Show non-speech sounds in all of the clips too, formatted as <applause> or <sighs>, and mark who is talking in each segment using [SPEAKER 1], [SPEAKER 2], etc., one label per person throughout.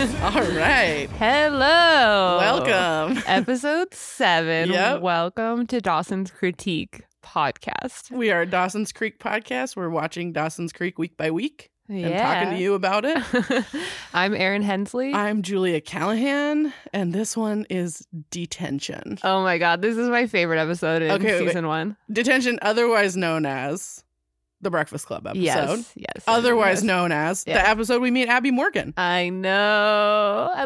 [SPEAKER 1] <laughs> Hello.
[SPEAKER 2] Welcome.
[SPEAKER 1] Episode seven.
[SPEAKER 2] Yep.
[SPEAKER 1] Welcome to Dawson's Critique podcast. <laughs>
[SPEAKER 2] We are Dawson's Creek podcast. We're watching Dawson's Creek week by week
[SPEAKER 1] Yeah.
[SPEAKER 2] and talking to you about
[SPEAKER 1] <laughs>
[SPEAKER 2] it.
[SPEAKER 1] I'm Erin Hensley.
[SPEAKER 2] I'm Julia Callahan, and this one is detention. Uh,
[SPEAKER 1] oh my God. This is my favorite episode in
[SPEAKER 2] Okay, wait,
[SPEAKER 1] season one.
[SPEAKER 2] Detention, otherwise known as the Breakfast Club episode,
[SPEAKER 1] Yes. Yes.
[SPEAKER 2] otherwise
[SPEAKER 1] yes.
[SPEAKER 2] known as
[SPEAKER 1] Yeah.
[SPEAKER 2] the episode we meet Abby Morgan.
[SPEAKER 1] I know. I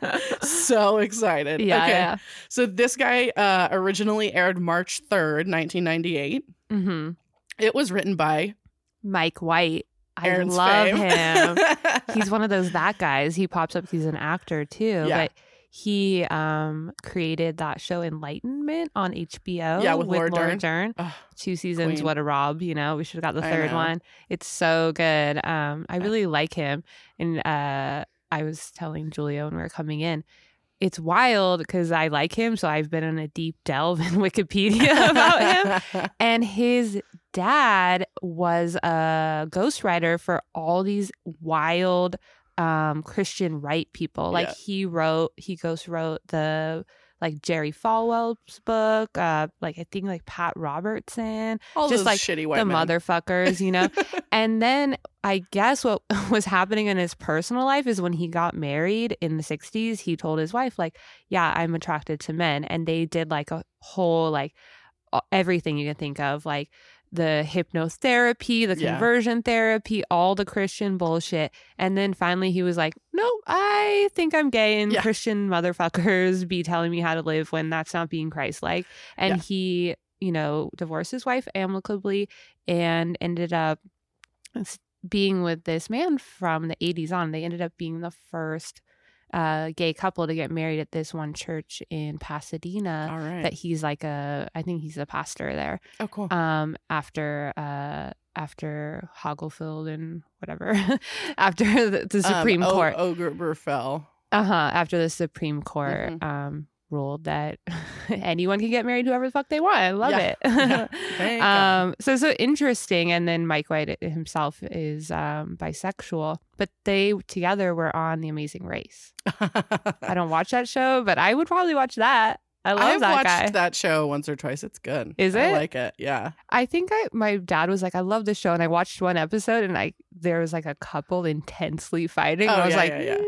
[SPEAKER 1] love her.
[SPEAKER 2] <laughs>
[SPEAKER 1] <laughs>
[SPEAKER 2] so excited.
[SPEAKER 1] yeah.
[SPEAKER 2] okay.
[SPEAKER 1] yeah.
[SPEAKER 2] So this guy uh, originally aired March 3rd, 1998.
[SPEAKER 1] hmm
[SPEAKER 2] It was written by
[SPEAKER 1] Mike White. I
[SPEAKER 2] Aaron's
[SPEAKER 1] love
[SPEAKER 2] fave.
[SPEAKER 1] him. he's one of those that guys. He pops up. He's an actor too,
[SPEAKER 2] Yeah.
[SPEAKER 1] but he um created that show Enlightenment on HBO.
[SPEAKER 2] Yeah, with Laura
[SPEAKER 1] Dern.
[SPEAKER 2] <laughs> Ugh.
[SPEAKER 1] Two seasons.
[SPEAKER 2] queen.
[SPEAKER 1] What a rob! You know, we should have got the
[SPEAKER 2] I
[SPEAKER 1] third
[SPEAKER 2] know.
[SPEAKER 1] one. It's so good. Um, I really like him, and uh, I was telling Julia when we were coming in. It's wild because I like him, so I've been on a deep delve in <laughs>
[SPEAKER 2] <laughs>
[SPEAKER 1] Wikipedia about him. <laughs> And his dad was a ghostwriter for all these wild um, Christian right people. Like
[SPEAKER 2] Yeah.
[SPEAKER 1] he wrote, he ghost wrote the like Jerry Falwell's book, uh, like I think like Pat Robertson,
[SPEAKER 2] All
[SPEAKER 1] Just
[SPEAKER 2] those
[SPEAKER 1] like
[SPEAKER 2] shitty white
[SPEAKER 1] the
[SPEAKER 2] men.
[SPEAKER 1] motherfuckers, you
[SPEAKER 2] <laughs>
[SPEAKER 1] know. and then I guess what <laughs> was happening in his personal life is when he got married in the 60s, he told his wife, like, yeah, I'm attracted to men. And they did like a whole, like, a- everything you can think of, like the hypnotherapy, the
[SPEAKER 2] Yeah.
[SPEAKER 1] conversion therapy, all the Christian bullshit. And then finally he was like, no, I think I'm gay and
[SPEAKER 2] Yeah.
[SPEAKER 1] Christian motherfuckers be telling me how to live when that's not being Christ like. And
[SPEAKER 2] Yeah.
[SPEAKER 1] he, you know, divorced his wife amicably and ended up s- being with this man from the 80s on. They ended up being the first uh, gay couple to get married at this one church in Pasadena.
[SPEAKER 2] All right.
[SPEAKER 1] That he's like a, I think he's a pastor there.
[SPEAKER 2] oh, cool.
[SPEAKER 1] Um, after uh, after Hoglefield and whatever, <laughs> after the, the Supreme
[SPEAKER 2] um,
[SPEAKER 1] Court,
[SPEAKER 2] O- Ogre Burfell.
[SPEAKER 1] uh huh. After the Supreme Court
[SPEAKER 2] Mhm.
[SPEAKER 1] um ruled that <laughs> anyone can get married whoever the fuck they want. I love
[SPEAKER 2] Yeah. <laughs>
[SPEAKER 1] <laughs>
[SPEAKER 2] Yeah.
[SPEAKER 1] it.
[SPEAKER 2] Thank God.
[SPEAKER 1] um so so interesting and then mike white himself is um bisexual but they together were on the amazing race
[SPEAKER 2] <laughs>
[SPEAKER 1] i don't watch that show but i would probably watch that i love
[SPEAKER 2] I've
[SPEAKER 1] that
[SPEAKER 2] watched
[SPEAKER 1] guy
[SPEAKER 2] that show once or twice. It's good.
[SPEAKER 1] Is
[SPEAKER 2] I
[SPEAKER 1] it?
[SPEAKER 2] like it. Yeah.
[SPEAKER 1] i think i my dad was like i love this show and i watched one episode and i there was like a couple intensely fighting
[SPEAKER 2] Oh,
[SPEAKER 1] and i was
[SPEAKER 2] yeah,
[SPEAKER 1] like
[SPEAKER 2] yeah, yeah.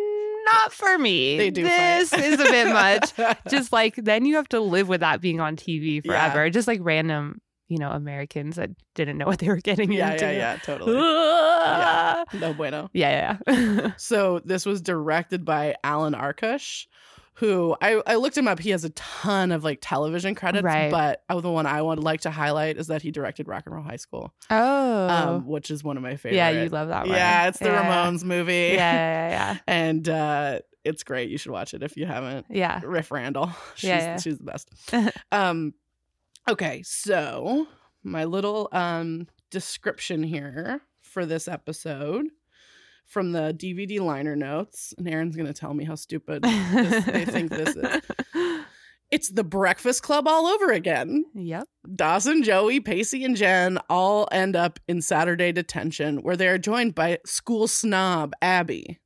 [SPEAKER 1] not for me
[SPEAKER 2] They do. fight.
[SPEAKER 1] this is a bit
[SPEAKER 2] <laughs>
[SPEAKER 1] much just like then you have to live with that being on TV
[SPEAKER 2] Yeah.
[SPEAKER 1] forever. Just like random, you know, Americans that didn't know what they were getting
[SPEAKER 2] yeah,
[SPEAKER 1] into.
[SPEAKER 2] yeah, yeah.
[SPEAKER 1] <gasps>
[SPEAKER 2] Totally.
[SPEAKER 1] Ah!
[SPEAKER 2] no bueno.
[SPEAKER 1] yeah, yeah. yeah. <laughs>
[SPEAKER 2] So this was directed by Alan Arkush, who I, I looked him up. He has a ton of like television credits,
[SPEAKER 1] Right.
[SPEAKER 2] but uh, the one I would like to highlight is that he directed Rock and Roll High School,
[SPEAKER 1] oh,
[SPEAKER 2] um, which is one of my favorites.
[SPEAKER 1] yeah. You love that one.
[SPEAKER 2] Yeah, it's the
[SPEAKER 1] yeah.
[SPEAKER 2] Ramones movie.
[SPEAKER 1] Yeah, yeah, yeah,
[SPEAKER 2] <laughs> and uh, it's great. You should watch it if you haven't.
[SPEAKER 1] yeah.
[SPEAKER 2] Riff Randall, <laughs>
[SPEAKER 1] <laughs>
[SPEAKER 2] she's
[SPEAKER 1] Yeah, yeah.
[SPEAKER 2] she's the best. um, okay, so my little um description here for this episode from the DVD liner notes, and Aaron's gonna tell me
[SPEAKER 1] <laughs>
[SPEAKER 2] how stupid <laughs> this- they think this is. It's the Breakfast Club all over again.
[SPEAKER 1] Yep.
[SPEAKER 2] Dawson, Joey, Pacey, and Jen all end up in Saturday detention, where they are joined by school snob Abby.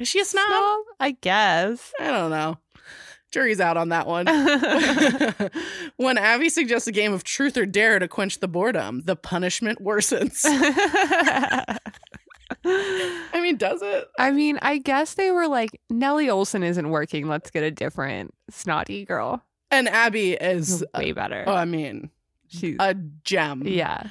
[SPEAKER 2] Is she a snob?
[SPEAKER 1] Snob, I guess. <laughs>
[SPEAKER 2] I don't know. Jury's out on that <laughs> one. when Abby suggests a game of truth or dare to quench the boredom, the punishment worsens. <laughs> I mean, does it?
[SPEAKER 1] I mean, I guess they were like, Nellie Olson isn't working. Let's get a different snotty girl.
[SPEAKER 2] And Abby is,
[SPEAKER 1] Way better.
[SPEAKER 2] oh, I mean,
[SPEAKER 1] She's
[SPEAKER 2] a gem.
[SPEAKER 1] yeah,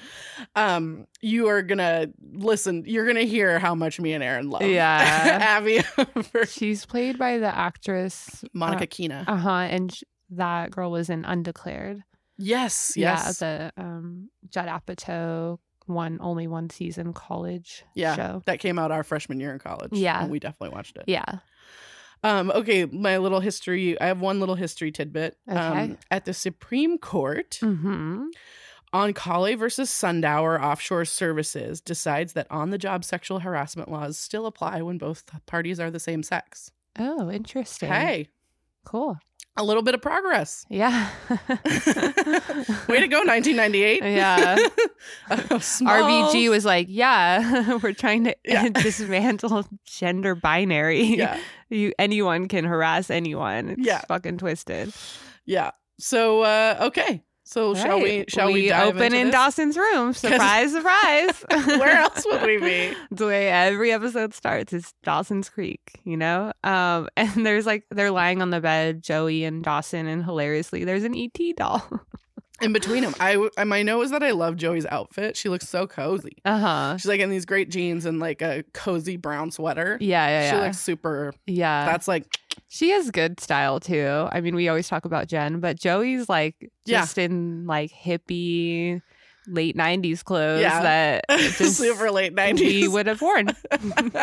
[SPEAKER 2] Um, you are gonna listen. You're gonna hear how much me and Aaron love.
[SPEAKER 1] Yeah.
[SPEAKER 2] <laughs> Abby for
[SPEAKER 1] she's played by the actress
[SPEAKER 2] Monica Keena.
[SPEAKER 1] Uh huh, and sh- that girl was in Undeclared.
[SPEAKER 2] yes. Yes.
[SPEAKER 1] yeah, the um, Judd Apatow one only one season college
[SPEAKER 2] Yeah.
[SPEAKER 1] show.
[SPEAKER 2] that came out our freshman year in college.
[SPEAKER 1] Yeah.
[SPEAKER 2] and we definitely watched it.
[SPEAKER 1] Yeah,
[SPEAKER 2] Um, okay, my little history. I have one little history tidbit. Um,
[SPEAKER 1] Okay.
[SPEAKER 2] at the Supreme Court,
[SPEAKER 1] hmm
[SPEAKER 2] Oncale versus Sundower Offshore Services decides that on-the-job sexual harassment laws still apply when both parties are the same sex.
[SPEAKER 1] Oh, interesting.
[SPEAKER 2] Hey,
[SPEAKER 1] cool.
[SPEAKER 2] a little bit of progress. <laughs>
[SPEAKER 1] Yeah. <laughs>
[SPEAKER 2] Way to go, 1998. <laughs>
[SPEAKER 1] Yeah.
[SPEAKER 2] Oh, small-
[SPEAKER 1] RBG was like, yeah, <laughs> we're trying to
[SPEAKER 2] Yeah.
[SPEAKER 1] dismantle gender binary.
[SPEAKER 2] <laughs> Yeah.
[SPEAKER 1] <laughs> you anyone can harass anyone. It's
[SPEAKER 2] Yeah.
[SPEAKER 1] fucking twisted.
[SPEAKER 2] Yeah. So uh okay. So shall we
[SPEAKER 1] Right.
[SPEAKER 2] shall we, dive
[SPEAKER 1] open
[SPEAKER 2] into
[SPEAKER 1] in
[SPEAKER 2] this?
[SPEAKER 1] Dawson's
[SPEAKER 2] <laughs>
[SPEAKER 1] room? Surprise, surprise.
[SPEAKER 2] Where else would we be?
[SPEAKER 1] <laughs> the way every episode starts is Dawson's Creek, you know? Um, <laughs> and there's like they're lying on the bed, Joey and Dawson, and hilariously there's an ET doll.
[SPEAKER 2] <laughs>
[SPEAKER 1] <laughs>
[SPEAKER 2] In between them. I w- my note is that I love Joey's outfit. She looks so cozy.
[SPEAKER 1] Uh-huh.
[SPEAKER 2] She's like in these great jeans and like a cozy brown sweater.
[SPEAKER 1] Yeah, yeah, Uh,
[SPEAKER 2] She
[SPEAKER 1] yeah.
[SPEAKER 2] looks super
[SPEAKER 1] yeah.
[SPEAKER 2] that's like
[SPEAKER 1] <laughs> she has good style too. I mean, we always talk about Jen, but Joey's like
[SPEAKER 2] Yeah.
[SPEAKER 1] just in like hippie late nineties clothes
[SPEAKER 2] Yeah.
[SPEAKER 1] that just
[SPEAKER 2] super late
[SPEAKER 1] we
[SPEAKER 2] <laughs> nineties.
[SPEAKER 1] would have worn.
[SPEAKER 2] <laughs>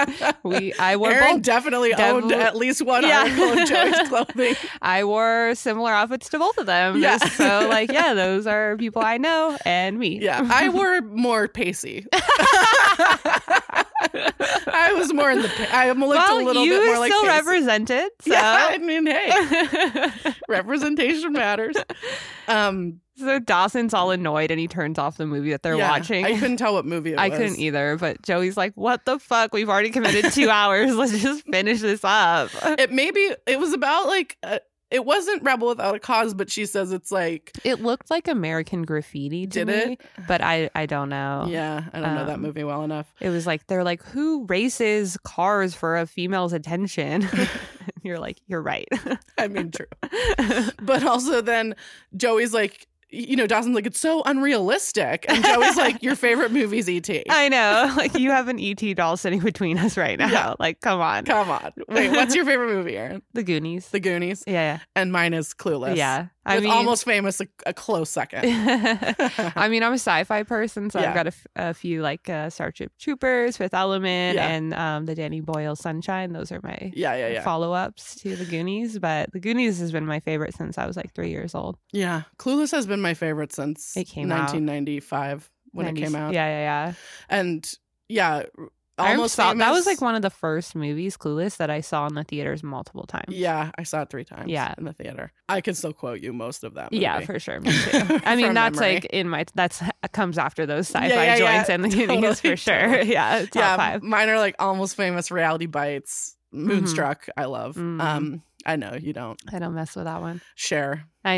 [SPEAKER 1] <laughs> we I wore
[SPEAKER 2] Aaron
[SPEAKER 1] both.
[SPEAKER 2] definitely
[SPEAKER 1] Dev-
[SPEAKER 2] owned at least one
[SPEAKER 1] Yeah.
[SPEAKER 2] article of
[SPEAKER 1] <laughs>
[SPEAKER 2] Joey's clothing.
[SPEAKER 1] I wore similar outfits to both of them.
[SPEAKER 2] Yeah.
[SPEAKER 1] So like, yeah, those are people I know and me. <laughs>
[SPEAKER 2] Yeah, I wore more pacey. I was more in the. pa- I looked
[SPEAKER 1] well,
[SPEAKER 2] a little
[SPEAKER 1] you
[SPEAKER 2] bit more like.
[SPEAKER 1] still
[SPEAKER 2] pacey.
[SPEAKER 1] represented. So.
[SPEAKER 2] <laughs> Yeah, I mean, hey, representation matters. Um,
[SPEAKER 1] <laughs> so Dawson's all annoyed and he turns off the movie that they're
[SPEAKER 2] yeah,
[SPEAKER 1] watching. <laughs>
[SPEAKER 2] I couldn't tell what movie it
[SPEAKER 1] I
[SPEAKER 2] was.
[SPEAKER 1] couldn't either, but Joey's like, "What the fuck? We've already committed
[SPEAKER 2] <laughs>
[SPEAKER 1] two hours. Let's just finish this up."
[SPEAKER 2] It maybe it was about like uh, it wasn't Rebel Without a Cause, but she says it's like
[SPEAKER 1] It looked like American graffiti, to
[SPEAKER 2] did
[SPEAKER 1] me,
[SPEAKER 2] it?
[SPEAKER 1] But I, I don't know.
[SPEAKER 2] Yeah, I don't know that
[SPEAKER 1] Oh. Um,
[SPEAKER 2] movie well enough.
[SPEAKER 1] It was like they're like, who races cars for a female's
[SPEAKER 2] <laughs>
[SPEAKER 1] attention? <laughs> You're like, you're right.
[SPEAKER 2] I
[SPEAKER 1] <laughs>
[SPEAKER 2] mean, true. But also, then Joey's like, you know, Dawson's like, it's so unrealistic, and Joey's like, your favorite movie's E ET.
[SPEAKER 1] <laughs> I know. Like you have an ET doll sitting between us right now.
[SPEAKER 2] Yeah.
[SPEAKER 1] Like, come on.
[SPEAKER 2] Come on, wait, what's your favorite movie, Aaron?
[SPEAKER 1] The Goonies.
[SPEAKER 2] The Goonies,
[SPEAKER 1] yeah,
[SPEAKER 2] and mine is
[SPEAKER 1] yeah.
[SPEAKER 2] Clueless.
[SPEAKER 1] Yeah. I
[SPEAKER 2] With
[SPEAKER 1] mean, <laughs>
[SPEAKER 2] almost famous, a, a close second. <laughs>
[SPEAKER 1] I mean, I'm a sci-fi person, so
[SPEAKER 2] Yeah.
[SPEAKER 1] I've got a, f- a few like uh, Starship Troopers, Fifth Element,
[SPEAKER 2] Yeah.
[SPEAKER 1] and um, the Danny Boyle Sunshine. Those are my
[SPEAKER 2] Yeah, yeah, yeah.
[SPEAKER 1] follow-ups to the Goonies. But the Goonies has been my favorite since I was like three years old.
[SPEAKER 2] Yeah. Clueless has been my favorite since
[SPEAKER 1] It came out.
[SPEAKER 2] 1995 when it
[SPEAKER 1] 90s
[SPEAKER 2] came out.
[SPEAKER 1] Yeah, yeah, yeah.
[SPEAKER 2] And yeah,
[SPEAKER 1] I remember
[SPEAKER 2] almost
[SPEAKER 1] saw- that was
[SPEAKER 2] Famous-
[SPEAKER 1] like one of the first movies, Clueless, that I saw in the theaters multiple times.
[SPEAKER 2] Yeah, I saw it 3 times
[SPEAKER 1] Yeah.
[SPEAKER 2] in the theater. I can still quote you most of that movie.
[SPEAKER 1] Yeah, for sure. Me
[SPEAKER 2] <laughs>
[SPEAKER 1] too. I mean,
[SPEAKER 2] From
[SPEAKER 1] that's
[SPEAKER 2] memory.
[SPEAKER 1] like in my that's uh, comes after those sci-fi
[SPEAKER 2] yeah, yeah.
[SPEAKER 1] joints
[SPEAKER 2] <laughs>
[SPEAKER 1] and the Goonies
[SPEAKER 2] Totally,
[SPEAKER 1] for sure. <laughs>
[SPEAKER 2] totally.
[SPEAKER 1] Yeah, top
[SPEAKER 2] yeah,
[SPEAKER 1] five. Mm-hmm.
[SPEAKER 2] mine are like almost famous reality bites. Moonstruck, I love.
[SPEAKER 1] Mhm.
[SPEAKER 2] Um, I know you don't
[SPEAKER 1] I don't mess with that one.
[SPEAKER 2] share.
[SPEAKER 1] I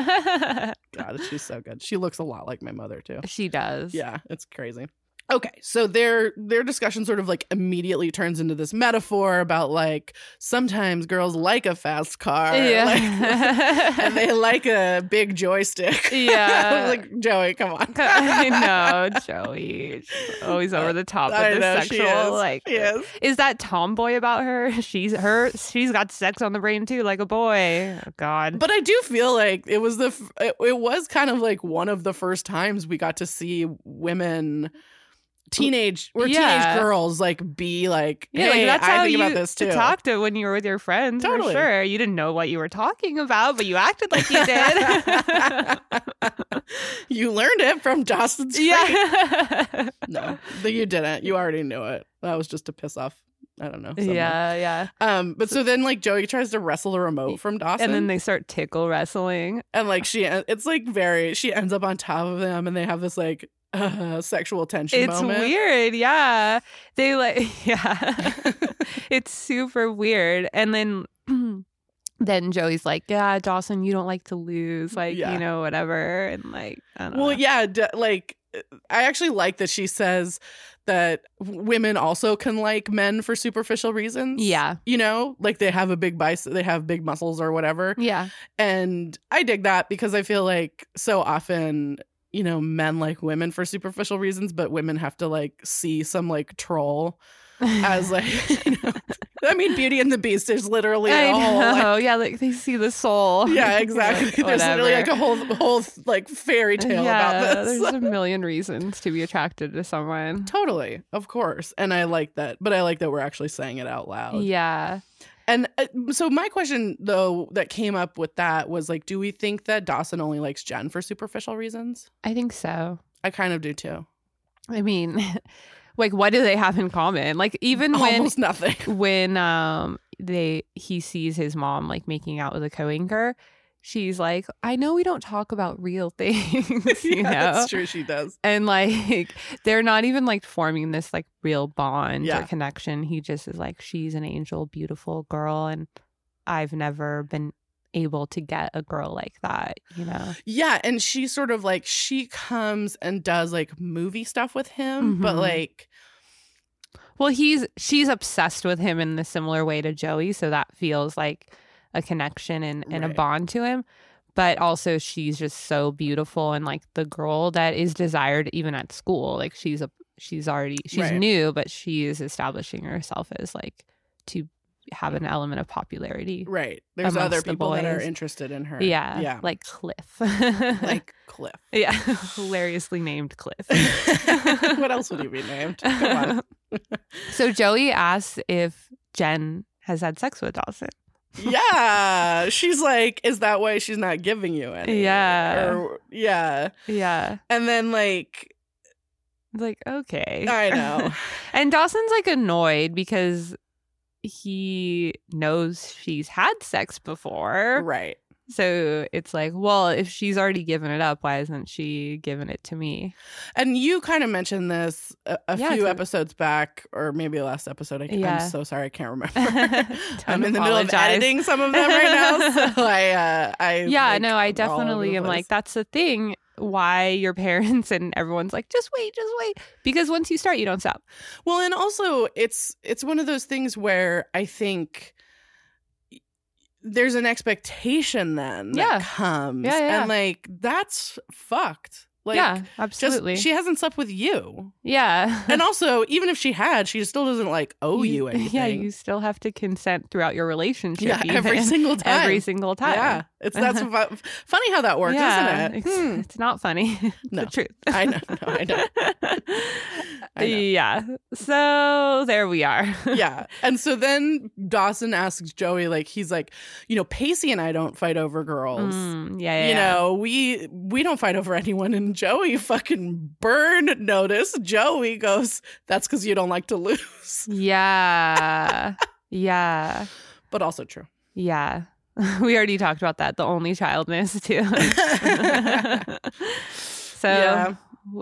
[SPEAKER 1] know
[SPEAKER 2] God, she's so good. She looks a lot like my mother too.
[SPEAKER 1] <laughs> she does. <laughs>
[SPEAKER 2] Yeah, it's crazy. Okay, so their their discussion sort of like immediately turns into this metaphor about like sometimes girls like a fast car, <laughs> like,
[SPEAKER 1] Yeah. <laughs>
[SPEAKER 2] and they like a big joystick. I
[SPEAKER 1] yeah.
[SPEAKER 2] was <laughs> like Joey, come on.
[SPEAKER 1] <laughs>
[SPEAKER 2] <laughs>
[SPEAKER 1] I know Joey. She's always over the top
[SPEAKER 2] I
[SPEAKER 1] with the
[SPEAKER 2] know, she
[SPEAKER 1] sexual.
[SPEAKER 2] is.
[SPEAKER 1] Like,
[SPEAKER 2] <laughs> Yes.
[SPEAKER 1] is that tomboy about her? She's her. She's got sex on the brain too, like a boy. Oh, God.
[SPEAKER 2] But I do feel like it was the f- it, it was kind of like one of the first times we got to see women teenage or
[SPEAKER 1] Yeah.
[SPEAKER 2] teenage girls like be like
[SPEAKER 1] Yeah, like
[SPEAKER 2] hey,
[SPEAKER 1] that's
[SPEAKER 2] I
[SPEAKER 1] how
[SPEAKER 2] think
[SPEAKER 1] you
[SPEAKER 2] about this too.
[SPEAKER 1] talked to when you were with your friends.
[SPEAKER 2] Totally.
[SPEAKER 1] For sure. You didn't know what you were talking about, but you acted like you
[SPEAKER 2] <laughs>
[SPEAKER 1] did.
[SPEAKER 2] you learned it from Dawson's
[SPEAKER 1] <laughs>
[SPEAKER 2] Creek. <laughs>
[SPEAKER 1] yeah.
[SPEAKER 2] No, th- you didn't. You already knew it. That was just to piss off. I don't know. someone.
[SPEAKER 1] Yeah, yeah.
[SPEAKER 2] Um. But so then, like Joey tries to wrestle the remote from Dawson,
[SPEAKER 1] And then they start tickle wrestling.
[SPEAKER 2] and, like she, uh, it's like very. She ends up on top of them, and they have this like <laughs> uh, sexual tension.
[SPEAKER 1] It's
[SPEAKER 2] moment.
[SPEAKER 1] weird, yeah. They like <laughs> yeah. it's super weird. And then <clears throat> then Joey's like, Yeah, Dawson, you don't like to lose, like,
[SPEAKER 2] Yeah.
[SPEAKER 1] you know, whatever. And like, I don't
[SPEAKER 2] Well,
[SPEAKER 1] know.
[SPEAKER 2] yeah. D- like uh, I actually like that she says that w- women also can like men for superficial reasons.
[SPEAKER 1] Yeah.
[SPEAKER 2] You know, like they have a big bicep, they have big muscles or whatever.
[SPEAKER 1] Yeah.
[SPEAKER 2] And I dig that because I feel like so often, you know, men like women for superficial reasons, but women have to like see some like troll
[SPEAKER 1] <laughs>
[SPEAKER 2] as like, <laughs> you know, I mean, Beauty and the Beast is literally a
[SPEAKER 1] <laughs> I
[SPEAKER 2] whole. Like,
[SPEAKER 1] know. yeah, like they see the soul. <laughs>
[SPEAKER 2] <laughs> yeah, exactly. There's literally like a
[SPEAKER 1] Whatever.
[SPEAKER 2] whole, whole like fairy tale about this.
[SPEAKER 1] There's a million reasons to be attracted to someone.
[SPEAKER 2] <laughs> Totally, of course. And I like that, but I like that we're actually saying it out loud.
[SPEAKER 1] Yeah.
[SPEAKER 2] And uh, so my question though that came up with that was like do we think that Dawson only likes Jen for superficial reasons?
[SPEAKER 1] I think so.
[SPEAKER 2] I kind of do too.
[SPEAKER 1] I mean, <laughs> like what do they have in common? Like even
[SPEAKER 2] <laughs>
[SPEAKER 1] when
[SPEAKER 2] Almost nothing.
[SPEAKER 1] <laughs> when um they he sees his mom like making out with a coworker, she's like, I know we don't talk about real <laughs> things, you
[SPEAKER 2] <laughs> yeah,
[SPEAKER 1] know?
[SPEAKER 2] that's true. She does.
[SPEAKER 1] <laughs> And like they're not even like forming this like real bond
[SPEAKER 2] Yeah.
[SPEAKER 1] or connection. He just is like, she's an angel, beautiful girl, and I've never been able to get a girl like that, you know?
[SPEAKER 2] Yeah, and she sort of like she comes and does like movie stuff with him, but
[SPEAKER 1] Mhm.
[SPEAKER 2] like
[SPEAKER 1] Well, he's she's obsessed with him in the similar way to Joey, so that feels like a connection and, and a
[SPEAKER 2] Right.
[SPEAKER 1] bond to him. But also she's just so beautiful and like the girl that is desired even at school. Like she's a she's already she's
[SPEAKER 2] Right.
[SPEAKER 1] new, but she is establishing herself as like to have an element of popularity.
[SPEAKER 2] right, there's other
[SPEAKER 1] Amongst the
[SPEAKER 2] people that are
[SPEAKER 1] boys.
[SPEAKER 2] interested in her.
[SPEAKER 1] Yeah. <laughs>
[SPEAKER 2] yeah,
[SPEAKER 1] Like Cliff.
[SPEAKER 2] like Cliff.
[SPEAKER 1] <laughs> yeah. Hilariously named Cliff.
[SPEAKER 2] <laughs> what else would he be named? Come on.
[SPEAKER 1] <laughs> so Joey asks if Jen has had sex with Dawson.
[SPEAKER 2] yeah, she's like, is that why she's not giving you any?
[SPEAKER 1] Yeah.
[SPEAKER 2] Or- yeah,
[SPEAKER 1] Yeah.
[SPEAKER 2] and then like
[SPEAKER 1] Like, okay. <laughs>
[SPEAKER 2] I know,
[SPEAKER 1] and Dawson's like annoyed because he knows she's had sex before.
[SPEAKER 2] right?
[SPEAKER 1] So it's like, well, if she's already given it up, why isn't she giving it to me? <laughs>
[SPEAKER 2] And you kind of mentioned this a, a
[SPEAKER 1] Yeah,
[SPEAKER 2] few
[SPEAKER 1] it's-
[SPEAKER 2] episodes back, or maybe last episode. I,
[SPEAKER 1] Yeah.
[SPEAKER 2] I'm so sorry, I
[SPEAKER 1] <laughs>
[SPEAKER 2] can't remember. <laughs> <laughs> I'm
[SPEAKER 1] Don't
[SPEAKER 2] in the middle of
[SPEAKER 1] apologize.
[SPEAKER 2] editing some of them right
[SPEAKER 1] <laughs>
[SPEAKER 2] now, so I, uh, I
[SPEAKER 1] Yeah,
[SPEAKER 2] like,
[SPEAKER 1] no, I
[SPEAKER 2] I'm all over
[SPEAKER 1] definitely
[SPEAKER 2] the
[SPEAKER 1] am
[SPEAKER 2] place.
[SPEAKER 1] like, that's the thing why your <laughs> parents and everyone's like, just wait, just wait. Because once you start, you don't stop.
[SPEAKER 2] Well, and also it's it's one of those things where I think there's an expectation then
[SPEAKER 1] Yeah.
[SPEAKER 2] that comes,
[SPEAKER 1] Yeah, yeah,
[SPEAKER 2] and like that's fucked. Like,
[SPEAKER 1] yeah,
[SPEAKER 2] just-
[SPEAKER 1] absolutely.
[SPEAKER 2] she hasn't slept
[SPEAKER 1] <laughs>
[SPEAKER 2] with you,
[SPEAKER 1] yeah.
[SPEAKER 2] and also even if she had, she still doesn't like owe you, anything.
[SPEAKER 1] Yeah, <laughs> you still have to consent throughout your relationship.
[SPEAKER 2] <laughs> Yeah,
[SPEAKER 1] <laughs>
[SPEAKER 2] every
[SPEAKER 1] even.
[SPEAKER 2] single time.
[SPEAKER 1] Every single time.
[SPEAKER 2] Yeah,
[SPEAKER 1] <laughs>
[SPEAKER 2] it's that's fu- funny how that works,
[SPEAKER 1] Yeah,
[SPEAKER 2] isn't it?
[SPEAKER 1] It's,
[SPEAKER 2] Hmm.
[SPEAKER 1] it's not funny. <laughs> It's
[SPEAKER 2] No.
[SPEAKER 1] the truth. <laughs>
[SPEAKER 2] I know, <laughs> no, I know. I know.
[SPEAKER 1] Yeah. So there we are.
[SPEAKER 2] yeah. And so then Dawson asks Joey, like, he's like, you know, Pacey and I don't fight over girls.
[SPEAKER 1] Mm, yeah, yeah.
[SPEAKER 2] you
[SPEAKER 1] yeah.
[SPEAKER 2] know we we don't fight over anyone and joey <laughs> fucking burned notice joey goes that's because you don't like to lose <laughs>
[SPEAKER 1] Yeah. yeah.
[SPEAKER 2] but also true
[SPEAKER 1] Yeah. <laughs> We already talked about that. The only childness too.
[SPEAKER 2] <laughs>
[SPEAKER 1] so
[SPEAKER 2] Yeah.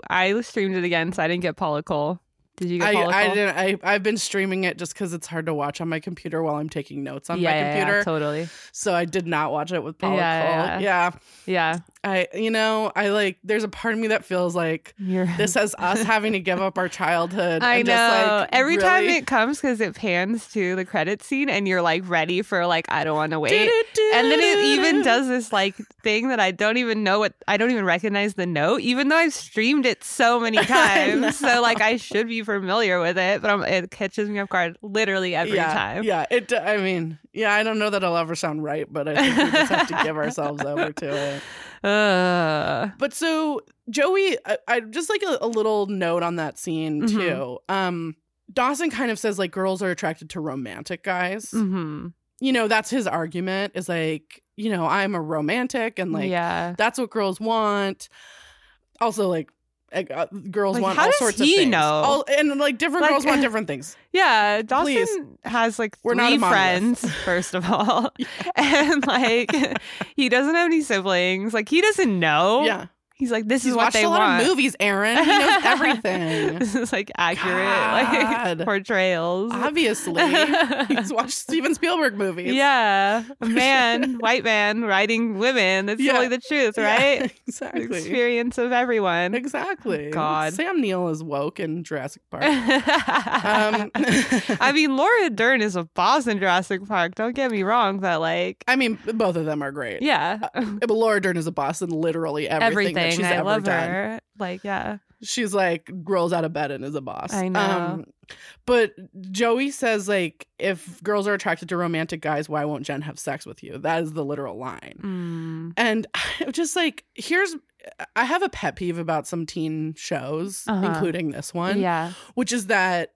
[SPEAKER 1] I streamed it again, so I didn't get Paula Cole. Did you get
[SPEAKER 2] I,
[SPEAKER 1] Paula Cole?
[SPEAKER 2] I didn't I, i've been streaming it just because it's hard to watch on my computer while i'm taking notes on
[SPEAKER 1] yeah,
[SPEAKER 2] my
[SPEAKER 1] yeah, yeah,
[SPEAKER 2] computer
[SPEAKER 1] totally.
[SPEAKER 2] so i did not watch it with paula
[SPEAKER 1] Yeah,
[SPEAKER 2] Cole. yeah.
[SPEAKER 1] Yeah.
[SPEAKER 2] i you know i like there's a part of me that feels like
[SPEAKER 1] You're
[SPEAKER 2] this is us having to give up our
[SPEAKER 1] <laughs>
[SPEAKER 2] childhood
[SPEAKER 1] I
[SPEAKER 2] and
[SPEAKER 1] know.
[SPEAKER 2] just, like,
[SPEAKER 1] Every time
[SPEAKER 2] really-
[SPEAKER 1] it comes, because it pans to the credit scene, and you're like ready for like I don't want to wait, and then it
[SPEAKER 2] <laughs>
[SPEAKER 1] even does this like thing that I don't even know what I don't even recognize the note, even though I've streamed it so
[SPEAKER 2] <laughs>
[SPEAKER 1] many times. so like I should be familiar with it, but i it catches me off guard literally every
[SPEAKER 2] yeah,
[SPEAKER 1] time.
[SPEAKER 2] Yeah, it. d- I mean, yeah, I don't know that it'll ever sound right, but I think we just have to
[SPEAKER 1] <laughs>
[SPEAKER 2] give ourselves over to it.
[SPEAKER 1] Ugh.
[SPEAKER 2] But so Joey, I, I just like a, a little note on that scene
[SPEAKER 1] Mhm.
[SPEAKER 2] too. Um, Dawson kind of says like girls are attracted to romantic guys.
[SPEAKER 1] Mhm.
[SPEAKER 2] You know, that's his argument is like, you know, I'm a romantic, and like
[SPEAKER 1] yeah.
[SPEAKER 2] that's what girls want. Also, like. like, uh, girls
[SPEAKER 1] Like,
[SPEAKER 2] want
[SPEAKER 1] how
[SPEAKER 2] all
[SPEAKER 1] does
[SPEAKER 2] sorts of
[SPEAKER 1] he
[SPEAKER 2] things.
[SPEAKER 1] know?
[SPEAKER 2] All, and like different
[SPEAKER 1] Like- <laughs>
[SPEAKER 2] girls want different things.
[SPEAKER 1] Yeah, Dawson
[SPEAKER 2] Please.
[SPEAKER 1] has like 3
[SPEAKER 2] We're not a monolith.
[SPEAKER 1] friends, first of
[SPEAKER 2] <laughs>
[SPEAKER 1] all. <laughs> And like <laughs> he doesn't have any siblings. Like he doesn't know.
[SPEAKER 2] Yeah,
[SPEAKER 1] He's like, this
[SPEAKER 2] He's
[SPEAKER 1] is what
[SPEAKER 2] watched
[SPEAKER 1] they
[SPEAKER 2] a lot
[SPEAKER 1] want.
[SPEAKER 2] of movies, Aaron.
[SPEAKER 1] <laughs>
[SPEAKER 2] He knows everything.
[SPEAKER 1] this is like accurate
[SPEAKER 2] God.
[SPEAKER 1] like portrayals.
[SPEAKER 2] Obviously,
[SPEAKER 1] <laughs>
[SPEAKER 2] he's watched Steven Spielberg movies.
[SPEAKER 1] yeah. A man, white man riding women. It's
[SPEAKER 2] Yeah.
[SPEAKER 1] only the truth,
[SPEAKER 2] Yeah,
[SPEAKER 1] right? The
[SPEAKER 2] <laughs> exactly.
[SPEAKER 1] Experience of everyone.
[SPEAKER 2] Exactly.
[SPEAKER 1] God.
[SPEAKER 2] Sam Neill is woke in Jurassic
[SPEAKER 1] <laughs>
[SPEAKER 2] Park.
[SPEAKER 1] um,
[SPEAKER 2] Um, <laughs>
[SPEAKER 1] I mean, Laura Dern is a boss in Jurassic Park. Don't get me wrong, but like,
[SPEAKER 2] I mean, both of them are great.
[SPEAKER 1] yeah,
[SPEAKER 2] But Laura Dern is a boss in literally everything,
[SPEAKER 1] everything.
[SPEAKER 2] that she's
[SPEAKER 1] I
[SPEAKER 2] ever
[SPEAKER 1] love
[SPEAKER 2] done.
[SPEAKER 1] her. Like, yeah,
[SPEAKER 2] She's like rolls out of bed and is a boss. Um,
[SPEAKER 1] I know.
[SPEAKER 2] but Joey says like, if girls are attracted to romantic guys, why won't Jen have sex with you? That is the literal line.
[SPEAKER 1] mm.
[SPEAKER 2] And <laughs> I'm just like, here's, I have a pet peeve about some teen shows,
[SPEAKER 1] Uh-huh.
[SPEAKER 2] including this one,
[SPEAKER 1] yeah,
[SPEAKER 2] which is that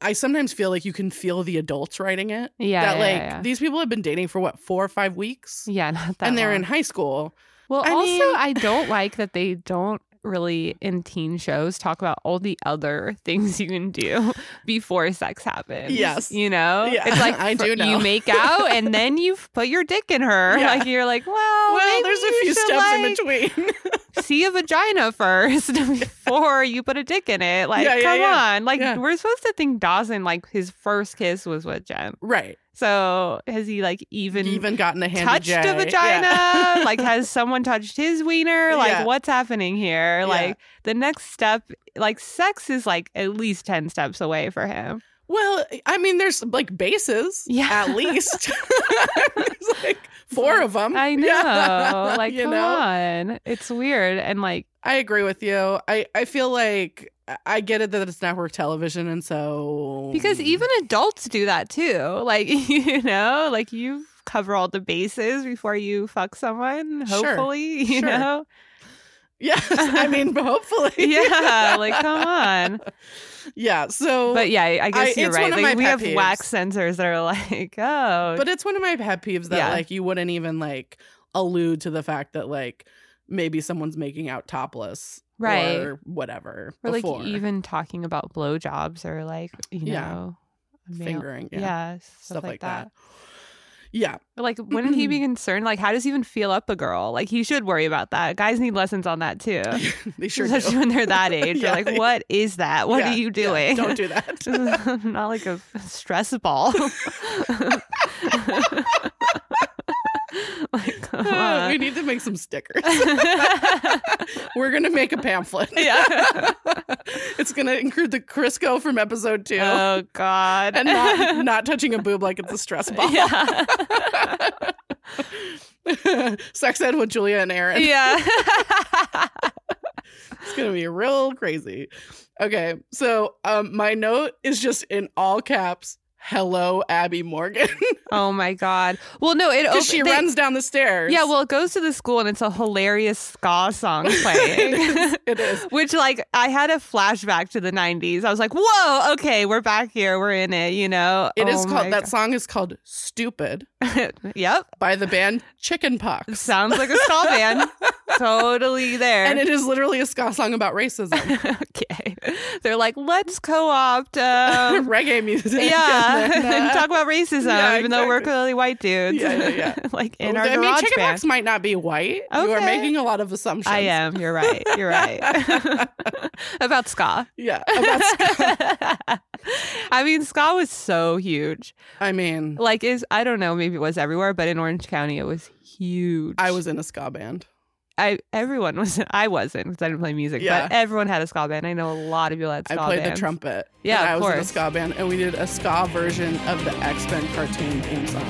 [SPEAKER 2] I sometimes feel like you can feel the adults writing it.
[SPEAKER 1] yeah,
[SPEAKER 2] that,
[SPEAKER 1] yeah,
[SPEAKER 2] like,
[SPEAKER 1] yeah, yeah.
[SPEAKER 2] these people have been dating for what, four or five weeks?
[SPEAKER 1] Yeah, not that.
[SPEAKER 2] and they're
[SPEAKER 1] long.
[SPEAKER 2] in high school.
[SPEAKER 1] Well,
[SPEAKER 2] I
[SPEAKER 1] also,
[SPEAKER 2] mean-
[SPEAKER 1] I don't like that they don't really in teen shows talk about all the other <laughs> things you can do <laughs> before sex happens.
[SPEAKER 2] Yes.
[SPEAKER 1] You know?
[SPEAKER 2] Yeah,
[SPEAKER 1] It's like
[SPEAKER 2] <laughs> I
[SPEAKER 1] fir-
[SPEAKER 2] do know.
[SPEAKER 1] you make
[SPEAKER 2] <laughs>
[SPEAKER 1] out and then you put your dick in her.
[SPEAKER 2] Yeah.
[SPEAKER 1] Like you're like, well,
[SPEAKER 2] well,
[SPEAKER 1] Oh, maybe
[SPEAKER 2] there's a
[SPEAKER 1] you
[SPEAKER 2] few
[SPEAKER 1] should,
[SPEAKER 2] steps
[SPEAKER 1] like,
[SPEAKER 2] in between. <laughs>
[SPEAKER 1] see a vagina <laughs> first before you put a dick in it. Like,
[SPEAKER 2] Yeah, yeah,
[SPEAKER 1] come
[SPEAKER 2] yeah.
[SPEAKER 1] on. Like,
[SPEAKER 2] Yeah.
[SPEAKER 1] we're supposed to think Dawson, like, his first kiss was with Jen.
[SPEAKER 2] right.
[SPEAKER 1] <laughs> So has he, like, even,
[SPEAKER 2] Even gotten a hand
[SPEAKER 1] touched a vagina?
[SPEAKER 2] <laughs>
[SPEAKER 1] like, has someone touched his wiener? Like,
[SPEAKER 2] Yeah.
[SPEAKER 1] what's happening here?
[SPEAKER 2] Yeah.
[SPEAKER 1] Like, the next step, like, sex is, like, at least 10 steps away for
[SPEAKER 2] <laughs>
[SPEAKER 1] him.
[SPEAKER 2] Well, I mean, there's like bases,
[SPEAKER 1] Yeah. <laughs>
[SPEAKER 2] at least. <laughs> there's like four of them.
[SPEAKER 1] I know.
[SPEAKER 2] <laughs> Yeah.
[SPEAKER 1] Like,
[SPEAKER 2] You
[SPEAKER 1] come
[SPEAKER 2] know?
[SPEAKER 1] on. It's weird. And, like,
[SPEAKER 2] I agree with you. I, I feel like I- I get it that it's network television, and so
[SPEAKER 1] Because even adults do that too. Like, <laughs> you know, like you cover all the bases before you fuck someone,
[SPEAKER 2] Sure.
[SPEAKER 1] hopefully, <laughs> you
[SPEAKER 2] Sure. <laughs>
[SPEAKER 1] know?
[SPEAKER 2] <laughs> yes,
[SPEAKER 1] <laughs>
[SPEAKER 2] I mean, hopefully,
[SPEAKER 1] Yeah, like come on.
[SPEAKER 2] yeah. So,
[SPEAKER 1] But
[SPEAKER 2] but,
[SPEAKER 1] yeah, I guess
[SPEAKER 2] I-
[SPEAKER 1] you're
[SPEAKER 2] it's
[SPEAKER 1] right.
[SPEAKER 2] one of
[SPEAKER 1] Like
[SPEAKER 2] my
[SPEAKER 1] we have
[SPEAKER 2] pet
[SPEAKER 1] wax sensors that are like, <laughs> oh,
[SPEAKER 2] it's one of my pet peeves that
[SPEAKER 1] Yeah.
[SPEAKER 2] like you wouldn't even like allude to the fact that like maybe someone's making out topless,
[SPEAKER 1] Right.
[SPEAKER 2] or whatever,
[SPEAKER 1] we're like
[SPEAKER 2] before
[SPEAKER 1] even talking about blowjobs or like, you
[SPEAKER 2] Yeah.
[SPEAKER 1] know, male-
[SPEAKER 2] fingering,
[SPEAKER 1] Yeah,
[SPEAKER 2] yeah,
[SPEAKER 1] stuff,
[SPEAKER 2] stuff like that. Yeah, <laughs>
[SPEAKER 1] But
[SPEAKER 2] <clears throat>
[SPEAKER 1] like, wouldn't he be concerned? Like, how does he even feel up a girl? Like, he should worry about that. Guys need lessons on that
[SPEAKER 2] <laughs>
[SPEAKER 1] too.
[SPEAKER 2] they sure
[SPEAKER 1] Especially <laughs>
[SPEAKER 2] do.
[SPEAKER 1] when they're
[SPEAKER 2] <laughs>
[SPEAKER 1] that age.
[SPEAKER 2] Yeah.
[SPEAKER 1] You're like, what is that? What
[SPEAKER 2] Yeah,
[SPEAKER 1] are you
[SPEAKER 2] yeah,
[SPEAKER 1] doing?
[SPEAKER 2] don't do that.
[SPEAKER 1] <laughs> This is not like a stress
[SPEAKER 2] <laughs>
[SPEAKER 1] ball. like, come
[SPEAKER 2] Uh, <laughs> we
[SPEAKER 1] on.
[SPEAKER 2] need to make some
[SPEAKER 1] <laughs>
[SPEAKER 2] stickers. <laughs> We're gonna make a pamphlet.
[SPEAKER 1] <laughs> Yeah.
[SPEAKER 2] it's gonna include the Crisco from episode two,
[SPEAKER 1] oh God.
[SPEAKER 2] and not not touching a boob like it's a stress ball.
[SPEAKER 1] <laughs> yeah.
[SPEAKER 2] <laughs> Sex ed with Julia and Aaron.
[SPEAKER 1] <laughs> yeah.
[SPEAKER 2] It's gonna be real crazy. Okay, so um, my note is just in all caps. Hello, Abby Morgan. <laughs>
[SPEAKER 1] oh my God. Well, no, it
[SPEAKER 2] Because
[SPEAKER 1] opens.
[SPEAKER 2] she runs down the stairs.
[SPEAKER 1] Oh, Yeah, well, it goes to the school and it's a hilarious ska
[SPEAKER 2] <laughs>
[SPEAKER 1] song playing.
[SPEAKER 2] it is.
[SPEAKER 1] <laughs> Which, like, I had a flashback to the 90s. I was like, whoa, okay, we're back here. We're in it, you know?
[SPEAKER 2] It is
[SPEAKER 1] Oh my
[SPEAKER 2] called that song is called "Stupid"
[SPEAKER 1] God. <laughs> yep.
[SPEAKER 2] by the band Chickenpox.
[SPEAKER 1] Sounds like a
[SPEAKER 2] <laughs>
[SPEAKER 1] ska band. totally there.
[SPEAKER 2] and it is literally a ska song about racism.
[SPEAKER 1] <laughs> okay. They're like, let's co
[SPEAKER 2] <laughs>
[SPEAKER 1] opt. Um,
[SPEAKER 2] Reggae music.
[SPEAKER 1] <laughs> yeah.
[SPEAKER 2] <laughs> And then, uh,
[SPEAKER 1] and talk about racism,
[SPEAKER 2] yeah,
[SPEAKER 1] even though we're
[SPEAKER 2] exactly.
[SPEAKER 1] clearly white dudes.
[SPEAKER 2] Yeah, yeah, yeah.
[SPEAKER 1] <laughs> like in our
[SPEAKER 2] I mean,
[SPEAKER 1] garage band.
[SPEAKER 2] Chickenpox might not be white. You are
[SPEAKER 1] Okay.
[SPEAKER 2] making a lot of assumptions.
[SPEAKER 1] I am. You're right. You're right. <laughs> about ska. <laughs>
[SPEAKER 2] Yeah. About ska.
[SPEAKER 1] I mean, ska was so huge.
[SPEAKER 2] I mean,
[SPEAKER 1] Like, is I don't know, maybe it was everywhere, but in Orange County, it was huge.
[SPEAKER 2] I was in a ska band.
[SPEAKER 1] I everyone was. I wasn't because I didn't play music,
[SPEAKER 2] Yeah.
[SPEAKER 1] but everyone had a ska band. I know a lot of people had
[SPEAKER 2] I
[SPEAKER 1] ska
[SPEAKER 2] played
[SPEAKER 1] bands.
[SPEAKER 2] the trumpet.
[SPEAKER 1] Yeah,
[SPEAKER 2] and
[SPEAKER 1] of
[SPEAKER 2] I was in a
[SPEAKER 1] course.
[SPEAKER 2] ska band, and we did a ska version of the X Men cartoon
[SPEAKER 1] <laughs>
[SPEAKER 2] theme song.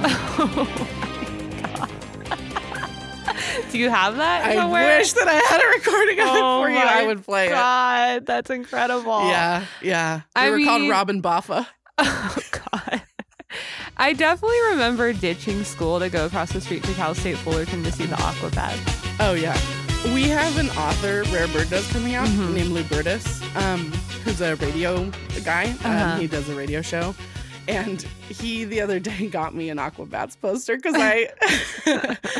[SPEAKER 1] Do you have that
[SPEAKER 2] I
[SPEAKER 1] somewhere?
[SPEAKER 2] wish that I had a recording of
[SPEAKER 1] Oh
[SPEAKER 2] it for you.
[SPEAKER 1] my
[SPEAKER 2] I would play
[SPEAKER 1] God, that's incredible.
[SPEAKER 2] it. Yeah, yeah. We
[SPEAKER 1] I
[SPEAKER 2] were called
[SPEAKER 1] mean-
[SPEAKER 2] Robin Baffa.
[SPEAKER 1] <laughs> Oh God. I definitely remember ditching school to go across the street to Cal State Fullerton to see the Aquabats.
[SPEAKER 2] Oh yeah. We have an author, Rare Bird Does coming out,
[SPEAKER 1] Mm-hmm.
[SPEAKER 2] named Lou Burtis, um, who's a radio guy.
[SPEAKER 1] Uh-huh.
[SPEAKER 2] Um, he does a radio show. And he the other day <laughs> got me an Aquabats poster because
[SPEAKER 1] <laughs>
[SPEAKER 2] I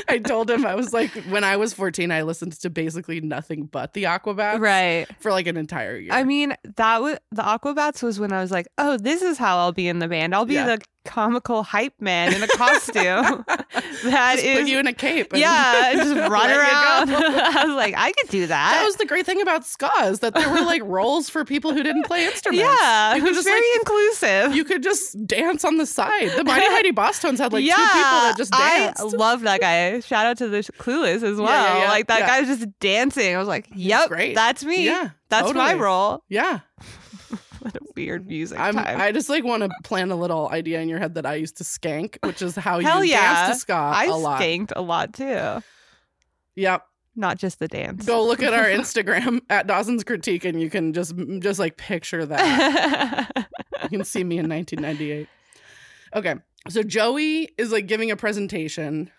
[SPEAKER 2] I told him I was like when I was 14 I listened to basically nothing but the Aquabats
[SPEAKER 1] Right.
[SPEAKER 2] for like an entire year.
[SPEAKER 1] I mean, that was the Aquabats was when I was like, oh, this is how I'll be in the band. I'll be
[SPEAKER 2] Yeah.
[SPEAKER 1] the comical hype man in a
[SPEAKER 2] <laughs>
[SPEAKER 1] costume. That
[SPEAKER 2] just
[SPEAKER 1] is-
[SPEAKER 2] put you in a cape. and-
[SPEAKER 1] yeah,
[SPEAKER 2] <laughs>
[SPEAKER 1] and just run
[SPEAKER 2] Let you
[SPEAKER 1] around. <laughs>
[SPEAKER 2] go.
[SPEAKER 1] I was like, I could do that.
[SPEAKER 2] That was the great thing about ska is that there were
[SPEAKER 1] <laughs>
[SPEAKER 2] like roles for people who didn't play instruments.
[SPEAKER 1] yeah,
[SPEAKER 2] you
[SPEAKER 1] it
[SPEAKER 2] could
[SPEAKER 1] was
[SPEAKER 2] just
[SPEAKER 1] very
[SPEAKER 2] like
[SPEAKER 1] inclusive.
[SPEAKER 2] you could just dance on the side. The
[SPEAKER 1] <laughs>
[SPEAKER 2] Mighty Mighty Boss Tones had like
[SPEAKER 1] yeah,
[SPEAKER 2] two people that just danced.
[SPEAKER 1] I love that guy. Shout out to the Clueless as well.
[SPEAKER 2] yeah, yeah,
[SPEAKER 1] like that
[SPEAKER 2] yeah.
[SPEAKER 1] guy was just dancing. I was like, yep,
[SPEAKER 2] great.
[SPEAKER 1] that's me.
[SPEAKER 2] Yeah,
[SPEAKER 1] that's my
[SPEAKER 2] totally.
[SPEAKER 1] role. <laughs>
[SPEAKER 2] yeah,
[SPEAKER 1] What a weird music
[SPEAKER 2] I'm,
[SPEAKER 1] time.
[SPEAKER 2] I just like want to plant a little idea in your head that I used to skank, which is how
[SPEAKER 1] Hell
[SPEAKER 2] you
[SPEAKER 1] yeah.
[SPEAKER 2] dance to ska
[SPEAKER 1] I
[SPEAKER 2] a lot.
[SPEAKER 1] skanked a lot too,
[SPEAKER 2] Yep.
[SPEAKER 1] not just the dance.
[SPEAKER 2] Go
[SPEAKER 1] <laughs>
[SPEAKER 2] look at our Instagram at Dawson's Critique, and you can just just like
[SPEAKER 1] <laughs>
[SPEAKER 2] picture that.
[SPEAKER 1] yeah,
[SPEAKER 2] you can see me in 1998. Okay, so Joey is like giving a presentation,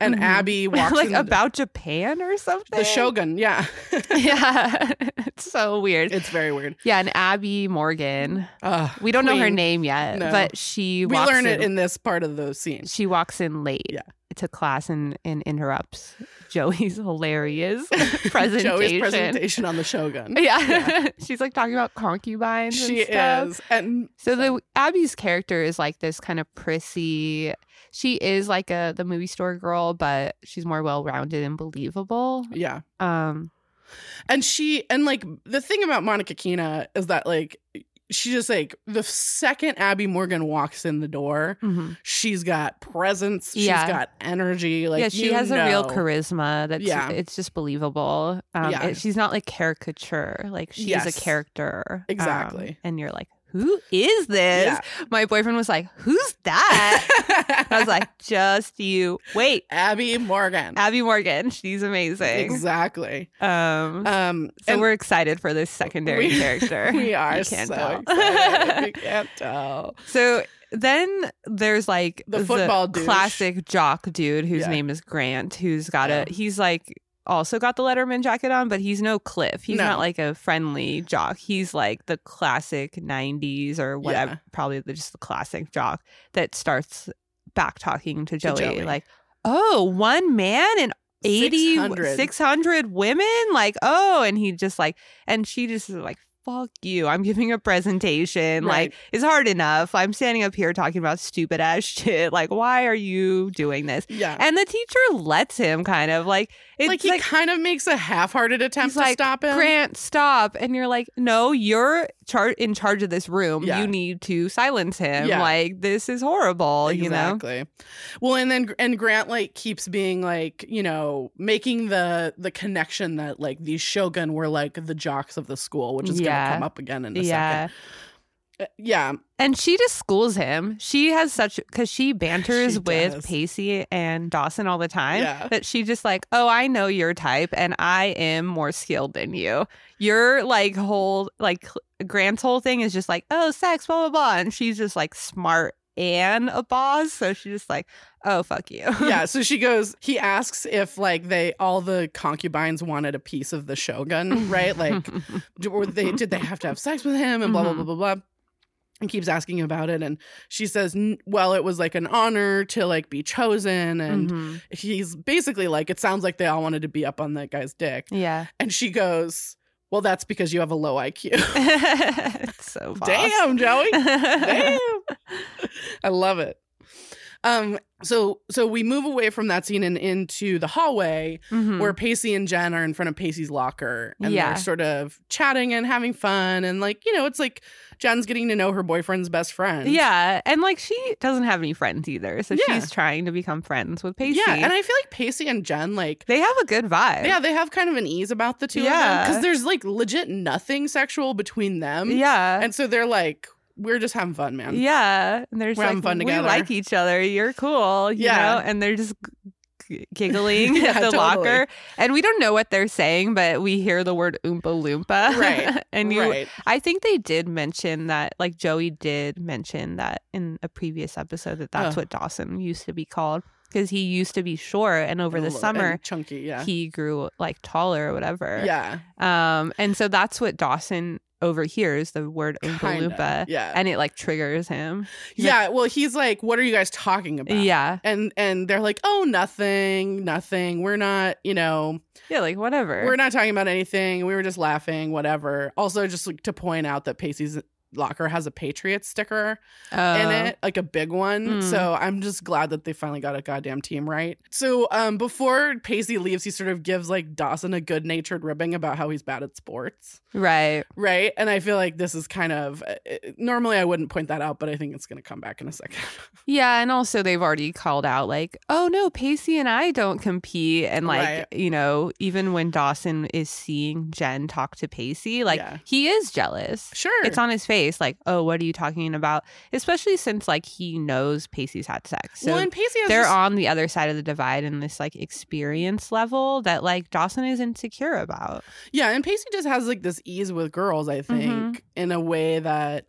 [SPEAKER 2] and
[SPEAKER 1] Mhm. <laughs>
[SPEAKER 2] Abby walks
[SPEAKER 1] like
[SPEAKER 2] in
[SPEAKER 1] about Japan or something.
[SPEAKER 2] the Shogun. Yeah,
[SPEAKER 1] <laughs>
[SPEAKER 2] <laughs>
[SPEAKER 1] Yeah, <laughs> it's so weird.
[SPEAKER 2] it's very weird.
[SPEAKER 1] yeah, and Abby Morgan.
[SPEAKER 2] Uh,
[SPEAKER 1] We don't know her
[SPEAKER 2] Queen.
[SPEAKER 1] name yet,
[SPEAKER 2] No.
[SPEAKER 1] but she
[SPEAKER 2] we
[SPEAKER 1] walks
[SPEAKER 2] learn
[SPEAKER 1] in,
[SPEAKER 2] it in this part of the scene.
[SPEAKER 1] she walks in late.
[SPEAKER 2] Yeah.
[SPEAKER 1] to class and, and interrupts Joey's <laughs> hilarious presentation.
[SPEAKER 2] <laughs> Joey's presentation on the Shogun.
[SPEAKER 1] Yeah. <laughs> She's like talking about concubines.
[SPEAKER 2] <laughs> she
[SPEAKER 1] and stuff.
[SPEAKER 2] is. And
[SPEAKER 1] So the Abby's character is like this kind of prissy. She is like a the movie store girl, but she's more well rounded and believable.
[SPEAKER 2] yeah.
[SPEAKER 1] Um,
[SPEAKER 2] And she and like the thing about Monica Kina is that like she just like the second Abby Morgan walks in the door,
[SPEAKER 1] mhm.
[SPEAKER 2] she's got presence, She's
[SPEAKER 1] Yeah.
[SPEAKER 2] got energy. Like
[SPEAKER 1] yeah, she
[SPEAKER 2] you
[SPEAKER 1] has a real
[SPEAKER 2] know. <laughs>
[SPEAKER 1] charisma. That's
[SPEAKER 2] Yeah.
[SPEAKER 1] it's just believable. Um,
[SPEAKER 2] Yeah.
[SPEAKER 1] it- she's not like caricature. Like she's
[SPEAKER 2] Yes.
[SPEAKER 1] a character um,
[SPEAKER 2] Exactly.
[SPEAKER 1] and you're like, who is this?
[SPEAKER 2] Yeah.
[SPEAKER 1] My boyfriend was like, who's
[SPEAKER 2] <laughs>
[SPEAKER 1] that? I was like, just you. Wait,
[SPEAKER 2] Abby Morgan.
[SPEAKER 1] Abby Morgan. She's amazing.
[SPEAKER 2] Exactly.
[SPEAKER 1] Um,
[SPEAKER 2] Um,
[SPEAKER 1] So
[SPEAKER 2] and
[SPEAKER 1] we're excited for this secondary
[SPEAKER 2] We-
[SPEAKER 1] character.
[SPEAKER 2] <laughs> we are
[SPEAKER 1] You
[SPEAKER 2] so
[SPEAKER 1] can't tell. <laughs>
[SPEAKER 2] excited. you can't tell.
[SPEAKER 1] so then there's like
[SPEAKER 2] The football douche.
[SPEAKER 1] classic jock dude whose
[SPEAKER 2] Yeah.
[SPEAKER 1] name is Grant, who's got
[SPEAKER 2] Yeah.
[SPEAKER 1] a he's like also got the Letterman jacket on, but he's no Cliff. He's
[SPEAKER 2] No.
[SPEAKER 1] not like a friendly jock. He's like the classic '90s or whatever,
[SPEAKER 2] Yeah.
[SPEAKER 1] probably the, just the classic jock that starts back talking to Joey,
[SPEAKER 2] Joey.
[SPEAKER 1] like, "Oh, one man and 80
[SPEAKER 2] 600.
[SPEAKER 1] 600 women like oh and he just like and she just is like fuck you i'm giving a presentation
[SPEAKER 2] Right.
[SPEAKER 1] like it's hard enough i'm standing up here talking about stupid ass <laughs> shit like why are you doing this
[SPEAKER 2] Yeah.
[SPEAKER 1] and the teacher lets him kind of like it's
[SPEAKER 2] like
[SPEAKER 1] like,
[SPEAKER 2] he kind of makes a half-hearted attempt
[SPEAKER 1] He's
[SPEAKER 2] to
[SPEAKER 1] like,
[SPEAKER 2] stop him.
[SPEAKER 1] grant stop and you're like no you're char- in charge of this room
[SPEAKER 2] Yeah.
[SPEAKER 1] you need to silence him
[SPEAKER 2] Yeah.
[SPEAKER 1] like this is horrible you know
[SPEAKER 2] exactly. Well, and then and Grant like keeps being like you know making the the connection that like these Shogun were like the jocks of the school, which is
[SPEAKER 1] Yeah.
[SPEAKER 2] gonna come up again in a
[SPEAKER 1] yeah
[SPEAKER 2] second. Uh, Yeah,
[SPEAKER 1] And she just schools him. She has such because she banters
[SPEAKER 2] She does.
[SPEAKER 1] with Pacey and Dawson all the time
[SPEAKER 2] Yeah.
[SPEAKER 1] that she just like, oh, I know your type, and I am more skilled than you. Your like whole like Grant's whole thing is just like, oh, sex, blah blah blah, and she's just like smart and a boss, so she's just like, oh, fuck you.
[SPEAKER 2] yeah. So she goes. He asks if like they all the concubines wanted a piece of
[SPEAKER 1] <laughs>
[SPEAKER 2] the Shogun, right? Like d- were they did they have to have sex with him and blah blah
[SPEAKER 1] Mhm.
[SPEAKER 2] blah blah blah and keeps asking about it and she says "N- well it was like an honor to like be chosen and
[SPEAKER 1] Mhm.
[SPEAKER 2] he's basically like it sounds like they all wanted to be up on that guy's dick
[SPEAKER 1] yeah, <laughs>
[SPEAKER 2] and she goes well that's because you have a low <laughs> iq
[SPEAKER 1] it's so boss. <laughs>
[SPEAKER 2] damn joey
[SPEAKER 1] damn.
[SPEAKER 2] damn i love it um so so we move away from that scene and into the hallway
[SPEAKER 1] Mm-hmm.
[SPEAKER 2] where Pacey and Jen are in front of Pacey's locker and
[SPEAKER 1] Hmm. Yeah.
[SPEAKER 2] they're sort of chatting and having fun and like you know it's like Jen's getting to know her boyfriend's best friend.
[SPEAKER 1] Yeah, and like she doesn't have any friends either, so
[SPEAKER 2] Yeah.
[SPEAKER 1] she's trying to become friends with Pacey.
[SPEAKER 2] yeah, and I feel like Pacey and Jen like
[SPEAKER 1] they have a good vibe.
[SPEAKER 2] yeah they have kind of an ease about the two of them
[SPEAKER 1] Yeah.
[SPEAKER 2] because there's like legit nothing sexual between them.
[SPEAKER 1] yeah,
[SPEAKER 2] and so they're like we're just having fun, man.
[SPEAKER 1] yeah. And they're just
[SPEAKER 2] We're having
[SPEAKER 1] like,
[SPEAKER 2] fun
[SPEAKER 1] we
[SPEAKER 2] together."
[SPEAKER 1] like each other. You're cool, you
[SPEAKER 2] Yeah.
[SPEAKER 1] know. And they're just g-
[SPEAKER 2] <laughs>
[SPEAKER 1] giggling
[SPEAKER 2] Yeah,
[SPEAKER 1] at the
[SPEAKER 2] totally.
[SPEAKER 1] locker, and we don't know what they're saying, but we hear the word oompa loompa,
[SPEAKER 2] Right,
[SPEAKER 1] <laughs> and you,
[SPEAKER 2] right.
[SPEAKER 1] I think they did mention that, like Joey did mention that in a previous episode that that's
[SPEAKER 2] Oh.
[SPEAKER 1] what Dawson used to be called because he used to be short, and over
[SPEAKER 2] Oh, And
[SPEAKER 1] the
[SPEAKER 2] lo-
[SPEAKER 1] summer
[SPEAKER 2] and chunky, yeah,
[SPEAKER 1] he grew like taller or whatever.
[SPEAKER 2] yeah,
[SPEAKER 1] Um, and so that's what Dawson overhears the word Oompa
[SPEAKER 2] kinda,
[SPEAKER 1] Loompa,
[SPEAKER 2] yeah,
[SPEAKER 1] and it like triggers him. he's
[SPEAKER 2] yeah. well, he's like, what are you guys talking about?
[SPEAKER 1] Yeah,
[SPEAKER 2] and and they're like, oh, nothing, nothing. We're not, you know,
[SPEAKER 1] yeah, like whatever.
[SPEAKER 2] We're not talking about anything. We were just laughing, whatever. Also, just like, to point out that Pacey's locker has a Patriot sticker
[SPEAKER 1] Um,
[SPEAKER 2] in
[SPEAKER 1] Uh-huh.
[SPEAKER 2] it, like a big one.
[SPEAKER 1] Mm.
[SPEAKER 2] So I'm just glad that they finally got a goddamn team right. So um, before Pacey leaves, he sort of gives like Dawson a good natured ribbing about how he's bad at sports,
[SPEAKER 1] right?
[SPEAKER 2] right? And I feel like this is kind of uh, normally I wouldn't point that out, but I think it's going to come back in a second. <laughs>
[SPEAKER 1] Yeah, and also they've already called out like, oh no, Pacey and I don't compete, and like
[SPEAKER 2] Right.
[SPEAKER 1] you know, even when Dawson is seeing Jen talk to Pacey, like
[SPEAKER 2] Yeah.
[SPEAKER 1] he is jealous.
[SPEAKER 2] sure,
[SPEAKER 1] It's on his face, like, oh, what are you talking about? Especially since like he knows Pacey's had sex, so
[SPEAKER 2] well, and Pacey has
[SPEAKER 1] they're
[SPEAKER 2] just-
[SPEAKER 1] on the other side of the divide in this like experience level that like Dawson is insecure about.
[SPEAKER 2] Yeah, and Pacey just has like this ease with girls, I think,
[SPEAKER 1] Mhm.
[SPEAKER 2] in a way that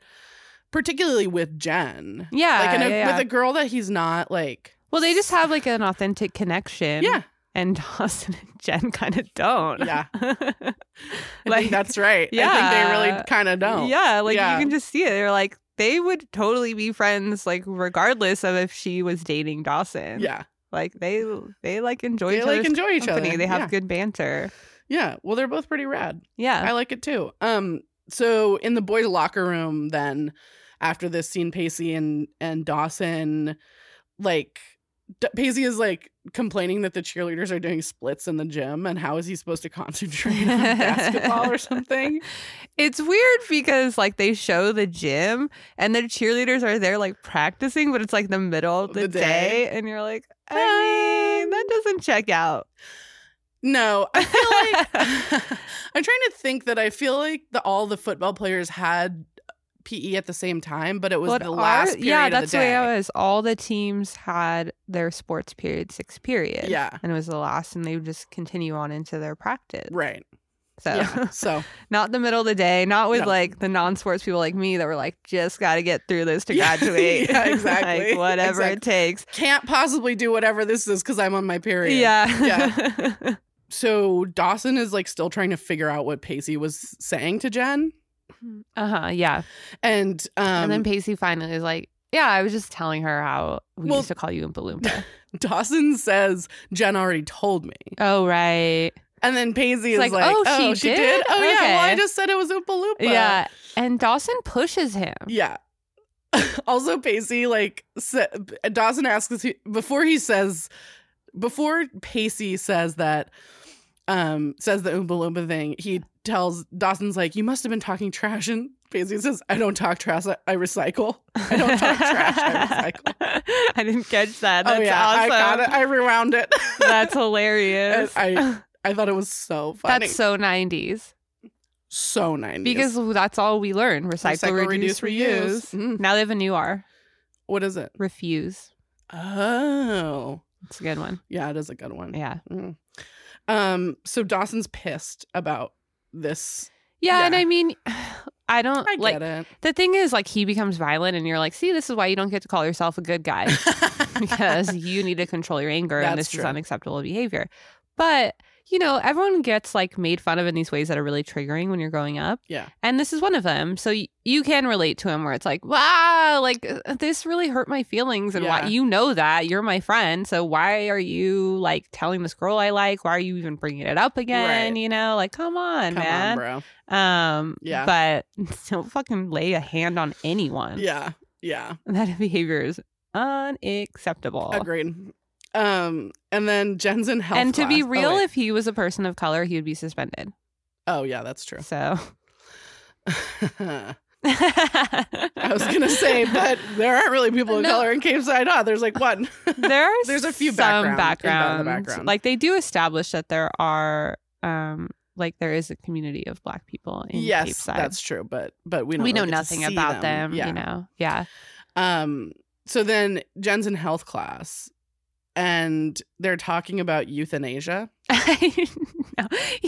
[SPEAKER 2] particularly with Jen.
[SPEAKER 1] Yeah,
[SPEAKER 2] like in a,
[SPEAKER 1] yeah, yeah.
[SPEAKER 2] with a girl that he's not like
[SPEAKER 1] well, they just have like an authentic connection.
[SPEAKER 2] Yeah.
[SPEAKER 1] and Dawson and Jen kind of don't. <laughs>
[SPEAKER 2] Yeah. I
[SPEAKER 1] like
[SPEAKER 2] think that's right. I think they
[SPEAKER 1] yeah.
[SPEAKER 2] really kind of don't.
[SPEAKER 1] Yeah, like
[SPEAKER 2] Yeah.
[SPEAKER 1] you can just see it. They're like they would totally be friends, like regardless of if she was dating Dawson.
[SPEAKER 2] Yeah.
[SPEAKER 1] Like they they like enjoy
[SPEAKER 2] They
[SPEAKER 1] each
[SPEAKER 2] like
[SPEAKER 1] other's
[SPEAKER 2] enjoy each
[SPEAKER 1] company.
[SPEAKER 2] other.
[SPEAKER 1] They have
[SPEAKER 2] yeah.
[SPEAKER 1] good Uh, banter.
[SPEAKER 2] yeah. Well, they're both pretty rad.
[SPEAKER 1] Yeah.
[SPEAKER 2] I like it too. Um, so in the boys' locker room, then after this scene, Pacey and and Dawson, like D- Pacey is like complaining that the cheerleaders are doing splits in the gym, and how is he supposed to concentrate
[SPEAKER 1] <laughs>
[SPEAKER 2] on basketball or something?
[SPEAKER 1] It's weird because like they show the gym and the cheerleaders are there like practicing, but it's like the middle of the,
[SPEAKER 2] The
[SPEAKER 1] day.
[SPEAKER 2] day.
[SPEAKER 1] and you're like, I mean, that doesn't check out.
[SPEAKER 2] No, I
[SPEAKER 1] <laughs>
[SPEAKER 2] feel like I'm trying to think that I feel like the, all the football players had PE at the same time, but it was
[SPEAKER 1] But
[SPEAKER 2] the
[SPEAKER 1] our-
[SPEAKER 2] last period
[SPEAKER 1] yeah,
[SPEAKER 2] of
[SPEAKER 1] that's
[SPEAKER 2] the
[SPEAKER 1] the,
[SPEAKER 2] day.
[SPEAKER 1] way it was. All the teams had their sports period, six period.
[SPEAKER 2] Yeah,
[SPEAKER 1] And it was the last, and they would just continue on into their practice.
[SPEAKER 2] right.
[SPEAKER 1] So,
[SPEAKER 2] Yeah, so.
[SPEAKER 1] <laughs> not the middle of the day, not with
[SPEAKER 2] No.
[SPEAKER 1] like the non sports people like me that were like, just got to get through this to
[SPEAKER 2] <laughs> Yeah,
[SPEAKER 1] graduate. <laughs>
[SPEAKER 2] yeah,
[SPEAKER 1] Like,
[SPEAKER 2] exactly,
[SPEAKER 1] whatever it takes.
[SPEAKER 2] can't possibly do whatever this is because I'm on my period.
[SPEAKER 1] Yeah. <laughs> Yeah.
[SPEAKER 2] So Dawson is like still trying to figure out what Pacey was saying to Jen,
[SPEAKER 1] uh huh. Yeah.
[SPEAKER 2] and um,
[SPEAKER 1] and then Pacey finally is like, yeah, I was just telling her how we
[SPEAKER 2] Well-
[SPEAKER 1] used to call you
[SPEAKER 2] <laughs>
[SPEAKER 1] Oompa Loompa.
[SPEAKER 2] Dawson says Jen already told me,
[SPEAKER 1] oh, right.
[SPEAKER 2] and then Pacey
[SPEAKER 1] It's like,
[SPEAKER 2] is like,
[SPEAKER 1] "Oh, she did?
[SPEAKER 2] Oh yeah, well I
[SPEAKER 1] Okay."
[SPEAKER 2] just said it was Oompa Loompa.
[SPEAKER 1] yeah. And Dawson pushes him.
[SPEAKER 2] yeah. <laughs> also, Pacey like sa- Dawson asks he, before he says before Pacey says that um says the Oompa Loompa thing. He tells Dawson's like, "You must have been talking trash," and Pacey says, "I don't talk trash. I, I recycle." <laughs> I
[SPEAKER 1] <laughs>
[SPEAKER 2] don't talk trash, I
[SPEAKER 1] I didn't catch that. That's
[SPEAKER 2] oh yeah,
[SPEAKER 1] awesome.
[SPEAKER 2] I got it. I rewound it.
[SPEAKER 1] <laughs>
[SPEAKER 2] <laughs>
[SPEAKER 1] That's hilarious. <laughs>
[SPEAKER 2] I- I thought it was so funny.
[SPEAKER 1] That's so 90s.
[SPEAKER 2] so nineties.
[SPEAKER 1] Because that's all we learned. Recycle, reduce, reuse.
[SPEAKER 2] Mm.
[SPEAKER 1] Now they have a new R.
[SPEAKER 2] What is it?
[SPEAKER 1] Refuse.
[SPEAKER 2] Oh,
[SPEAKER 1] It's a good one.
[SPEAKER 2] yeah, it is a good one.
[SPEAKER 1] Yeah.
[SPEAKER 2] Mm. Um, so Dawson's pissed about this.
[SPEAKER 1] Yeah,
[SPEAKER 2] Yeah.
[SPEAKER 1] and I mean <sighs> I don't
[SPEAKER 2] I
[SPEAKER 1] like
[SPEAKER 2] get
[SPEAKER 1] <laughs>
[SPEAKER 2] it.
[SPEAKER 1] the thing is like he becomes violent and you're like, see, this is why you don't get to call yourself a good
[SPEAKER 2] <laughs>
[SPEAKER 1] guy. because you need to control your anger and
[SPEAKER 2] That's
[SPEAKER 1] this is
[SPEAKER 2] true.
[SPEAKER 1] unacceptable behavior. But you know, everyone gets like made fun of in these ways that are really triggering when you're growing up.
[SPEAKER 2] Yeah.
[SPEAKER 1] And this is one of them. So y- you can relate to him where it's like, wow, like uh, this really hurt my feelings. And why
[SPEAKER 2] Yeah.
[SPEAKER 1] you know that you're my friend. So why are you like telling this girl I like? Why are you even bringing it up again?
[SPEAKER 2] Right.
[SPEAKER 1] You know, like, come on,
[SPEAKER 2] Come on,
[SPEAKER 1] man.
[SPEAKER 2] bro.
[SPEAKER 1] um,
[SPEAKER 2] Yeah.
[SPEAKER 1] But <laughs> don't fucking lay a hand on anyone.
[SPEAKER 2] Yeah, yeah,
[SPEAKER 1] <laughs> That behavior is unacceptable.
[SPEAKER 2] agreed. Um, and then Jen's in health.
[SPEAKER 1] and to be
[SPEAKER 2] class. Oh,
[SPEAKER 1] real,
[SPEAKER 2] wait.
[SPEAKER 1] if he was a person of color, he would be suspended.
[SPEAKER 2] oh yeah, that's true. <laughs>
[SPEAKER 1] So
[SPEAKER 2] I
[SPEAKER 1] I
[SPEAKER 2] was
[SPEAKER 1] <laughs>
[SPEAKER 2] gonna say, but there aren't really people of
[SPEAKER 1] No.
[SPEAKER 2] color in Cape Side. Huh? There's
[SPEAKER 1] <laughs>
[SPEAKER 2] like one.
[SPEAKER 1] there are
[SPEAKER 2] There's a few
[SPEAKER 1] some
[SPEAKER 2] background- in the
[SPEAKER 1] backgrounds.
[SPEAKER 2] background.
[SPEAKER 1] Like they do establish that there are, um, like there is a community of black people in
[SPEAKER 2] <laughs> yes,
[SPEAKER 1] Cape Side.
[SPEAKER 2] that's true. But but we
[SPEAKER 1] we, know
[SPEAKER 2] don't really get to
[SPEAKER 1] nothing
[SPEAKER 2] see
[SPEAKER 1] about them.
[SPEAKER 2] Yeah.
[SPEAKER 1] You know, yeah,
[SPEAKER 2] Um, so then Jen's in health class and they're talking about euthanasia.
[SPEAKER 1] <laughs> I know. <laughs>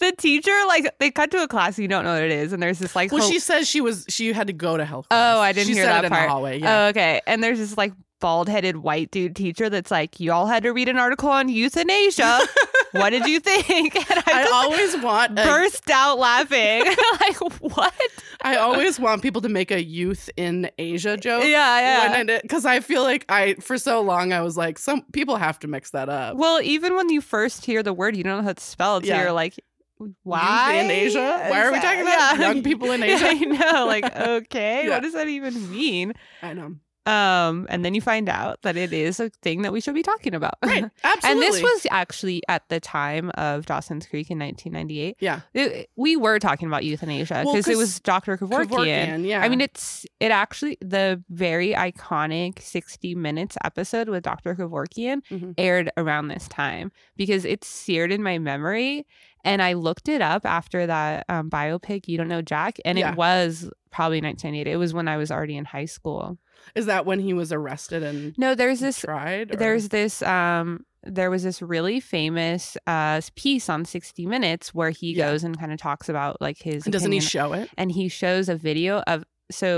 [SPEAKER 1] the teacher like they cut to a class you don't know what it is, and there's this like
[SPEAKER 2] Well,
[SPEAKER 1] hol-
[SPEAKER 2] she says she was she had to go to health
[SPEAKER 1] Oh,
[SPEAKER 2] class.
[SPEAKER 1] I didn't
[SPEAKER 2] she
[SPEAKER 1] hear
[SPEAKER 2] said
[SPEAKER 1] that
[SPEAKER 2] it in
[SPEAKER 1] part.
[SPEAKER 2] the hallway. Yeah.
[SPEAKER 1] Oh, okay. And there's this like bald headed white dude teacher that's like, You all had to read an article on
[SPEAKER 2] <laughs>
[SPEAKER 1] euthanasia. what did you think? <laughs> And I,
[SPEAKER 2] <laughs> I
[SPEAKER 1] just
[SPEAKER 2] always want a,
[SPEAKER 1] burst out laughing.
[SPEAKER 2] <laughs>
[SPEAKER 1] <laughs> like, what? <laughs>
[SPEAKER 2] I always want people to make a youth in Asia joke.
[SPEAKER 1] yeah, yeah.
[SPEAKER 2] Because I feel like I for so long I was like some people have to mix that up.
[SPEAKER 1] well, even when you first hear the word, you don't know how it's spelled. So
[SPEAKER 2] Yeah.
[SPEAKER 1] you're like, why?
[SPEAKER 2] in Asia? Why are we talking about young people in
[SPEAKER 1] Yeah, <laughs>
[SPEAKER 2] Asia?
[SPEAKER 1] I know.
[SPEAKER 2] <laughs>
[SPEAKER 1] Like, okay,
[SPEAKER 2] Yeah.
[SPEAKER 1] what does that even mean?
[SPEAKER 2] I know.
[SPEAKER 1] Um, and then you find out that it is a thing that we should be talking about.
[SPEAKER 2] Right. Absolutely.
[SPEAKER 1] <laughs> And this was actually at the time of Dawson's Creek in 1998.
[SPEAKER 2] Yeah.
[SPEAKER 1] It- we were talking about euthanasia
[SPEAKER 2] Well,
[SPEAKER 1] because
[SPEAKER 2] 'cause
[SPEAKER 1] it was Dr. Kevorkian.
[SPEAKER 2] Kevorkian, yeah.
[SPEAKER 1] I mean, it's it actually the very iconic 60 Minutes episode with Dr. Kevorkian
[SPEAKER 2] Mhm.
[SPEAKER 1] aired around this time because it's seared in my memory. And I looked it up after that um, biopic, You Don't Know Jack, and
[SPEAKER 2] Yeah.
[SPEAKER 1] it was probably 1998. It was when I was already in high school.
[SPEAKER 2] is that when he was arrested and
[SPEAKER 1] No, there's this
[SPEAKER 2] tried? or-
[SPEAKER 1] there's this um there was this really famous uh piece on 60 minutes where he
[SPEAKER 2] Yeah.
[SPEAKER 1] goes and kind of talks about like his
[SPEAKER 2] and doesn't he
[SPEAKER 1] opinion-
[SPEAKER 2] show it?
[SPEAKER 1] and he shows a video of so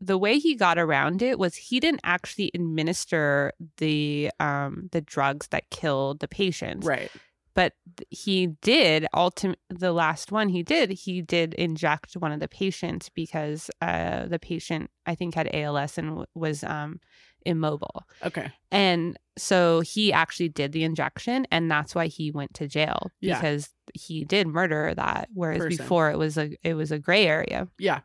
[SPEAKER 1] the way he got around it was he didn't actually administer the um the drugs that killed the patients
[SPEAKER 2] Right.
[SPEAKER 1] but th- he did ultim- the last one he did he did inject one of the patients because uh, the patient i think had als and w- was um, immobile.
[SPEAKER 2] Okay.
[SPEAKER 1] And so he actually did the injection, and that's why he went to jail
[SPEAKER 2] Yeah.
[SPEAKER 1] because he did murder that. Whereas
[SPEAKER 2] Person.
[SPEAKER 1] before it was a it was a gray area.
[SPEAKER 2] Yeah.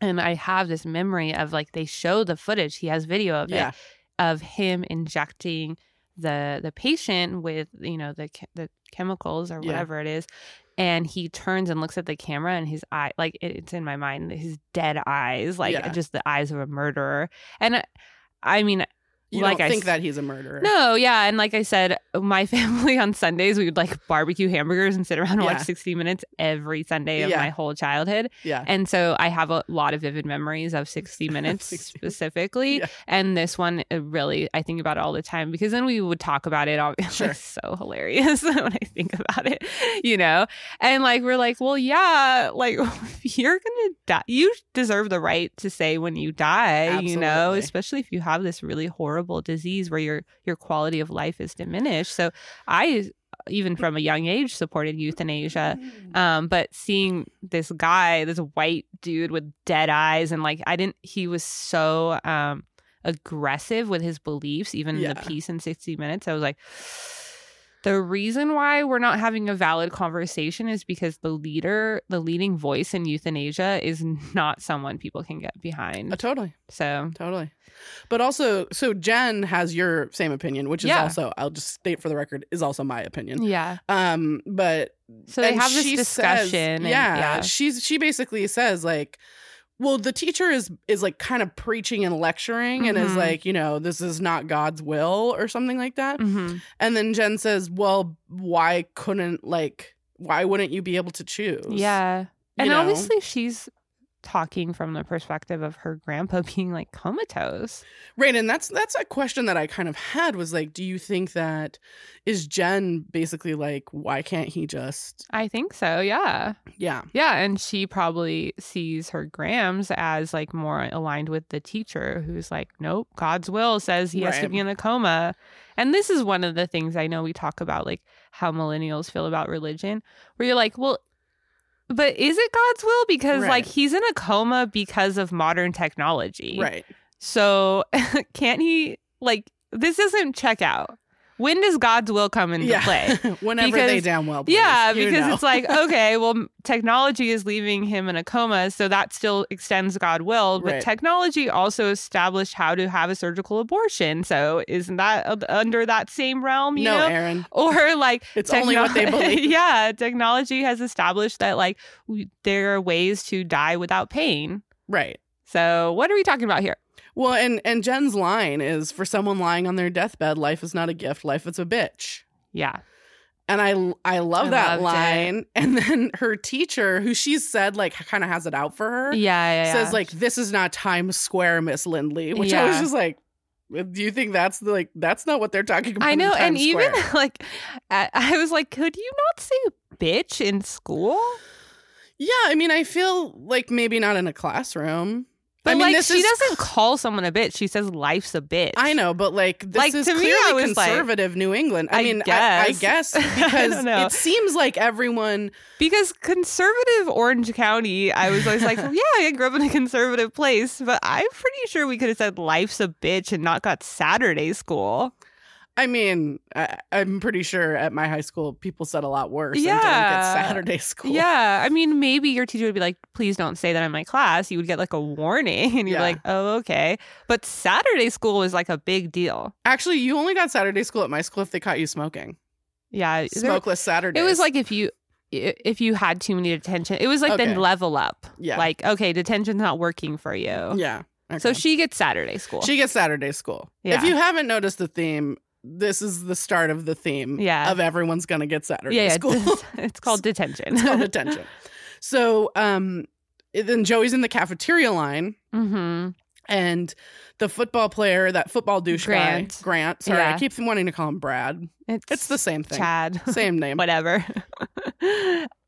[SPEAKER 1] And I have this memory of like they show the footage. He has video of
[SPEAKER 2] Yeah.
[SPEAKER 1] it of him injecting the the patient with you know the che- the chemicals or
[SPEAKER 2] Yeah.
[SPEAKER 1] whatever it is, and he turns and looks at the camera and his eye like it- it's in my mind his dead eyes like
[SPEAKER 2] Yeah.
[SPEAKER 1] just the eyes of a murderer. And I, I mean,
[SPEAKER 2] You
[SPEAKER 1] Like
[SPEAKER 2] don't
[SPEAKER 1] I
[SPEAKER 2] think
[SPEAKER 1] s-
[SPEAKER 2] that he's a murderer.
[SPEAKER 1] no, yeah, and like I said, my <laughs> family on Sundays we would like barbecue hamburgers and sit around and
[SPEAKER 2] Yeah.
[SPEAKER 1] watch 60 Minutes every Sunday of
[SPEAKER 2] Yeah.
[SPEAKER 1] my whole childhood,
[SPEAKER 2] Yeah.
[SPEAKER 1] and so I have a lot of vivid memories of
[SPEAKER 2] <laughs>
[SPEAKER 1] 60 Minutes
[SPEAKER 2] 60
[SPEAKER 1] specifically,
[SPEAKER 2] Yeah.
[SPEAKER 1] and this one it really I think about it all the time because then we would talk about it. All, <laughs>
[SPEAKER 2] Sure.
[SPEAKER 1] It's so hilarious <laughs> when I think about it, you know, and like we're like, well, yeah, like <laughs> you're gonna die. You deserve the right to say when you die, you know,
[SPEAKER 2] Absolutely.
[SPEAKER 1] especially if you have this really horrible disease where your your quality of life is diminished. So I even from a young age supported euthanasia. Um, but seeing this guy, this white dude with dead eyes and like I didn't he was so um aggressive with his beliefs, even in
[SPEAKER 2] Yeah.
[SPEAKER 1] the piece in 60 minutes. I was like <sighs> the reason why we're not having a valid conversation is because the leader, the leading voice in euthanasia is <laughs> not someone people can get
[SPEAKER 2] Uh,
[SPEAKER 1] behind.
[SPEAKER 2] totally.
[SPEAKER 1] So
[SPEAKER 2] Totally. But also, so Jen has your same opinion, which is
[SPEAKER 1] Yeah.
[SPEAKER 2] also, I'll just state for the record, is also my opinion.
[SPEAKER 1] yeah.
[SPEAKER 2] Um, but
[SPEAKER 1] So they
[SPEAKER 2] and
[SPEAKER 1] have this
[SPEAKER 2] she
[SPEAKER 1] discussion.
[SPEAKER 2] says-
[SPEAKER 1] and,
[SPEAKER 2] yeah, she's she basically says like, well, the teacher is is like kind of preaching and lecturing and is
[SPEAKER 1] Mhm.
[SPEAKER 2] like, you know, this is not God's will or something like that.
[SPEAKER 1] Mhm.
[SPEAKER 2] And then Jen says, well, why couldn't like why wouldn't you be able to choose?
[SPEAKER 1] Yeah.
[SPEAKER 2] You
[SPEAKER 1] And
[SPEAKER 2] know?
[SPEAKER 1] obviously she's talking from the perspective of her grandpa <laughs> being like comatose.
[SPEAKER 2] Right, and that's that's a question that I kind of had was like, do you think that is Jen basically like, why can't he just
[SPEAKER 1] I think so. Yeah.
[SPEAKER 2] yeah
[SPEAKER 1] Yeah. And she probably sees her grams as like more aligned with the teacher who's like, nope, God's will says he has to
[SPEAKER 2] Right.
[SPEAKER 1] be in a coma. And this is one of the things I know we talk about, like how millennials feel about religion, where you're like, well, but is it God's will? Because
[SPEAKER 2] Right.
[SPEAKER 1] like he's in a coma because of modern technology.
[SPEAKER 2] right?
[SPEAKER 1] So <laughs> can't he like this doesn't check out. When does God's will come into
[SPEAKER 2] yeah,
[SPEAKER 1] play?
[SPEAKER 2] whenever they
[SPEAKER 1] Because-
[SPEAKER 2] damn <laughs> well, please,
[SPEAKER 1] Yeah,
[SPEAKER 2] you
[SPEAKER 1] because
[SPEAKER 2] know.
[SPEAKER 1] it's
[SPEAKER 2] <laughs>
[SPEAKER 1] like, okay, well, m- technology is leaving him in a coma, so that still extends God will. But
[SPEAKER 2] Right.
[SPEAKER 1] technology also established how to have a surgical abortion. So isn't that uh, under that same realm? You
[SPEAKER 2] no,
[SPEAKER 1] know?
[SPEAKER 2] Aaron,
[SPEAKER 1] <laughs> or like
[SPEAKER 2] <laughs> it's only
[SPEAKER 1] <laughs>
[SPEAKER 2] what they
[SPEAKER 1] techno-
[SPEAKER 2] believe.
[SPEAKER 1] yeah, technology has established that like w- there are ways to die without pain.
[SPEAKER 2] Right.
[SPEAKER 1] So what are we talking about here?
[SPEAKER 2] Well, and and Jen's line is for someone lying on their deathbed, life is not a gift, life is a bitch.
[SPEAKER 1] Yeah.
[SPEAKER 2] And I I love
[SPEAKER 1] I loved
[SPEAKER 2] that
[SPEAKER 1] it.
[SPEAKER 2] line. <laughs> And then her teacher, who she said like kind of has it out for her,
[SPEAKER 1] Yeah, yeah, yeah.
[SPEAKER 2] says like this is not Times Square, Miss Lindley, which I was
[SPEAKER 1] Yeah.
[SPEAKER 2] just like, do you think that's the, like that's not what they're talking about?
[SPEAKER 1] I
[SPEAKER 2] in
[SPEAKER 1] know, and
[SPEAKER 2] Times
[SPEAKER 1] even
[SPEAKER 2] Square?
[SPEAKER 1] <laughs> like, I, I was like, could you not say bitch in school?
[SPEAKER 2] yeah, I mean, I feel like maybe not in a classroom.
[SPEAKER 1] But
[SPEAKER 2] I mean,
[SPEAKER 1] like,
[SPEAKER 2] this
[SPEAKER 1] she
[SPEAKER 2] is <laughs>
[SPEAKER 1] doesn't call someone a bitch. She says life's a bitch.
[SPEAKER 2] I know, but like this
[SPEAKER 1] Like,
[SPEAKER 2] is
[SPEAKER 1] to me,
[SPEAKER 2] clearly
[SPEAKER 1] I was like-
[SPEAKER 2] conservative New England. I,
[SPEAKER 1] I
[SPEAKER 2] mean, I, I
[SPEAKER 1] guess. <laughs>
[SPEAKER 2] guess
[SPEAKER 1] I
[SPEAKER 2] because
[SPEAKER 1] don't know.
[SPEAKER 2] it seems like everyone.
[SPEAKER 1] because conservative Orange County. I was always
[SPEAKER 2] <laughs>
[SPEAKER 1] like, yeah, I grew up in a conservative place, but I'm pretty sure we could have said life's a bitch and not got Saturday school.
[SPEAKER 2] I mean, I, I'm pretty sure at my high school people said a lot worse. and
[SPEAKER 1] Yeah.
[SPEAKER 2] didn't get Saturday <laughs> school.
[SPEAKER 1] Yeah, I mean, maybe your teacher would be like, "Please don't say that in my class." You would get like a warning, <laughs> and you're
[SPEAKER 2] Yeah.
[SPEAKER 1] like, "Oh, okay." But Saturday school was like a big deal.
[SPEAKER 2] Actually, you only got Saturday school at my school if they caught you smoking.
[SPEAKER 1] Yeah, there-
[SPEAKER 2] Smokeless Saturdays.
[SPEAKER 1] It was like if you i- if you had too many detention, it was like
[SPEAKER 2] Okay.
[SPEAKER 1] then level up.
[SPEAKER 2] Yeah.
[SPEAKER 1] Like okay, detention's not working for you.
[SPEAKER 2] yeah. Okay.
[SPEAKER 1] So she gets Saturday school.
[SPEAKER 2] she gets Saturday school.
[SPEAKER 1] Yeah.
[SPEAKER 2] If you haven't noticed the theme, this is the start of the theme.
[SPEAKER 1] Yeah.
[SPEAKER 2] Of everyone's gonna get Saturday
[SPEAKER 1] yeah, yeah, <laughs>
[SPEAKER 2] school. <laughs>
[SPEAKER 1] it's, it's called detention.
[SPEAKER 2] it's
[SPEAKER 1] <laughs>
[SPEAKER 2] called attention. So um then Joey's in the cafeteria line
[SPEAKER 1] hmm
[SPEAKER 2] and the football player, that football douche
[SPEAKER 1] Grant.
[SPEAKER 2] guy, Grant. Sorry, I
[SPEAKER 1] Yeah.
[SPEAKER 2] keep wanting to call him Brad.
[SPEAKER 1] It's,
[SPEAKER 2] It's the same thing.
[SPEAKER 1] Chad. <laughs>
[SPEAKER 2] Same name.
[SPEAKER 1] Whatever. <laughs>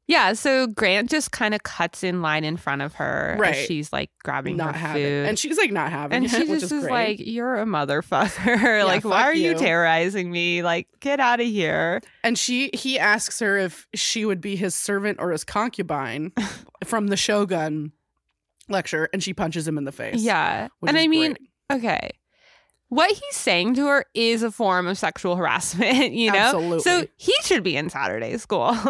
[SPEAKER 1] yeah. So Grant just kind of cuts in line in front of her
[SPEAKER 2] Right.
[SPEAKER 1] as she's like grabbing
[SPEAKER 2] not
[SPEAKER 1] her
[SPEAKER 2] having
[SPEAKER 1] food.
[SPEAKER 2] it. And she's like not having
[SPEAKER 1] And
[SPEAKER 2] it,
[SPEAKER 1] she
[SPEAKER 2] which
[SPEAKER 1] just
[SPEAKER 2] is
[SPEAKER 1] is
[SPEAKER 2] great.
[SPEAKER 1] like, "You're a motherfucker! <laughs> like,
[SPEAKER 2] fuck
[SPEAKER 1] why are you
[SPEAKER 2] you.
[SPEAKER 1] terrorizing me? Like, get out of here!"
[SPEAKER 2] and she he asks her if she would be his servant or
[SPEAKER 1] <laughs>
[SPEAKER 2] his concubine from the Shogun lecture, and she punches him in the face.
[SPEAKER 1] Yeah,
[SPEAKER 2] which
[SPEAKER 1] and
[SPEAKER 2] is
[SPEAKER 1] I mean,
[SPEAKER 2] great.
[SPEAKER 1] Okay. what he's saying to her is a form of sexual <laughs> harassment, you know?
[SPEAKER 2] Absolutely.
[SPEAKER 1] So he should be in Saturday school. <laughs>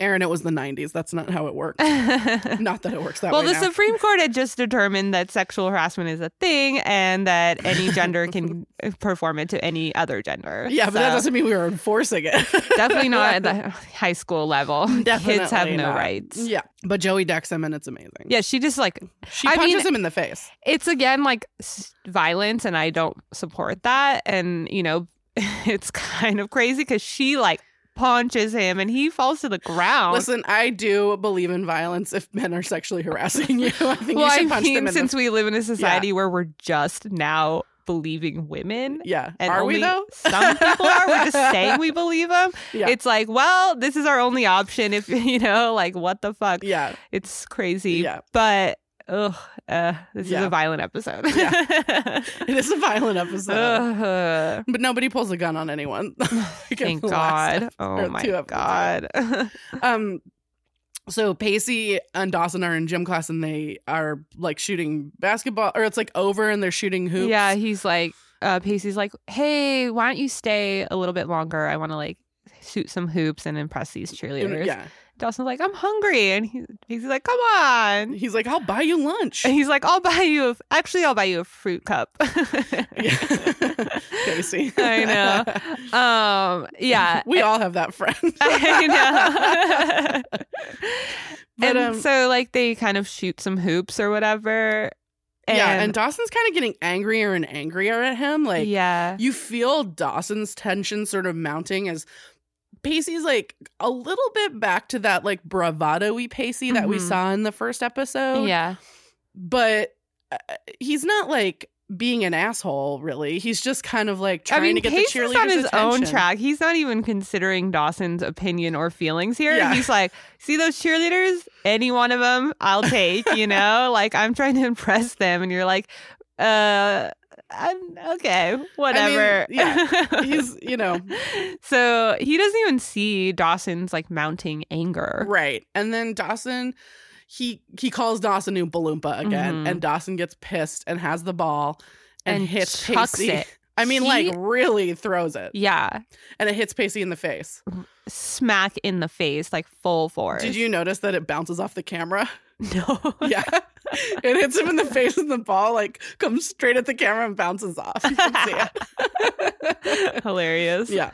[SPEAKER 2] Aaron, it was the 90s. That's not how
[SPEAKER 1] <laughs>
[SPEAKER 2] it worked. Not that it works that
[SPEAKER 1] well,
[SPEAKER 2] way.
[SPEAKER 1] the
[SPEAKER 2] now.
[SPEAKER 1] Supreme Court had
[SPEAKER 2] <laughs>
[SPEAKER 1] just determined that sexual harassment is a thing and that any
[SPEAKER 2] <laughs>
[SPEAKER 1] gender can uh, perform it to any other gender.
[SPEAKER 2] yeah, but that
[SPEAKER 1] So
[SPEAKER 2] doesn't <laughs> mean we were enforcing
[SPEAKER 1] <laughs>
[SPEAKER 2] it.
[SPEAKER 1] definitely not at the high school level. Kids have
[SPEAKER 2] Definitely
[SPEAKER 1] no
[SPEAKER 2] not.
[SPEAKER 1] rights.
[SPEAKER 2] <laughs> Yeah, but Joey decks him, and it's amazing.
[SPEAKER 1] Yeah, she just like
[SPEAKER 2] she
[SPEAKER 1] I
[SPEAKER 2] punches
[SPEAKER 1] mean-
[SPEAKER 2] him in the face.
[SPEAKER 1] it's again like s- violence and I don't support that and you know <laughs> it's kind of crazy cuz she like punches him and he falls to the ground.
[SPEAKER 2] Listen, I do believe in violence if men are sexually harassing you. <laughs> I think
[SPEAKER 1] well,
[SPEAKER 2] you should
[SPEAKER 1] I
[SPEAKER 2] punch
[SPEAKER 1] mean
[SPEAKER 2] them in
[SPEAKER 1] since
[SPEAKER 2] the
[SPEAKER 1] we live in a society where we're just now believing women
[SPEAKER 2] <laughs> Yeah.
[SPEAKER 1] and
[SPEAKER 2] are
[SPEAKER 1] only
[SPEAKER 2] we though?
[SPEAKER 1] some people are we're
[SPEAKER 2] <laughs>
[SPEAKER 1] just saying we believe them.
[SPEAKER 2] Yeah.
[SPEAKER 1] It's like, well, this is our only option if <laughs> you know like what the fuck.
[SPEAKER 2] yeah.
[SPEAKER 1] It's crazy.
[SPEAKER 2] Yeah. <laughs>
[SPEAKER 1] But ugh, uh, this is
[SPEAKER 2] Yeah.
[SPEAKER 1] a violent episode. <laughs>
[SPEAKER 2] It is a violent episode.
[SPEAKER 1] Ugh.
[SPEAKER 2] But nobody pulls a gun on anyone. <laughs>
[SPEAKER 1] <laughs>
[SPEAKER 2] Like in
[SPEAKER 1] Thank
[SPEAKER 2] the last
[SPEAKER 1] God.
[SPEAKER 2] or
[SPEAKER 1] Oh my
[SPEAKER 2] two episodes.
[SPEAKER 1] God. <laughs>
[SPEAKER 2] um so Pacey and Dawson are in gym class and they are like shooting basketball or it's like over and they're shooting hoops.
[SPEAKER 1] yeah, he's like, uh, Pacey's like, hey, why don't you stay a little bit longer? I want to like shoot some hoops and impress these cheerleaders.
[SPEAKER 2] Yeah.
[SPEAKER 1] Dawson's like, I'm hungry. And he, Pacey's like, come on.
[SPEAKER 2] He's like, I'll buy you
[SPEAKER 1] <laughs>
[SPEAKER 2] lunch. <laughs>
[SPEAKER 1] And he's like, I'll buy you a, actually, I'll buy you a fruit cup. <laughs>
[SPEAKER 2] Yeah. Pacey.
[SPEAKER 1] I know. Um, yeah.
[SPEAKER 2] <laughs>
[SPEAKER 1] <laughs>
[SPEAKER 2] We all have that friend.
[SPEAKER 1] I know.
[SPEAKER 2] <laughs> But,
[SPEAKER 1] and
[SPEAKER 2] um,
[SPEAKER 1] so, like, they kind of shoot some hoops or whatever. And,
[SPEAKER 2] yeah, and Dawson's kind of getting angrier and angrier at him. Like
[SPEAKER 1] yeah,
[SPEAKER 2] you feel Dawson's tension sort of mounting as Pacey's like a little bit back to that like bravado-y Pacey that we
[SPEAKER 1] Mhm.
[SPEAKER 2] saw in the first episode.
[SPEAKER 1] yeah,
[SPEAKER 2] But uh, he's not like being an asshole really. He's just kind of like
[SPEAKER 1] I
[SPEAKER 2] trying
[SPEAKER 1] mean,
[SPEAKER 2] to get
[SPEAKER 1] Pace
[SPEAKER 2] the cheerleaders
[SPEAKER 1] is on his own
[SPEAKER 2] attention.
[SPEAKER 1] track. <laughs> He's not even considering Dawson's opinion or feelings here.
[SPEAKER 2] Yeah.
[SPEAKER 1] He's like, see those cheerleaders? Any one of them, I'll take. You
[SPEAKER 2] <laughs>
[SPEAKER 1] know, like I'm trying to impress them, and you're like, uh, I'm, okay, whatever. <laughs>
[SPEAKER 2] yeah, He's, you know,
[SPEAKER 1] so he doesn't even see Dawson's like mounting anger.
[SPEAKER 2] right. And then Dawson he he calls Dawson Oompa Loompa again
[SPEAKER 1] Mhm.
[SPEAKER 2] and Dawson gets pissed and has the ball and,
[SPEAKER 1] And
[SPEAKER 2] hits
[SPEAKER 1] chucks
[SPEAKER 2] Pacey.
[SPEAKER 1] it.
[SPEAKER 2] I mean
[SPEAKER 1] He-
[SPEAKER 2] like really throws it.
[SPEAKER 1] Yeah,
[SPEAKER 2] and it hits Pacey in the face.
[SPEAKER 1] smack in the face, like full force.
[SPEAKER 2] Did you notice that it bounces off the camera?
[SPEAKER 1] <laughs>
[SPEAKER 2] <laughs>
[SPEAKER 1] No.
[SPEAKER 2] Yeah. it hits him in the face and the ball like comes straight at the camera and bounces off. <laughs> You can
[SPEAKER 1] <laughs>
[SPEAKER 2] see it.
[SPEAKER 1] Hilarious.
[SPEAKER 2] yeah.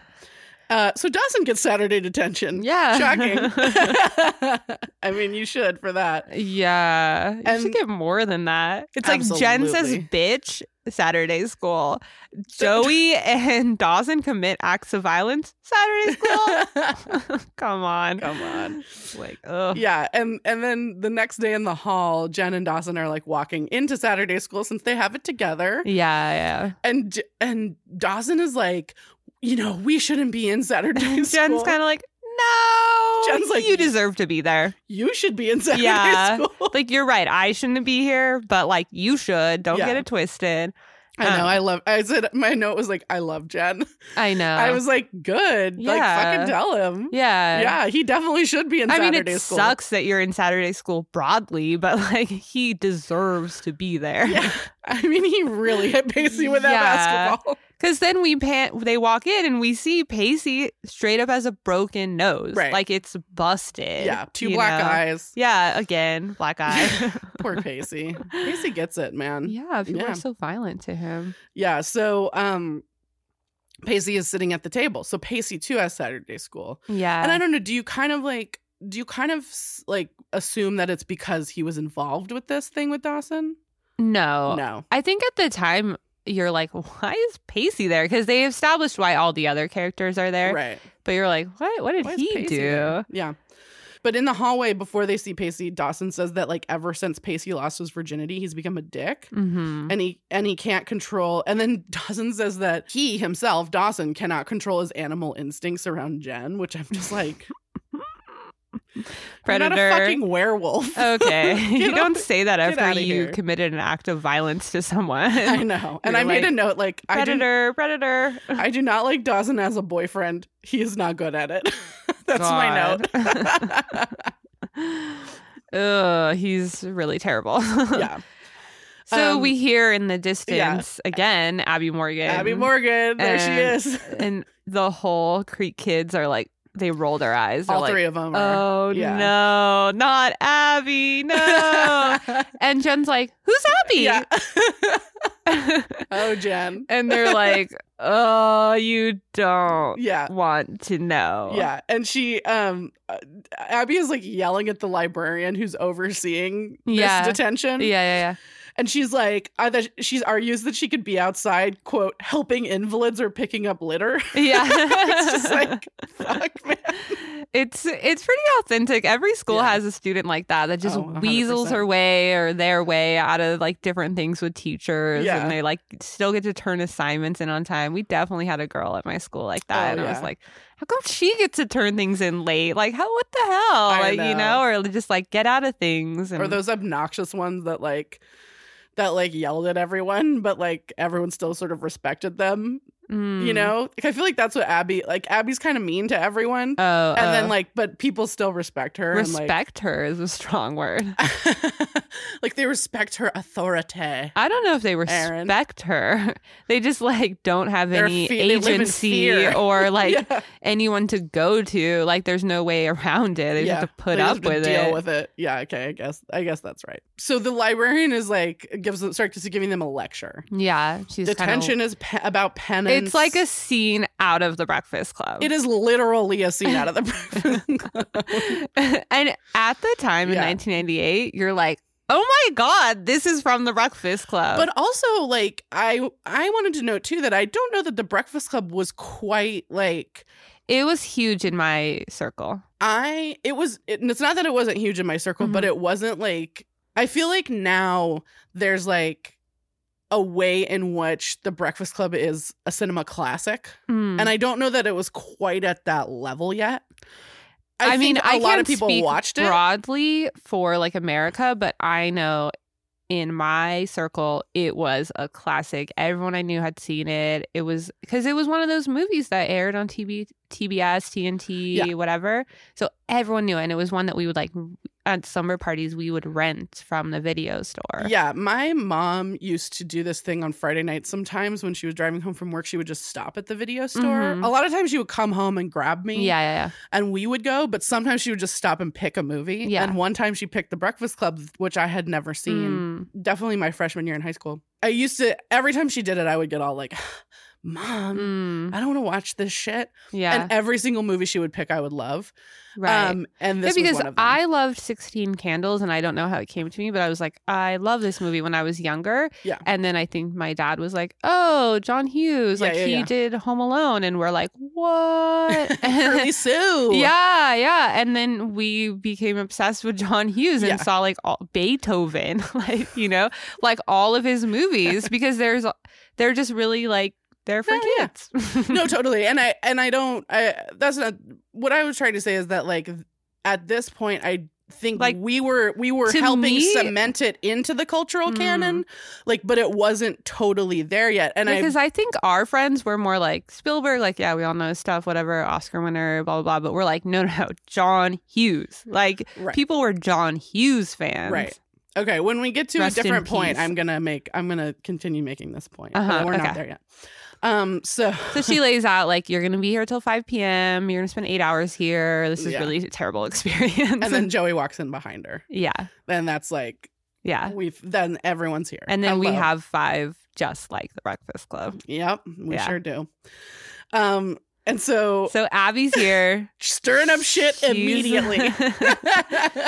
[SPEAKER 2] Uh, so Dawson gets Saturday detention.
[SPEAKER 1] Yeah.
[SPEAKER 2] Shocking.
[SPEAKER 1] <laughs>
[SPEAKER 2] I mean, you should for that.
[SPEAKER 1] yeah. You
[SPEAKER 2] And-
[SPEAKER 1] should get more than that. It's like Jen says
[SPEAKER 2] Absolutely.
[SPEAKER 1] bitch Saturday
[SPEAKER 2] <laughs>
[SPEAKER 1] school. Joey and Dawson commit acts of violence Saturday school.
[SPEAKER 2] <laughs>
[SPEAKER 1] <laughs> Come on.
[SPEAKER 2] Come on.
[SPEAKER 1] It's Like, ugh.
[SPEAKER 2] yeah, and and then the next day in the hall, Jen and Dawson are like walking into Saturday school since they have it together.
[SPEAKER 1] Yeah,
[SPEAKER 2] and J- and Dawson is like, you know, we shouldn't be in Saturday
[SPEAKER 1] yeah. <laughs> Jen's
[SPEAKER 2] school.
[SPEAKER 1] kind of like, no,
[SPEAKER 2] Jen's like,
[SPEAKER 1] you deserve to be there.
[SPEAKER 2] you should be in Saturday
[SPEAKER 1] Yeah.
[SPEAKER 2] <laughs> school.
[SPEAKER 1] Like, you're right. I shouldn't be here, but like, you should. Don't
[SPEAKER 2] Yeah.
[SPEAKER 1] get it twisted.
[SPEAKER 2] I know.
[SPEAKER 1] Um,
[SPEAKER 2] I love. I said my note was like, I love Jen.
[SPEAKER 1] I know.
[SPEAKER 2] I was like, good. Like,
[SPEAKER 1] Oh. Yeah.
[SPEAKER 2] fucking tell him.
[SPEAKER 1] yeah.
[SPEAKER 2] Yeah, he definitely should be in
[SPEAKER 1] I mean,
[SPEAKER 2] Saturday
[SPEAKER 1] it
[SPEAKER 2] school.
[SPEAKER 1] sucks that you're in Saturday school broadly, but like he deserves to be there.
[SPEAKER 2] <laughs> Yeah, I mean, he really hit Pacey with
[SPEAKER 1] Yeah.
[SPEAKER 2] that basketball.
[SPEAKER 1] Because then we pan, they walk in and we see Pacey straight up as a broken nose,
[SPEAKER 2] Right.
[SPEAKER 1] like it's busted.
[SPEAKER 2] Yeah, two
[SPEAKER 1] you
[SPEAKER 2] black
[SPEAKER 1] know?
[SPEAKER 2] eyes.
[SPEAKER 1] Yeah, again, black
[SPEAKER 2] <laughs>
[SPEAKER 1] eye. <laughs>
[SPEAKER 2] Poor Pacey. Pacey gets it, man.
[SPEAKER 1] yeah, people
[SPEAKER 2] Yeah.
[SPEAKER 1] are so violent to him.
[SPEAKER 2] Yeah. So, um, Pacey is sitting at the table. So Pacey too has Saturday school.
[SPEAKER 1] Yeah,
[SPEAKER 2] and I don't know. Do you kind of like? Do you kind of s- like assume that it's because he was involved with this thing with Dawson?
[SPEAKER 1] no,
[SPEAKER 2] no.
[SPEAKER 1] I think at the time you're like, <laughs> why is Pacey there? Because they established why all the other characters are there,
[SPEAKER 2] Right.
[SPEAKER 1] but you're like, what? What did
[SPEAKER 2] Why is
[SPEAKER 1] he
[SPEAKER 2] Pacey
[SPEAKER 1] do?
[SPEAKER 2] there? Yeah. But in the hallway before they see Pacey, Dawson says that like ever since Pacey lost his virginity, he's become a dick.
[SPEAKER 1] Mm-hmm.
[SPEAKER 2] And he and he can't control. And then <laughs> Dawson says that he himself, Dawson, cannot control his animal instincts around Jen, which I'm just like, <laughs> you're
[SPEAKER 1] Predator.
[SPEAKER 2] not a fucking <laughs> werewolf.
[SPEAKER 1] <laughs> Okay.
[SPEAKER 2] Get
[SPEAKER 1] you don't say that
[SPEAKER 2] get
[SPEAKER 1] after
[SPEAKER 2] outta
[SPEAKER 1] you
[SPEAKER 2] here.
[SPEAKER 1] committed an act of violence to
[SPEAKER 2] <laughs> I
[SPEAKER 1] someone.
[SPEAKER 2] know. And
[SPEAKER 1] You're
[SPEAKER 2] I made
[SPEAKER 1] like,
[SPEAKER 2] a note like I didn't
[SPEAKER 1] predator, predator.
[SPEAKER 2] I do not like Dawson as a boyfriend. He is not good at it. <laughs> That's my note.
[SPEAKER 1] <laughs> Ugh, he's really terrible.
[SPEAKER 2] yeah.
[SPEAKER 1] <laughs> So
[SPEAKER 2] Um,
[SPEAKER 1] we hear in the distance again Abby Morgan.
[SPEAKER 2] Abby <laughs> Morgan, there
[SPEAKER 1] and-
[SPEAKER 2] she is.
[SPEAKER 1] and the whole Creek kids are like they roll their eyes. They're
[SPEAKER 2] All
[SPEAKER 1] like,
[SPEAKER 2] three of them. Are.
[SPEAKER 1] Oh
[SPEAKER 2] Yeah.
[SPEAKER 1] no, not Abby.
[SPEAKER 2] <laughs>
[SPEAKER 1] No. and Jen's like, Who's Abby?
[SPEAKER 2] yeah. oh, Jen.
[SPEAKER 1] <laughs> and
[SPEAKER 2] <laughs>
[SPEAKER 1] they're like, Oh, you don't
[SPEAKER 2] Yeah.
[SPEAKER 1] want to know.
[SPEAKER 2] Yeah, and she um uh, Abby is like yelling at the librarian who's overseeing this
[SPEAKER 1] Yeah.
[SPEAKER 2] detention.
[SPEAKER 1] Yeah,
[SPEAKER 2] <laughs>
[SPEAKER 1] yeah,
[SPEAKER 2] And she's like either she's argues that she could be outside, quote, helping invalids or picking up litter. <laughs>
[SPEAKER 1] yeah. Yeah.
[SPEAKER 2] it's
[SPEAKER 1] <laughs>
[SPEAKER 2] just like fuck man.
[SPEAKER 1] it's it's pretty authentic. Every school
[SPEAKER 2] Yeah.
[SPEAKER 1] has a student like that that just
[SPEAKER 2] Oh, 100%.
[SPEAKER 1] weasels her way or their way out of like different things with teachers,
[SPEAKER 2] Yeah.
[SPEAKER 1] and they like still get to turn assignments in on time. We definitely had a girl at my school like that,
[SPEAKER 2] Oh,
[SPEAKER 1] and I was
[SPEAKER 2] yeah.
[SPEAKER 1] like, how come she gets to turn things in late? Like, how what the hell?
[SPEAKER 2] I
[SPEAKER 1] like you know,
[SPEAKER 2] know.
[SPEAKER 1] or just like get out of things. And
[SPEAKER 2] Or those obnoxious ones that like that like yelled at everyone, but like everyone still sort of respected them. You
[SPEAKER 1] Mm.
[SPEAKER 2] know? Like I feel like that's what Abby like Abby's kind of mean to everyone.
[SPEAKER 1] Oh,
[SPEAKER 2] and
[SPEAKER 1] oh.
[SPEAKER 2] then like but people still respect her and like
[SPEAKER 1] respect her is a strong word.
[SPEAKER 2] <laughs> like they respect her authority.
[SPEAKER 1] I don't know if they
[SPEAKER 2] Aaron.
[SPEAKER 1] respect her. <laughs> They just like don't have
[SPEAKER 2] They're
[SPEAKER 1] any
[SPEAKER 2] fe- they live in
[SPEAKER 1] agency
[SPEAKER 2] fear.
[SPEAKER 1] or like
[SPEAKER 2] <laughs> yeah.
[SPEAKER 1] anyone to go to. Like there's no way around it. They just
[SPEAKER 2] Yeah.
[SPEAKER 1] have to put
[SPEAKER 2] They just
[SPEAKER 1] up
[SPEAKER 2] have to
[SPEAKER 1] with
[SPEAKER 2] deal
[SPEAKER 1] it.
[SPEAKER 2] with it. Yeah, okay, I guess I guess that's right. So the librarian is like gives them starts giving them a lecture.
[SPEAKER 1] yeah, she's
[SPEAKER 2] Detention
[SPEAKER 1] Kinda,
[SPEAKER 2] is pe- about penance.
[SPEAKER 1] it's like a scene out of The Breakfast Club.
[SPEAKER 2] it is literally a scene out
[SPEAKER 1] <laughs>
[SPEAKER 2] of the breakfast.
[SPEAKER 1] and at the time in
[SPEAKER 2] Yeah.
[SPEAKER 1] 1998, you're like, oh my god, this is from The Breakfast Club.
[SPEAKER 2] but also like I I wanted to note too that I don't know that the breakfast club was quite like
[SPEAKER 1] it was huge in my circle.
[SPEAKER 2] I it was it, and it's not that it wasn't huge in my circle, but
[SPEAKER 1] Mhm.
[SPEAKER 2] it wasn't like I feel like now there's like a way in which the Breakfast Club is a cinema classic.
[SPEAKER 1] Mm.
[SPEAKER 2] And I don't know that it was quite at that level yet.
[SPEAKER 1] I mean,
[SPEAKER 2] think a
[SPEAKER 1] I
[SPEAKER 2] lot
[SPEAKER 1] can
[SPEAKER 2] of people
[SPEAKER 1] speak
[SPEAKER 2] watched it.
[SPEAKER 1] broadly for like America, but I know in my circle it was a classic. Everyone I knew had seen it. It was because it was one of those movies that aired on TV, TBS, TNT,
[SPEAKER 2] Yeah.
[SPEAKER 1] whatever. So everyone knew, it. and it was one that we would like at summer parties we would rent from the video store.
[SPEAKER 2] Yeah, my mom used to do this thing on Friday nights sometimes when she was driving home from work. She would just stop at the video store.
[SPEAKER 1] Mhm.
[SPEAKER 2] A lot of times she would come home and grab me.
[SPEAKER 1] yeah, yeah,
[SPEAKER 2] and we would go, but sometimes she would just stop and pick a movie.
[SPEAKER 1] Yeah.
[SPEAKER 2] And one time she picked The Breakfast Club, which I had never
[SPEAKER 1] yeah.
[SPEAKER 2] seen.
[SPEAKER 1] Mm.
[SPEAKER 2] Definitely my freshman year in high school. I used to, every time she did it, I would get all like, <sighs> Mom,
[SPEAKER 1] Mm.
[SPEAKER 2] I don't want to watch this shit.
[SPEAKER 1] yeah,
[SPEAKER 2] And every single movie she would pick, I would love.
[SPEAKER 1] right.
[SPEAKER 2] Um, and
[SPEAKER 1] Yeah,
[SPEAKER 2] this was
[SPEAKER 1] because
[SPEAKER 2] one of them.
[SPEAKER 1] I loved 16 Candles and I don't know how it came to me, but I was like, I love this movie when I was younger.
[SPEAKER 2] Yeah.
[SPEAKER 1] And then I think my dad was like, oh, John Hughes,
[SPEAKER 2] Yeah,
[SPEAKER 1] like
[SPEAKER 2] yeah,
[SPEAKER 1] he
[SPEAKER 2] yeah.
[SPEAKER 1] did Home Alone. And we're like,
[SPEAKER 2] <laughs>
[SPEAKER 1] what?
[SPEAKER 2] <laughs>
[SPEAKER 1] <laughs>
[SPEAKER 2] Curly Sue.
[SPEAKER 1] yeah, yeah. And then we became obsessed with John Hughes and
[SPEAKER 2] Yeah.
[SPEAKER 1] saw like all, Beethoven, <laughs> like, you know, like all of his movies because there's, they're just really like, they're for
[SPEAKER 2] No, yeah.
[SPEAKER 1] kids. <laughs>
[SPEAKER 2] no, totally. And I and I don't. I that's not what I was trying to say is that like at this point I think
[SPEAKER 1] Like,
[SPEAKER 2] like we were we were
[SPEAKER 1] to
[SPEAKER 2] helping
[SPEAKER 1] me-
[SPEAKER 2] cement it into the cultural
[SPEAKER 1] Mm.
[SPEAKER 2] canon, like but it wasn't totally there yet. And
[SPEAKER 1] because I, think our friends were more like Spielberg, like, yeah, we all know stuff, whatever, Oscar winner, blah, blah, blah. But we're like, no, no, no, John Hughes. Like,
[SPEAKER 2] I right.
[SPEAKER 1] people were John Hughes fans.
[SPEAKER 2] Right. Okay, when we get to a
[SPEAKER 1] Rest in
[SPEAKER 2] different point,
[SPEAKER 1] peace.
[SPEAKER 2] I'm gonna make I'm gonna continue making this point.
[SPEAKER 1] Uh-huh,
[SPEAKER 2] but we're
[SPEAKER 1] okay.
[SPEAKER 2] not there yet. Um.
[SPEAKER 1] <laughs>
[SPEAKER 2] So
[SPEAKER 1] So she lays out, like, you're going to be here till 5 p.m. You're going to spend eight hours here. This is
[SPEAKER 2] Yeah.
[SPEAKER 1] really a terrible <laughs> experience.
[SPEAKER 2] and then Joey walks in behind her,
[SPEAKER 1] <laughs> yeah.
[SPEAKER 2] and that's like
[SPEAKER 1] Yeah.
[SPEAKER 2] we've then everyone's here,
[SPEAKER 1] Uh. And then we
[SPEAKER 2] Hello.
[SPEAKER 1] have five just like the Breakfast Club.
[SPEAKER 2] Yep, we
[SPEAKER 1] Yeah.
[SPEAKER 2] sure do. Um, and so,
[SPEAKER 1] So Abby's here.
[SPEAKER 2] <laughs> stirring up shit
[SPEAKER 1] She's-
[SPEAKER 2] immediately.
[SPEAKER 1] <laughs>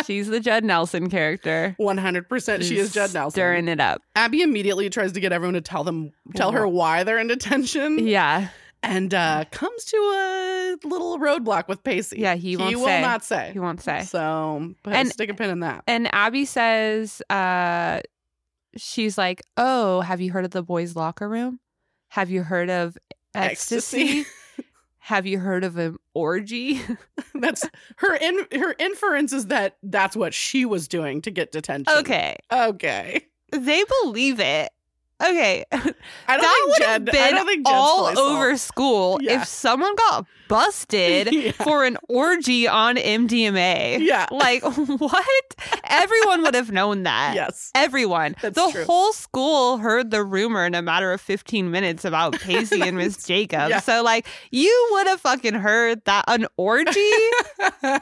[SPEAKER 1] She's the Judd Nelson character.
[SPEAKER 2] One hundred percent, she is Judd Nelson.
[SPEAKER 1] Stirring it
[SPEAKER 2] <laughs>
[SPEAKER 1] up.
[SPEAKER 2] Abby immediately tries to get everyone to tell them, tell her why they're in detention,
[SPEAKER 1] Yeah.
[SPEAKER 2] and uh, comes to a little roadblock with Pacey.
[SPEAKER 1] Yeah, he won't say.
[SPEAKER 2] not say.
[SPEAKER 1] He won't say.
[SPEAKER 2] So, but
[SPEAKER 1] And-
[SPEAKER 2] stick a pin in that.
[SPEAKER 1] and Abby says, uh, she's like, "Oh, have you heard of the boys' locker room? Have you heard of ecstasy?
[SPEAKER 2] Ecstasy.
[SPEAKER 1] <laughs> have you heard of an orgy? <laughs>
[SPEAKER 2] <laughs> that's her. In her inference is that that's what she was doing to get detention.
[SPEAKER 1] okay,
[SPEAKER 2] Okay.
[SPEAKER 1] they believe it. Okay, <laughs>
[SPEAKER 2] I don't
[SPEAKER 1] that
[SPEAKER 2] think
[SPEAKER 1] would have
[SPEAKER 2] Jed. I
[SPEAKER 1] been
[SPEAKER 2] don't think Jed's
[SPEAKER 1] all
[SPEAKER 2] fully solved.
[SPEAKER 1] over school
[SPEAKER 2] Yeah.
[SPEAKER 1] if someone got <laughs> busted
[SPEAKER 2] <laughs> Yeah.
[SPEAKER 1] for an orgy on <laughs> MDMA.
[SPEAKER 2] Yeah.
[SPEAKER 1] Like, what? Everyone would have known <laughs> that.
[SPEAKER 2] Yes.
[SPEAKER 1] Everyone.
[SPEAKER 2] That's
[SPEAKER 1] the
[SPEAKER 2] true.
[SPEAKER 1] whole school heard the rumor in a matter of 15 minutes
[SPEAKER 2] <laughs>
[SPEAKER 1] about Pacey and Miss Jacobs.
[SPEAKER 2] Yeah.
[SPEAKER 1] So, like, you would have fucking heard that an
[SPEAKER 2] <laughs>
[SPEAKER 1] orgy?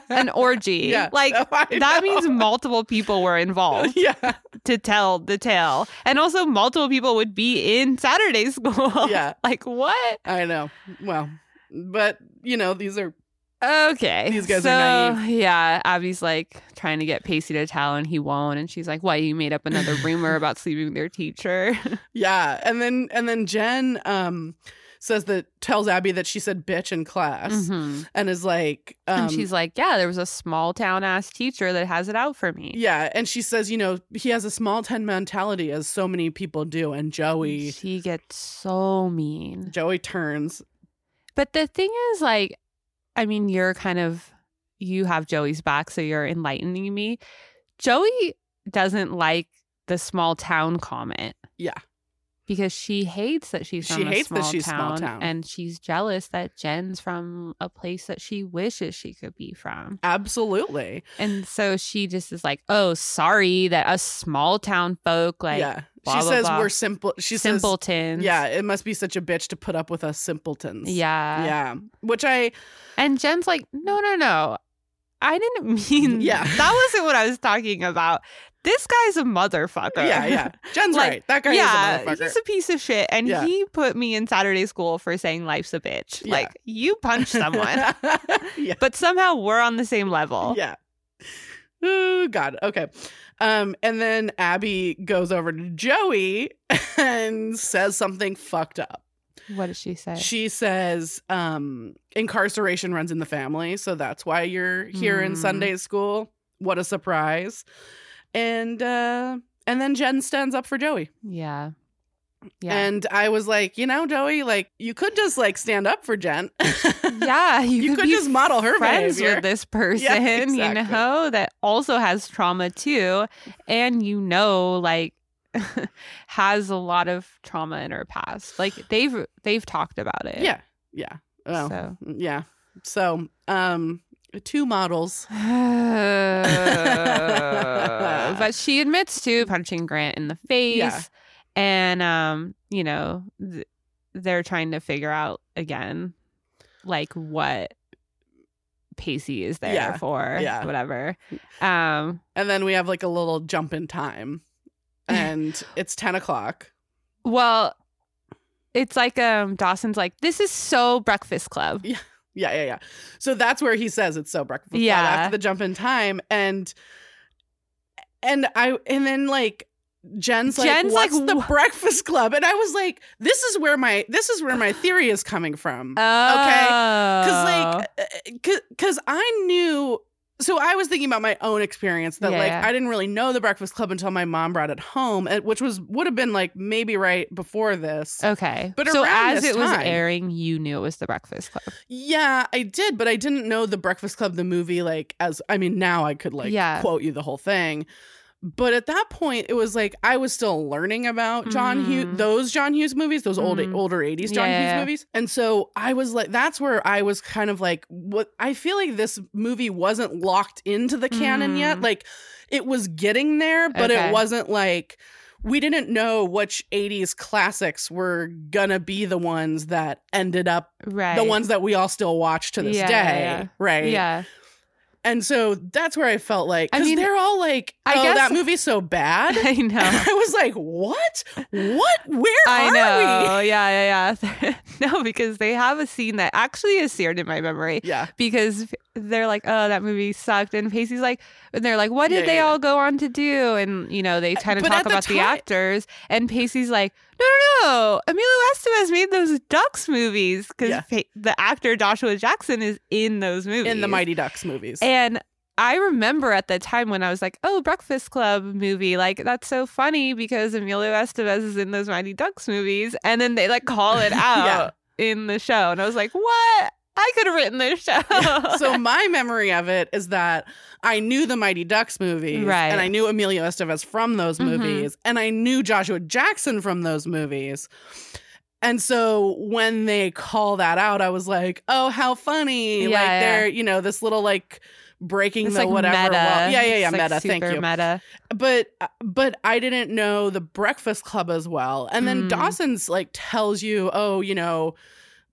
[SPEAKER 1] an orgy.
[SPEAKER 2] yeah.
[SPEAKER 1] <laughs> Like,
[SPEAKER 2] no, I
[SPEAKER 1] that
[SPEAKER 2] know.
[SPEAKER 1] means
[SPEAKER 2] <laughs>
[SPEAKER 1] multiple people were involved
[SPEAKER 2] Yeah.
[SPEAKER 1] to tell the tale. And also, multiple people would be in Saturday school. <laughs>
[SPEAKER 2] Yeah.
[SPEAKER 1] like, what?
[SPEAKER 2] I know. Well, but you know, these are
[SPEAKER 1] Okay.
[SPEAKER 2] These guys
[SPEAKER 1] so,
[SPEAKER 2] are
[SPEAKER 1] Yeah. Abby's like trying to get Pacey to tell, and he won't. And she's like, why you made up another rumor about sleeping with your teacher?
[SPEAKER 2] yeah. And then and then Jen um says that tells Abby that she said bitch in class
[SPEAKER 1] Mhm.
[SPEAKER 2] and is like um
[SPEAKER 1] and she's like, yeah, there was a small town ass teacher that has it out for me.
[SPEAKER 2] yeah, and she says, you know, he has a small ten mentality as so many people do and Joey
[SPEAKER 1] She gets so mean.
[SPEAKER 2] Joey turns.
[SPEAKER 1] But the thing is, like, I mean, you're kind of, you have Joey's back, so you're enlightening me. Joey doesn't like the small town comment.
[SPEAKER 2] Yeah.
[SPEAKER 1] Because she hates that she's
[SPEAKER 2] She
[SPEAKER 1] from a
[SPEAKER 2] hates that
[SPEAKER 1] small
[SPEAKER 2] she's
[SPEAKER 1] town,
[SPEAKER 2] small town.
[SPEAKER 1] and she's jealous that Jen's from a place that she wishes she could be from.
[SPEAKER 2] Absolutely.
[SPEAKER 1] And so she just is like, "Oh, sorry that us small town folk like
[SPEAKER 2] yeah.
[SPEAKER 1] blah,
[SPEAKER 2] she
[SPEAKER 1] blah,
[SPEAKER 2] says
[SPEAKER 1] blah.
[SPEAKER 2] we're simple she says
[SPEAKER 1] simpletons."
[SPEAKER 2] Yeah, it must be such a bitch to put up with us simpletons.
[SPEAKER 1] yeah,
[SPEAKER 2] Yeah. Which I
[SPEAKER 1] And Jen's like, no, no, no. I didn't <laughs> mean
[SPEAKER 2] Yeah.
[SPEAKER 1] that wasn't what I was talking about. This guy's a motherfucker. <laughs>
[SPEAKER 2] Yeah, yeah. Jen's
[SPEAKER 1] Like,
[SPEAKER 2] right. That guy
[SPEAKER 1] yeah,
[SPEAKER 2] is a motherfucker.
[SPEAKER 1] he's a piece of shit. And
[SPEAKER 2] Yeah.
[SPEAKER 1] he put me in Saturday school for saying life's a bitch.
[SPEAKER 2] Yeah.
[SPEAKER 1] Like, you
[SPEAKER 2] <laughs>
[SPEAKER 1] punch someone. <laughs>
[SPEAKER 2] yeah.
[SPEAKER 1] but somehow we're on the same level.
[SPEAKER 2] Yeah. Oh God. Okay. Um, and then Abby goes over to Joey <laughs> and says something fucked up.
[SPEAKER 1] What did she say?
[SPEAKER 2] She says, um, incarceration runs in the family, so that's why you're here in
[SPEAKER 1] Mm.
[SPEAKER 2] Sunday school. What a surprise. And uh and then Jen stands up for Joey.
[SPEAKER 1] yeah. Yeah.
[SPEAKER 2] And I was like, you know, Joey, like you could just like stand up for Jen. <laughs>
[SPEAKER 1] yeah. You,
[SPEAKER 2] you could
[SPEAKER 1] be
[SPEAKER 2] just model her
[SPEAKER 1] friends
[SPEAKER 2] behavior.
[SPEAKER 1] with
[SPEAKER 2] <laughs>
[SPEAKER 1] this person, you
[SPEAKER 2] exactly.
[SPEAKER 1] know, that also has trauma too, and you know, like <laughs> has a lot of trauma in her past. Like they've they've talked about it.
[SPEAKER 2] Yeah. Yeah. Well,
[SPEAKER 1] So.
[SPEAKER 2] yeah. So, um two
[SPEAKER 1] <laughs>
[SPEAKER 2] models. <laughs>
[SPEAKER 1] <sighs> but she admits to punching Grant in the face,
[SPEAKER 2] Yeah.
[SPEAKER 1] and um, you know, th- they're trying to figure out again, like what Pacey is there
[SPEAKER 2] Yeah.
[SPEAKER 1] for,
[SPEAKER 2] Yeah.
[SPEAKER 1] whatever. Um,
[SPEAKER 2] And then we have like a little jump in time.
[SPEAKER 1] <laughs>
[SPEAKER 2] And it's 10 o'clock.
[SPEAKER 1] Well, it's like um Dawson's like this is so Breakfast Club.
[SPEAKER 2] Yeah, yeah, yeah. So that's where he says it's so breakfast. Club
[SPEAKER 1] Yeah.
[SPEAKER 2] After the jump in time. And and I and then like Jen's like,
[SPEAKER 1] Jen's like,
[SPEAKER 2] What's the
[SPEAKER 1] "Wha-"
[SPEAKER 2] Breakfast Club? And I was like, this is where my this is where my theory is coming
[SPEAKER 1] Uh,
[SPEAKER 2] from. because like uh, because i knew so i was thinking about my own experience that
[SPEAKER 1] Yeah,
[SPEAKER 2] like
[SPEAKER 1] yeah.
[SPEAKER 2] i didn't really know the breakfast club until my mom brought it home and- which was would have been like maybe right before this
[SPEAKER 1] Oh, okay,
[SPEAKER 2] but
[SPEAKER 1] so
[SPEAKER 2] around
[SPEAKER 1] as
[SPEAKER 2] this
[SPEAKER 1] it was
[SPEAKER 2] time-
[SPEAKER 1] airing, you knew it was the Breakfast Club.
[SPEAKER 2] yeah i did but i didn't know the breakfast club the movie like as i mean now i could like
[SPEAKER 1] Yeah.
[SPEAKER 2] quote you the whole thing but at that point it was like i was still learning about john hughes
[SPEAKER 1] Mhm.
[SPEAKER 2] those john hughes movies those old
[SPEAKER 1] Mhm.
[SPEAKER 2] older 80s john
[SPEAKER 1] Yeah, yeah,
[SPEAKER 2] hughes
[SPEAKER 1] yeah.
[SPEAKER 2] movies and so i was like that's where i was kind of like what i feel like this movie wasn't locked into the canon yet
[SPEAKER 1] Mm.
[SPEAKER 2] like it was getting there but
[SPEAKER 1] Okay.
[SPEAKER 2] it wasn't like we didn't know which 80s classics were gonna be the ones that ended up
[SPEAKER 1] Right.
[SPEAKER 2] the ones that we all still watch to this
[SPEAKER 1] Yeah,
[SPEAKER 2] day,
[SPEAKER 1] yeah, yeah.
[SPEAKER 2] right?
[SPEAKER 1] Yeah. <laughs>
[SPEAKER 2] And so that's where I felt like
[SPEAKER 1] I
[SPEAKER 2] because
[SPEAKER 1] mean,
[SPEAKER 2] they're all like, "Oh,
[SPEAKER 1] I guess-
[SPEAKER 2] that movie's so bad."
[SPEAKER 1] <laughs> I
[SPEAKER 2] <laughs> And
[SPEAKER 1] know.
[SPEAKER 2] I was like, "What? What? Where
[SPEAKER 1] I
[SPEAKER 2] are
[SPEAKER 1] know. Yeah, yeah, <laughs> yeah. no, because they have a scene that actually is seared in my memory
[SPEAKER 2] we?" Yeah,
[SPEAKER 1] because they're like, "Oh, that movie sucked," and Pacey's like, and they're like, "What did
[SPEAKER 2] Yeah,
[SPEAKER 1] they
[SPEAKER 2] yeah, Uh,
[SPEAKER 1] all go on to do?" And you know, they kind of
[SPEAKER 2] But
[SPEAKER 1] talk
[SPEAKER 2] at the
[SPEAKER 1] about the,
[SPEAKER 2] time-
[SPEAKER 1] actors, and Pacey's like, "No, no, no, Emilio Estevez made those Ducks movies because
[SPEAKER 2] Yeah.
[SPEAKER 1] the actor Joshua Jackson is in those movies
[SPEAKER 2] in the Mighty Ducks movies.
[SPEAKER 1] and." I remember at the time when I was like, "Oh, Breakfast Club movie, like that's so funny because Emilio Estevez is in those
[SPEAKER 2] <laughs>
[SPEAKER 1] Mighty Ducks movies," and then they like call it out in the show, and I was like, "What? I could have written this show.
[SPEAKER 2] <laughs>
[SPEAKER 1] <laughs>
[SPEAKER 2] so my memory of it is that I knew the Mighty Ducks movies,
[SPEAKER 1] Right.
[SPEAKER 2] and I knew Emilio Estevez from those
[SPEAKER 1] Mhm.
[SPEAKER 2] movies, and I knew Joshua Jackson from those movies. And so when they call that out, I was like, "Oh, how funny!"
[SPEAKER 1] Yeah,
[SPEAKER 2] like
[SPEAKER 1] yeah.
[SPEAKER 2] they're you know this little like breaking
[SPEAKER 1] it's
[SPEAKER 2] the
[SPEAKER 1] like
[SPEAKER 2] whatever.
[SPEAKER 1] meta.
[SPEAKER 2] wall. Yeah, yeah, yeah.
[SPEAKER 1] It's, like,
[SPEAKER 2] meta. thank
[SPEAKER 1] super
[SPEAKER 2] you.
[SPEAKER 1] Meta.
[SPEAKER 2] But but I didn't know the Breakfast Club as well. And then
[SPEAKER 1] Mm.
[SPEAKER 2] Dawson's like tells you, "Oh, you know."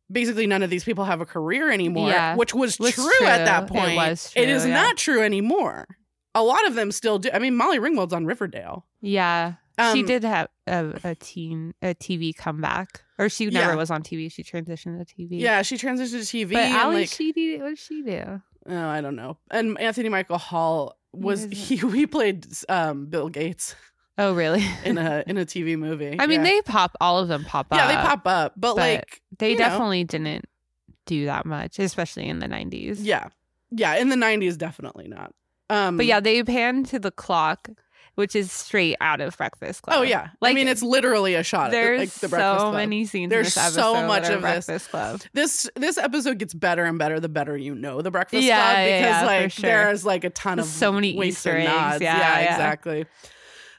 [SPEAKER 2] Basically, none of these people have a career anymore,
[SPEAKER 1] Yeah.
[SPEAKER 2] which was,
[SPEAKER 1] Was
[SPEAKER 2] true, at that
[SPEAKER 1] true. It
[SPEAKER 2] point.
[SPEAKER 1] was
[SPEAKER 2] It
[SPEAKER 1] true,
[SPEAKER 2] is
[SPEAKER 1] yeah.
[SPEAKER 2] not true anymore. A lot of them still do. I mean, Molly Ringwald's on Riverdale.
[SPEAKER 1] Yeah,
[SPEAKER 2] Um,
[SPEAKER 1] she did have a, a teen a TV comeback, or she
[SPEAKER 2] Yeah.
[SPEAKER 1] never was on TV. She transitioned to TV.
[SPEAKER 2] Yeah, she transitioned to TV.
[SPEAKER 1] but
[SPEAKER 2] and,
[SPEAKER 1] Ali
[SPEAKER 2] like,
[SPEAKER 1] Sheedy, what did she do?
[SPEAKER 2] oh, I don't know. And Anthony Michael Hall was
[SPEAKER 1] He
[SPEAKER 2] he? <laughs> We played um, Bill Gates
[SPEAKER 1] Oh, really?
[SPEAKER 2] in a in a TV movie.
[SPEAKER 1] I mean,
[SPEAKER 2] Yeah.
[SPEAKER 1] they pop. All of them pop
[SPEAKER 2] yeah
[SPEAKER 1] up.
[SPEAKER 2] they pop up, but,
[SPEAKER 1] but-
[SPEAKER 2] like
[SPEAKER 1] They
[SPEAKER 2] you know.
[SPEAKER 1] definitely didn't do that much, especially in the nineties.
[SPEAKER 2] yeah, yeah, in the nineties definitely not. Um,
[SPEAKER 1] But yeah, they pan to the clock, which is straight out of Breakfast Club.
[SPEAKER 2] oh yeah. I
[SPEAKER 1] Like,
[SPEAKER 2] mean, it's literally a shot.
[SPEAKER 1] There's
[SPEAKER 2] at, like, the Breakfast
[SPEAKER 1] so
[SPEAKER 2] Club.
[SPEAKER 1] many scenes.
[SPEAKER 2] There's
[SPEAKER 1] in this
[SPEAKER 2] so
[SPEAKER 1] episode that
[SPEAKER 2] much
[SPEAKER 1] are
[SPEAKER 2] of this.
[SPEAKER 1] Breakfast Club.
[SPEAKER 2] This this episode gets better and better the better you know the Breakfast
[SPEAKER 1] Yeah,
[SPEAKER 2] Club
[SPEAKER 1] yeah,
[SPEAKER 2] because
[SPEAKER 1] yeah, for
[SPEAKER 2] like
[SPEAKER 1] sure.
[SPEAKER 2] there's like a ton
[SPEAKER 1] There's
[SPEAKER 2] of
[SPEAKER 1] so many
[SPEAKER 2] winks
[SPEAKER 1] Easter
[SPEAKER 2] and
[SPEAKER 1] eggs.
[SPEAKER 2] nods.
[SPEAKER 1] Yeah, yeah.
[SPEAKER 2] exactly.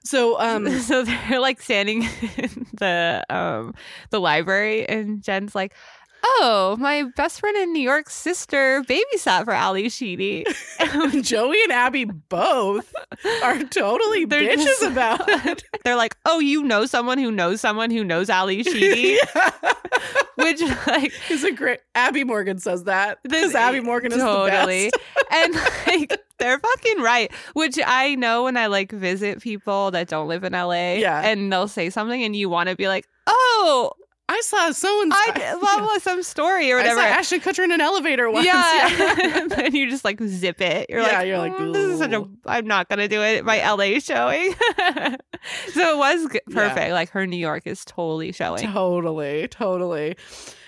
[SPEAKER 2] So um
[SPEAKER 1] <laughs> so they're like standing <laughs> in the um the library, and Jen's like. Oh, my best friend in New York's sister babysat for Ali
[SPEAKER 2] <laughs>
[SPEAKER 1] Sheedy.
[SPEAKER 2] Joey and Abby both are
[SPEAKER 1] <laughs>
[SPEAKER 2] totally
[SPEAKER 1] They're
[SPEAKER 2] bitches
[SPEAKER 1] just- <laughs>
[SPEAKER 2] about <laughs> it.
[SPEAKER 1] They're like, "Oh, you know someone who knows someone who knows
[SPEAKER 2] <laughs>
[SPEAKER 1] Ali Sheedy,"
[SPEAKER 2] yeah.
[SPEAKER 1] which like
[SPEAKER 2] It's a great Abby Morgan says that. Because Abby Morgan is the best.
[SPEAKER 1] <laughs> and like they're fucking right. Which I know when I like visit people that don't live in LA,
[SPEAKER 2] Yeah.
[SPEAKER 1] and they'll say something, and you want to be like, "Oh,
[SPEAKER 2] I saw so and
[SPEAKER 1] I blah blah some story or
[SPEAKER 2] I
[SPEAKER 1] whatever."
[SPEAKER 2] saw Ashley Kutcher in an elevator once.
[SPEAKER 1] <laughs>
[SPEAKER 2] <laughs>
[SPEAKER 1] yeah, and you just like zip it. You're
[SPEAKER 2] Yeah,
[SPEAKER 1] like,
[SPEAKER 2] you're like,
[SPEAKER 1] "Mm, this is such a.
[SPEAKER 2] "Ooh."
[SPEAKER 1] I'm not gonna do it. My LA showing, <laughs> so it was g-
[SPEAKER 2] Yeah.
[SPEAKER 1] perfect. Like her New York is totally showing.
[SPEAKER 2] Totally, totally.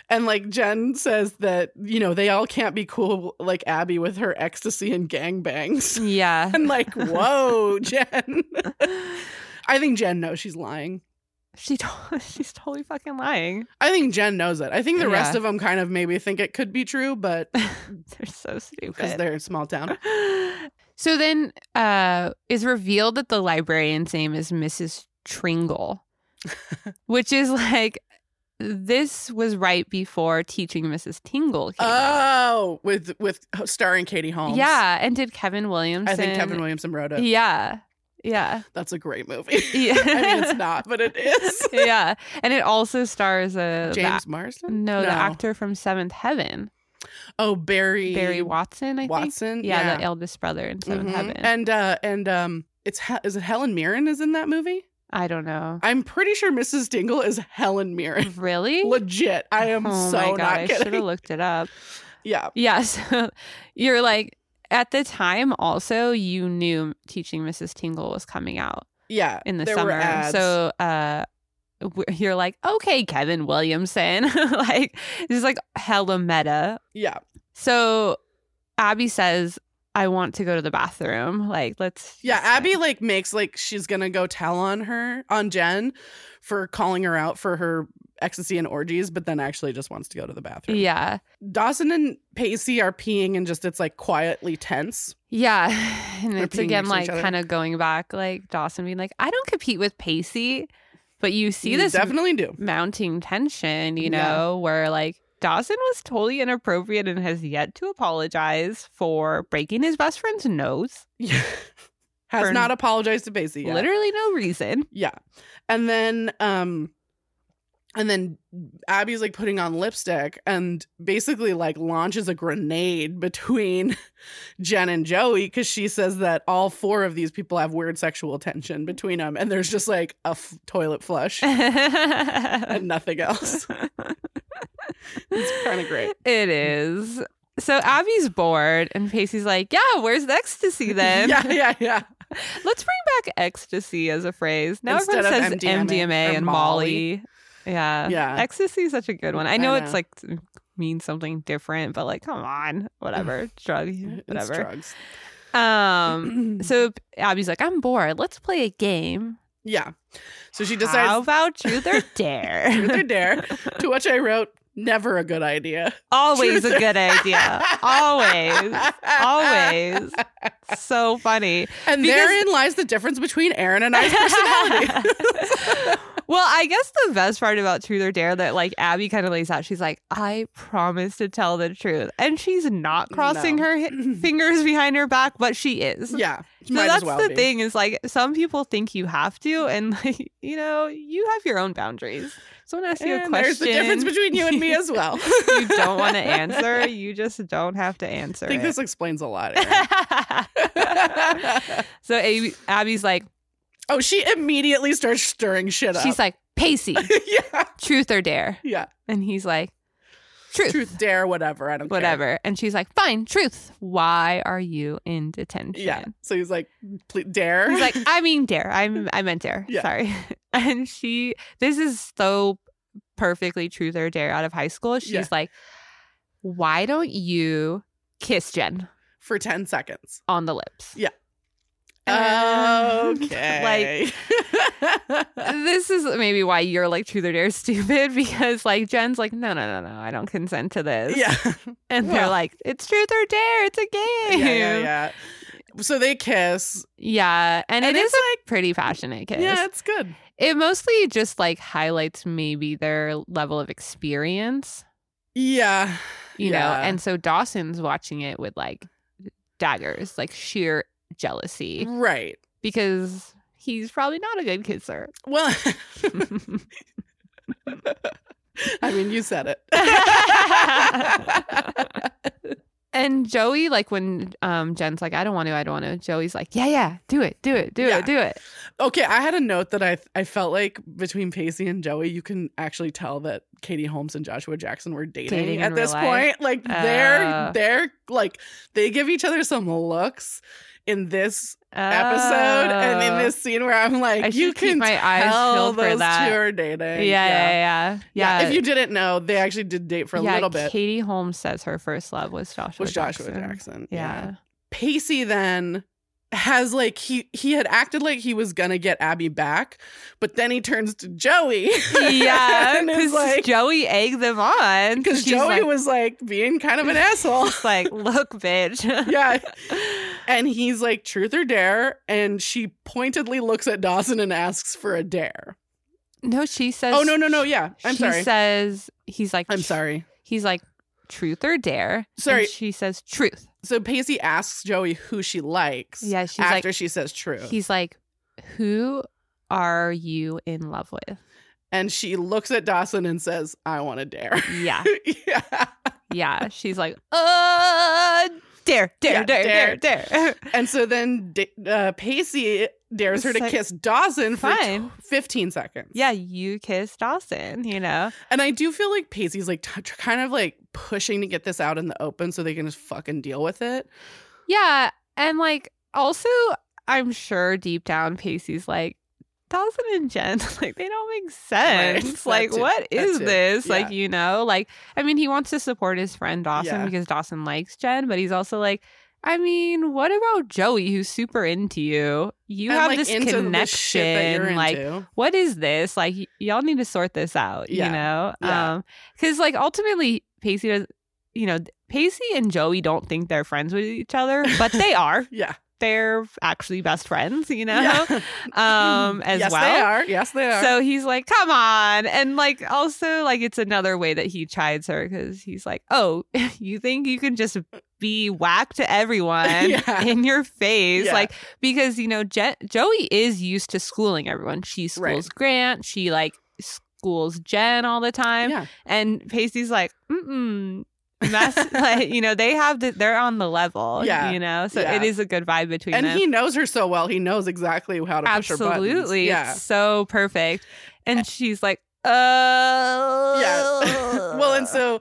[SPEAKER 2] And like Jen says that, you know, they all can't be cool like Abby with her ecstasy and gangbangs. <laughs>
[SPEAKER 1] yeah,
[SPEAKER 2] And
[SPEAKER 1] <laughs>
[SPEAKER 2] like, whoa, Jen. I think Jen knows she's lying.
[SPEAKER 1] she to- <laughs> she's totally fucking lying. <laughs>
[SPEAKER 2] I think Jen knows it. I think the rest
[SPEAKER 1] Yeah.
[SPEAKER 2] of them kind of maybe think it could be
[SPEAKER 1] <laughs>
[SPEAKER 2] true, but
[SPEAKER 1] they're so stupid.
[SPEAKER 2] because they're in small town.
[SPEAKER 1] <laughs> so then uh is revealed that the librarian's name is Mrs.
[SPEAKER 2] <laughs>
[SPEAKER 1] Tringle, which is like this was right before teaching Mrs. Tingle. Came out.
[SPEAKER 2] Oh, with with starring Katie Holmes.
[SPEAKER 1] yeah, and did Kevin Williams?
[SPEAKER 2] Oh. I think Kevin Williamson wrote it.
[SPEAKER 1] Yeah, yeah,
[SPEAKER 2] That's a great movie.
[SPEAKER 1] <laughs> Yeah.
[SPEAKER 2] <laughs> I mean, it's not, but it <laughs> is.
[SPEAKER 1] yeah, and it also stars a
[SPEAKER 2] James
[SPEAKER 1] The,
[SPEAKER 2] Marsden?
[SPEAKER 1] no, the actor from Seventh Heaven,
[SPEAKER 2] Oh, Barry
[SPEAKER 1] Barry Watson. I think.
[SPEAKER 2] Watson.
[SPEAKER 1] Yeah, the eldest brother in 7th
[SPEAKER 2] Mhm.
[SPEAKER 1] Heaven.
[SPEAKER 2] And uh and um it's Hel- is it Helen Mirren is in that movie?
[SPEAKER 1] I don't
[SPEAKER 2] <coughs>
[SPEAKER 1] know.
[SPEAKER 2] I'm pretty sure Mrs. Dingle is Helen Mirren.
[SPEAKER 1] Really?
[SPEAKER 2] Legit. I am
[SPEAKER 1] oh
[SPEAKER 2] so
[SPEAKER 1] my god!
[SPEAKER 2] not
[SPEAKER 1] I should
[SPEAKER 2] kidding.
[SPEAKER 1] have looked it
[SPEAKER 2] <laughs>
[SPEAKER 1] up.
[SPEAKER 2] Yeah.
[SPEAKER 1] Yes. You're like at the time also you knew teaching Mrs. Tingle was coming out
[SPEAKER 2] Yeah.
[SPEAKER 1] in the
[SPEAKER 2] There were
[SPEAKER 1] summer.
[SPEAKER 2] ads.
[SPEAKER 1] So uh w- you're like, okay, Kevin Williamson. <laughs> like this is like hella meta.
[SPEAKER 2] Yeah.
[SPEAKER 1] So Abby says, I want to go to the bathroom. Like let's
[SPEAKER 2] Yeah.
[SPEAKER 1] just-
[SPEAKER 2] Abby like makes like she's gonna go tell on her on Jen for calling her out for her ecstasy and orgies, but then actually just wants to go to the bathroom.
[SPEAKER 1] Yeah.
[SPEAKER 2] Dawson and Pacey are peeing and just it's like quietly tense.
[SPEAKER 1] Yeah. <laughs> And
[SPEAKER 2] They're
[SPEAKER 1] it's
[SPEAKER 2] peeing
[SPEAKER 1] again
[SPEAKER 2] next
[SPEAKER 1] like
[SPEAKER 2] to each other.
[SPEAKER 1] kind of going back like Dawson being like, I don't compete with Pacey, but you see
[SPEAKER 2] You
[SPEAKER 1] this
[SPEAKER 2] definitely do.
[SPEAKER 1] mounting tension, you know,
[SPEAKER 2] Yeah.
[SPEAKER 1] where like Dawson was totally inappropriate and has yet to apologize for breaking his best friend's nose.
[SPEAKER 2] Yeah. <laughs> Has
[SPEAKER 1] For-
[SPEAKER 2] not apologized to Pacey yet.
[SPEAKER 1] Literally no reason.
[SPEAKER 2] Yeah. And then um and then Abby's like putting on lipstick and basically like launches a grenade <laughs> between Jen and Joey cuz she says that all four of these people have weird sexual tension between them and there's just like a f- toilet
[SPEAKER 1] <laughs>
[SPEAKER 2] flush and nothing else. It's kinda great.
[SPEAKER 1] It is. So Abby's bored and Pacey's like, Yeah, where's the
[SPEAKER 2] <laughs>
[SPEAKER 1] ecstasy then?
[SPEAKER 2] yeah, yeah, yeah.
[SPEAKER 1] Let's bring back ecstasy as a phrase. Now
[SPEAKER 2] Instead
[SPEAKER 1] everyone
[SPEAKER 2] of
[SPEAKER 1] says
[SPEAKER 2] MDMA
[SPEAKER 1] MDMA,
[SPEAKER 2] or
[SPEAKER 1] and Molly. Yeah.
[SPEAKER 2] Yeah.
[SPEAKER 1] Ecstasy is such a good one. I know,
[SPEAKER 2] I know.
[SPEAKER 1] it's like means something different, but like, come on,
[SPEAKER 2] <laughs>
[SPEAKER 1] whatever. Drug,
[SPEAKER 2] It's
[SPEAKER 1] whatever.
[SPEAKER 2] drugs.
[SPEAKER 1] Um, so Abby's like, I'm bored. Let's play a game.
[SPEAKER 2] yeah. So she
[SPEAKER 1] How
[SPEAKER 2] decides <laughs>
[SPEAKER 1] about truth or
[SPEAKER 2] truth
[SPEAKER 1] dare?
[SPEAKER 2] or dare to which I wrote Never a good idea.
[SPEAKER 1] <laughs> Always
[SPEAKER 2] Truth
[SPEAKER 1] a
[SPEAKER 2] or-
[SPEAKER 1] good idea. Always. Always. So funny.
[SPEAKER 2] <laughs> And
[SPEAKER 1] Because-
[SPEAKER 2] therein lies the difference between Aaron and
[SPEAKER 1] <laughs>
[SPEAKER 2] I's personality.
[SPEAKER 1] Well, I guess the best part about Truth or Dare that like Abby kind of lays out, she's like, I promise to tell the truth. And she's not crossing
[SPEAKER 2] No.
[SPEAKER 1] her
[SPEAKER 2] <clears throat>
[SPEAKER 1] hi- fingers behind her back, but she is.
[SPEAKER 2] yeah.
[SPEAKER 1] So
[SPEAKER 2] might as
[SPEAKER 1] that's
[SPEAKER 2] well
[SPEAKER 1] the
[SPEAKER 2] be.
[SPEAKER 1] thing is like some people think you have to, and like, you know, you have your own boundaries. Someone asks you a
[SPEAKER 2] And
[SPEAKER 1] question.
[SPEAKER 2] There's the difference between you and me as well.
[SPEAKER 1] <laughs> you don't
[SPEAKER 2] <laughs>
[SPEAKER 1] want to answer, you just don't have to answer.
[SPEAKER 2] I think
[SPEAKER 1] it.
[SPEAKER 2] this explains a lot. Erin.
[SPEAKER 1] <laughs> so Ab- Abby's like,
[SPEAKER 2] oh, she immediately starts stirring shit up.
[SPEAKER 1] she's like, Pacey,
[SPEAKER 2] <laughs> yeah,
[SPEAKER 1] truth or dare?
[SPEAKER 2] yeah.
[SPEAKER 1] And he's like, truth,
[SPEAKER 2] Truth, dare, whatever. I don't care.
[SPEAKER 1] whatever. And she's like, fine, truth. Why are you in detention?
[SPEAKER 2] Yeah. So he's like, "Ple- dare. <laughs>
[SPEAKER 1] He's like, I mean dare. I'm I meant dare.
[SPEAKER 2] Yeah.
[SPEAKER 1] Sorry. <laughs> And she this is so perfectly truth or dare out of high school. She's
[SPEAKER 2] Yeah.
[SPEAKER 1] like, Why don't you kiss Jen
[SPEAKER 2] for ten seconds.
[SPEAKER 1] on the lips?
[SPEAKER 2] Yeah.
[SPEAKER 1] <laughs> And-
[SPEAKER 2] Okay. <laughs>
[SPEAKER 1] <laughs> Like
[SPEAKER 2] Um.
[SPEAKER 1] this is maybe why you're like truth or dare <laughs> stupid because like Jen's like, No, no, no, no, I don't consent to this.
[SPEAKER 2] yeah.
[SPEAKER 1] And they're
[SPEAKER 2] Well.
[SPEAKER 1] like, It's truth or dare, it's a
[SPEAKER 2] yeah.
[SPEAKER 1] game.
[SPEAKER 2] Yeah. Yeah. So they kiss.
[SPEAKER 1] Yeah, and,
[SPEAKER 2] And
[SPEAKER 1] it is
[SPEAKER 2] it's
[SPEAKER 1] a pretty passionate kiss.
[SPEAKER 2] Yeah, it's good.
[SPEAKER 1] It mostly just like highlights maybe their level of experience,
[SPEAKER 2] Yeah.
[SPEAKER 1] you know.
[SPEAKER 2] Yeah.
[SPEAKER 1] And so Dawson's watching it with like daggers, like sheer jealousy
[SPEAKER 2] Right.
[SPEAKER 1] because he's probably not a good
[SPEAKER 2] <laughs>
[SPEAKER 1] kisser. <laughs>
[SPEAKER 2] Well, I mean, you said it.
[SPEAKER 1] and Joey, like when um Jen's like, I don't want to, I don't want to. Joey's like, Yeah, yeah, do it, do it, do
[SPEAKER 2] Yeah.
[SPEAKER 1] it, do it.
[SPEAKER 2] <laughs> okay, I had a note that I I felt like between Pacey and Joey, you can actually tell that Katie Holmes and Joshua Jackson were dating,
[SPEAKER 1] Dating in
[SPEAKER 2] at this
[SPEAKER 1] real life?
[SPEAKER 2] point. Like
[SPEAKER 1] Oh.
[SPEAKER 2] they're they're like they give each other some looks in this episode and in
[SPEAKER 1] Oh.
[SPEAKER 2] this scene where I'm like,
[SPEAKER 1] I
[SPEAKER 2] you
[SPEAKER 1] should keep
[SPEAKER 2] can
[SPEAKER 1] my eyes
[SPEAKER 2] tell
[SPEAKER 1] peeled for
[SPEAKER 2] those
[SPEAKER 1] that.
[SPEAKER 2] two are dating.
[SPEAKER 1] Yeah, yeah, yeah, yeah.
[SPEAKER 2] Yeah, If you didn't know, they actually did date for a
[SPEAKER 1] yeah,
[SPEAKER 2] little bit.
[SPEAKER 1] Katie Holmes says her first love was Joshua.
[SPEAKER 2] was Joshua
[SPEAKER 1] Jackson.
[SPEAKER 2] Jackson.
[SPEAKER 1] Yeah.
[SPEAKER 2] Pacey then has like he he had acted like he was gonna get Abby back, but then he turns to Joey. <laughs>
[SPEAKER 1] Yeah,
[SPEAKER 2] and is
[SPEAKER 1] because
[SPEAKER 2] like
[SPEAKER 1] Joey egged them on.
[SPEAKER 2] because
[SPEAKER 1] She's
[SPEAKER 2] Joey
[SPEAKER 1] like,
[SPEAKER 2] was like being kind of
[SPEAKER 1] <laughs>
[SPEAKER 2] an asshole.
[SPEAKER 1] just like, look, bitch.
[SPEAKER 2] <laughs> yeah. And he's like, truth or dare. And she pointedly looks at Dawson and asks for a dare.
[SPEAKER 1] No, she says.
[SPEAKER 2] Oh, no, no, no. Yeah. I'm
[SPEAKER 1] she
[SPEAKER 2] sorry.
[SPEAKER 1] says he's like.
[SPEAKER 2] I'm sorry.
[SPEAKER 1] He's like, truth or dare.
[SPEAKER 2] Sorry.
[SPEAKER 1] And she says truth.
[SPEAKER 2] So Pacey asks Joey who she likes
[SPEAKER 1] Yeah, she's
[SPEAKER 2] after
[SPEAKER 1] like.
[SPEAKER 2] she says truth.
[SPEAKER 1] He's like, who are you in love with?
[SPEAKER 2] and she looks at Dawson and says, I want a dare. <laughs>
[SPEAKER 1] Yeah,
[SPEAKER 2] yeah. <laughs>
[SPEAKER 1] yeah. She's like, uh, dare, dare,
[SPEAKER 2] Yeah,
[SPEAKER 1] dare, dare,
[SPEAKER 2] <laughs>
[SPEAKER 1] dare.
[SPEAKER 2] And so then D- uh, Pacey dares her
[SPEAKER 1] It's
[SPEAKER 2] to
[SPEAKER 1] like,
[SPEAKER 2] kiss
[SPEAKER 1] <laughs>
[SPEAKER 2] Dawson for
[SPEAKER 1] Fine.
[SPEAKER 2] 15 seconds.
[SPEAKER 1] Yeah, you kissed Dawson, you know?
[SPEAKER 2] And I do feel like Pacey's like t- t- kind of like pushing to get this out in the open so they can just fucking deal with it.
[SPEAKER 1] Yeah. And like also I'm sure deep down Pacey's like, Dawson and Jen, <laughs> like they don't make
[SPEAKER 2] Right.
[SPEAKER 1] sense.
[SPEAKER 2] That
[SPEAKER 1] Like,
[SPEAKER 2] too.
[SPEAKER 1] what
[SPEAKER 2] That
[SPEAKER 1] is
[SPEAKER 2] too.
[SPEAKER 1] this? Like,
[SPEAKER 2] Yeah.
[SPEAKER 1] you know, like I mean, he wants to support his friend Dawson
[SPEAKER 2] Yeah.
[SPEAKER 1] because Dawson likes Jen, but he's also like, I mean, what about Joey who's super into you? You
[SPEAKER 2] And,
[SPEAKER 1] have
[SPEAKER 2] like,
[SPEAKER 1] this
[SPEAKER 2] into
[SPEAKER 1] connection.
[SPEAKER 2] the shit that you're
[SPEAKER 1] like
[SPEAKER 2] into.
[SPEAKER 1] what is this? Like, y- y'all need to sort this out, you
[SPEAKER 2] Yeah.
[SPEAKER 1] know?
[SPEAKER 2] Yeah.
[SPEAKER 1] Um, cause like ultimately Pacey does, you know, Pacey and Joey don't think they're friends with each other, but
[SPEAKER 2] <laughs>
[SPEAKER 1] they are.
[SPEAKER 2] yeah.
[SPEAKER 1] they're actually best friends, you know?
[SPEAKER 2] <laughs> yeah. <laughs>
[SPEAKER 1] Um, as
[SPEAKER 2] yes,
[SPEAKER 1] well.
[SPEAKER 2] they are. Yes, they are.
[SPEAKER 1] So he's like, come on. And like, also, like, it's another way that he chides her because he's like, oh, <laughs> you think you can just be whack to everyone
[SPEAKER 2] <laughs> Yeah.
[SPEAKER 1] in your face?
[SPEAKER 2] Yeah.
[SPEAKER 1] Like, because, you know, Je- Joey is used to schooling everyone. She
[SPEAKER 2] Right.
[SPEAKER 1] schools Grant. She, like, schools Jen all the time.
[SPEAKER 2] yeah.
[SPEAKER 1] And Pacey's like, mm-mm. That's <laughs> like, you know, they have the, they're on the level,
[SPEAKER 2] Yeah.
[SPEAKER 1] you know, so
[SPEAKER 2] Yeah.
[SPEAKER 1] it is a good vibe between
[SPEAKER 2] And
[SPEAKER 1] them.
[SPEAKER 2] he knows her so well. He knows exactly how to push her buttons.
[SPEAKER 1] Absolutely.
[SPEAKER 2] Yeah.
[SPEAKER 1] It's so perfect. And she's like, uh <laughs>
[SPEAKER 2] Yeah. <laughs> well, and so,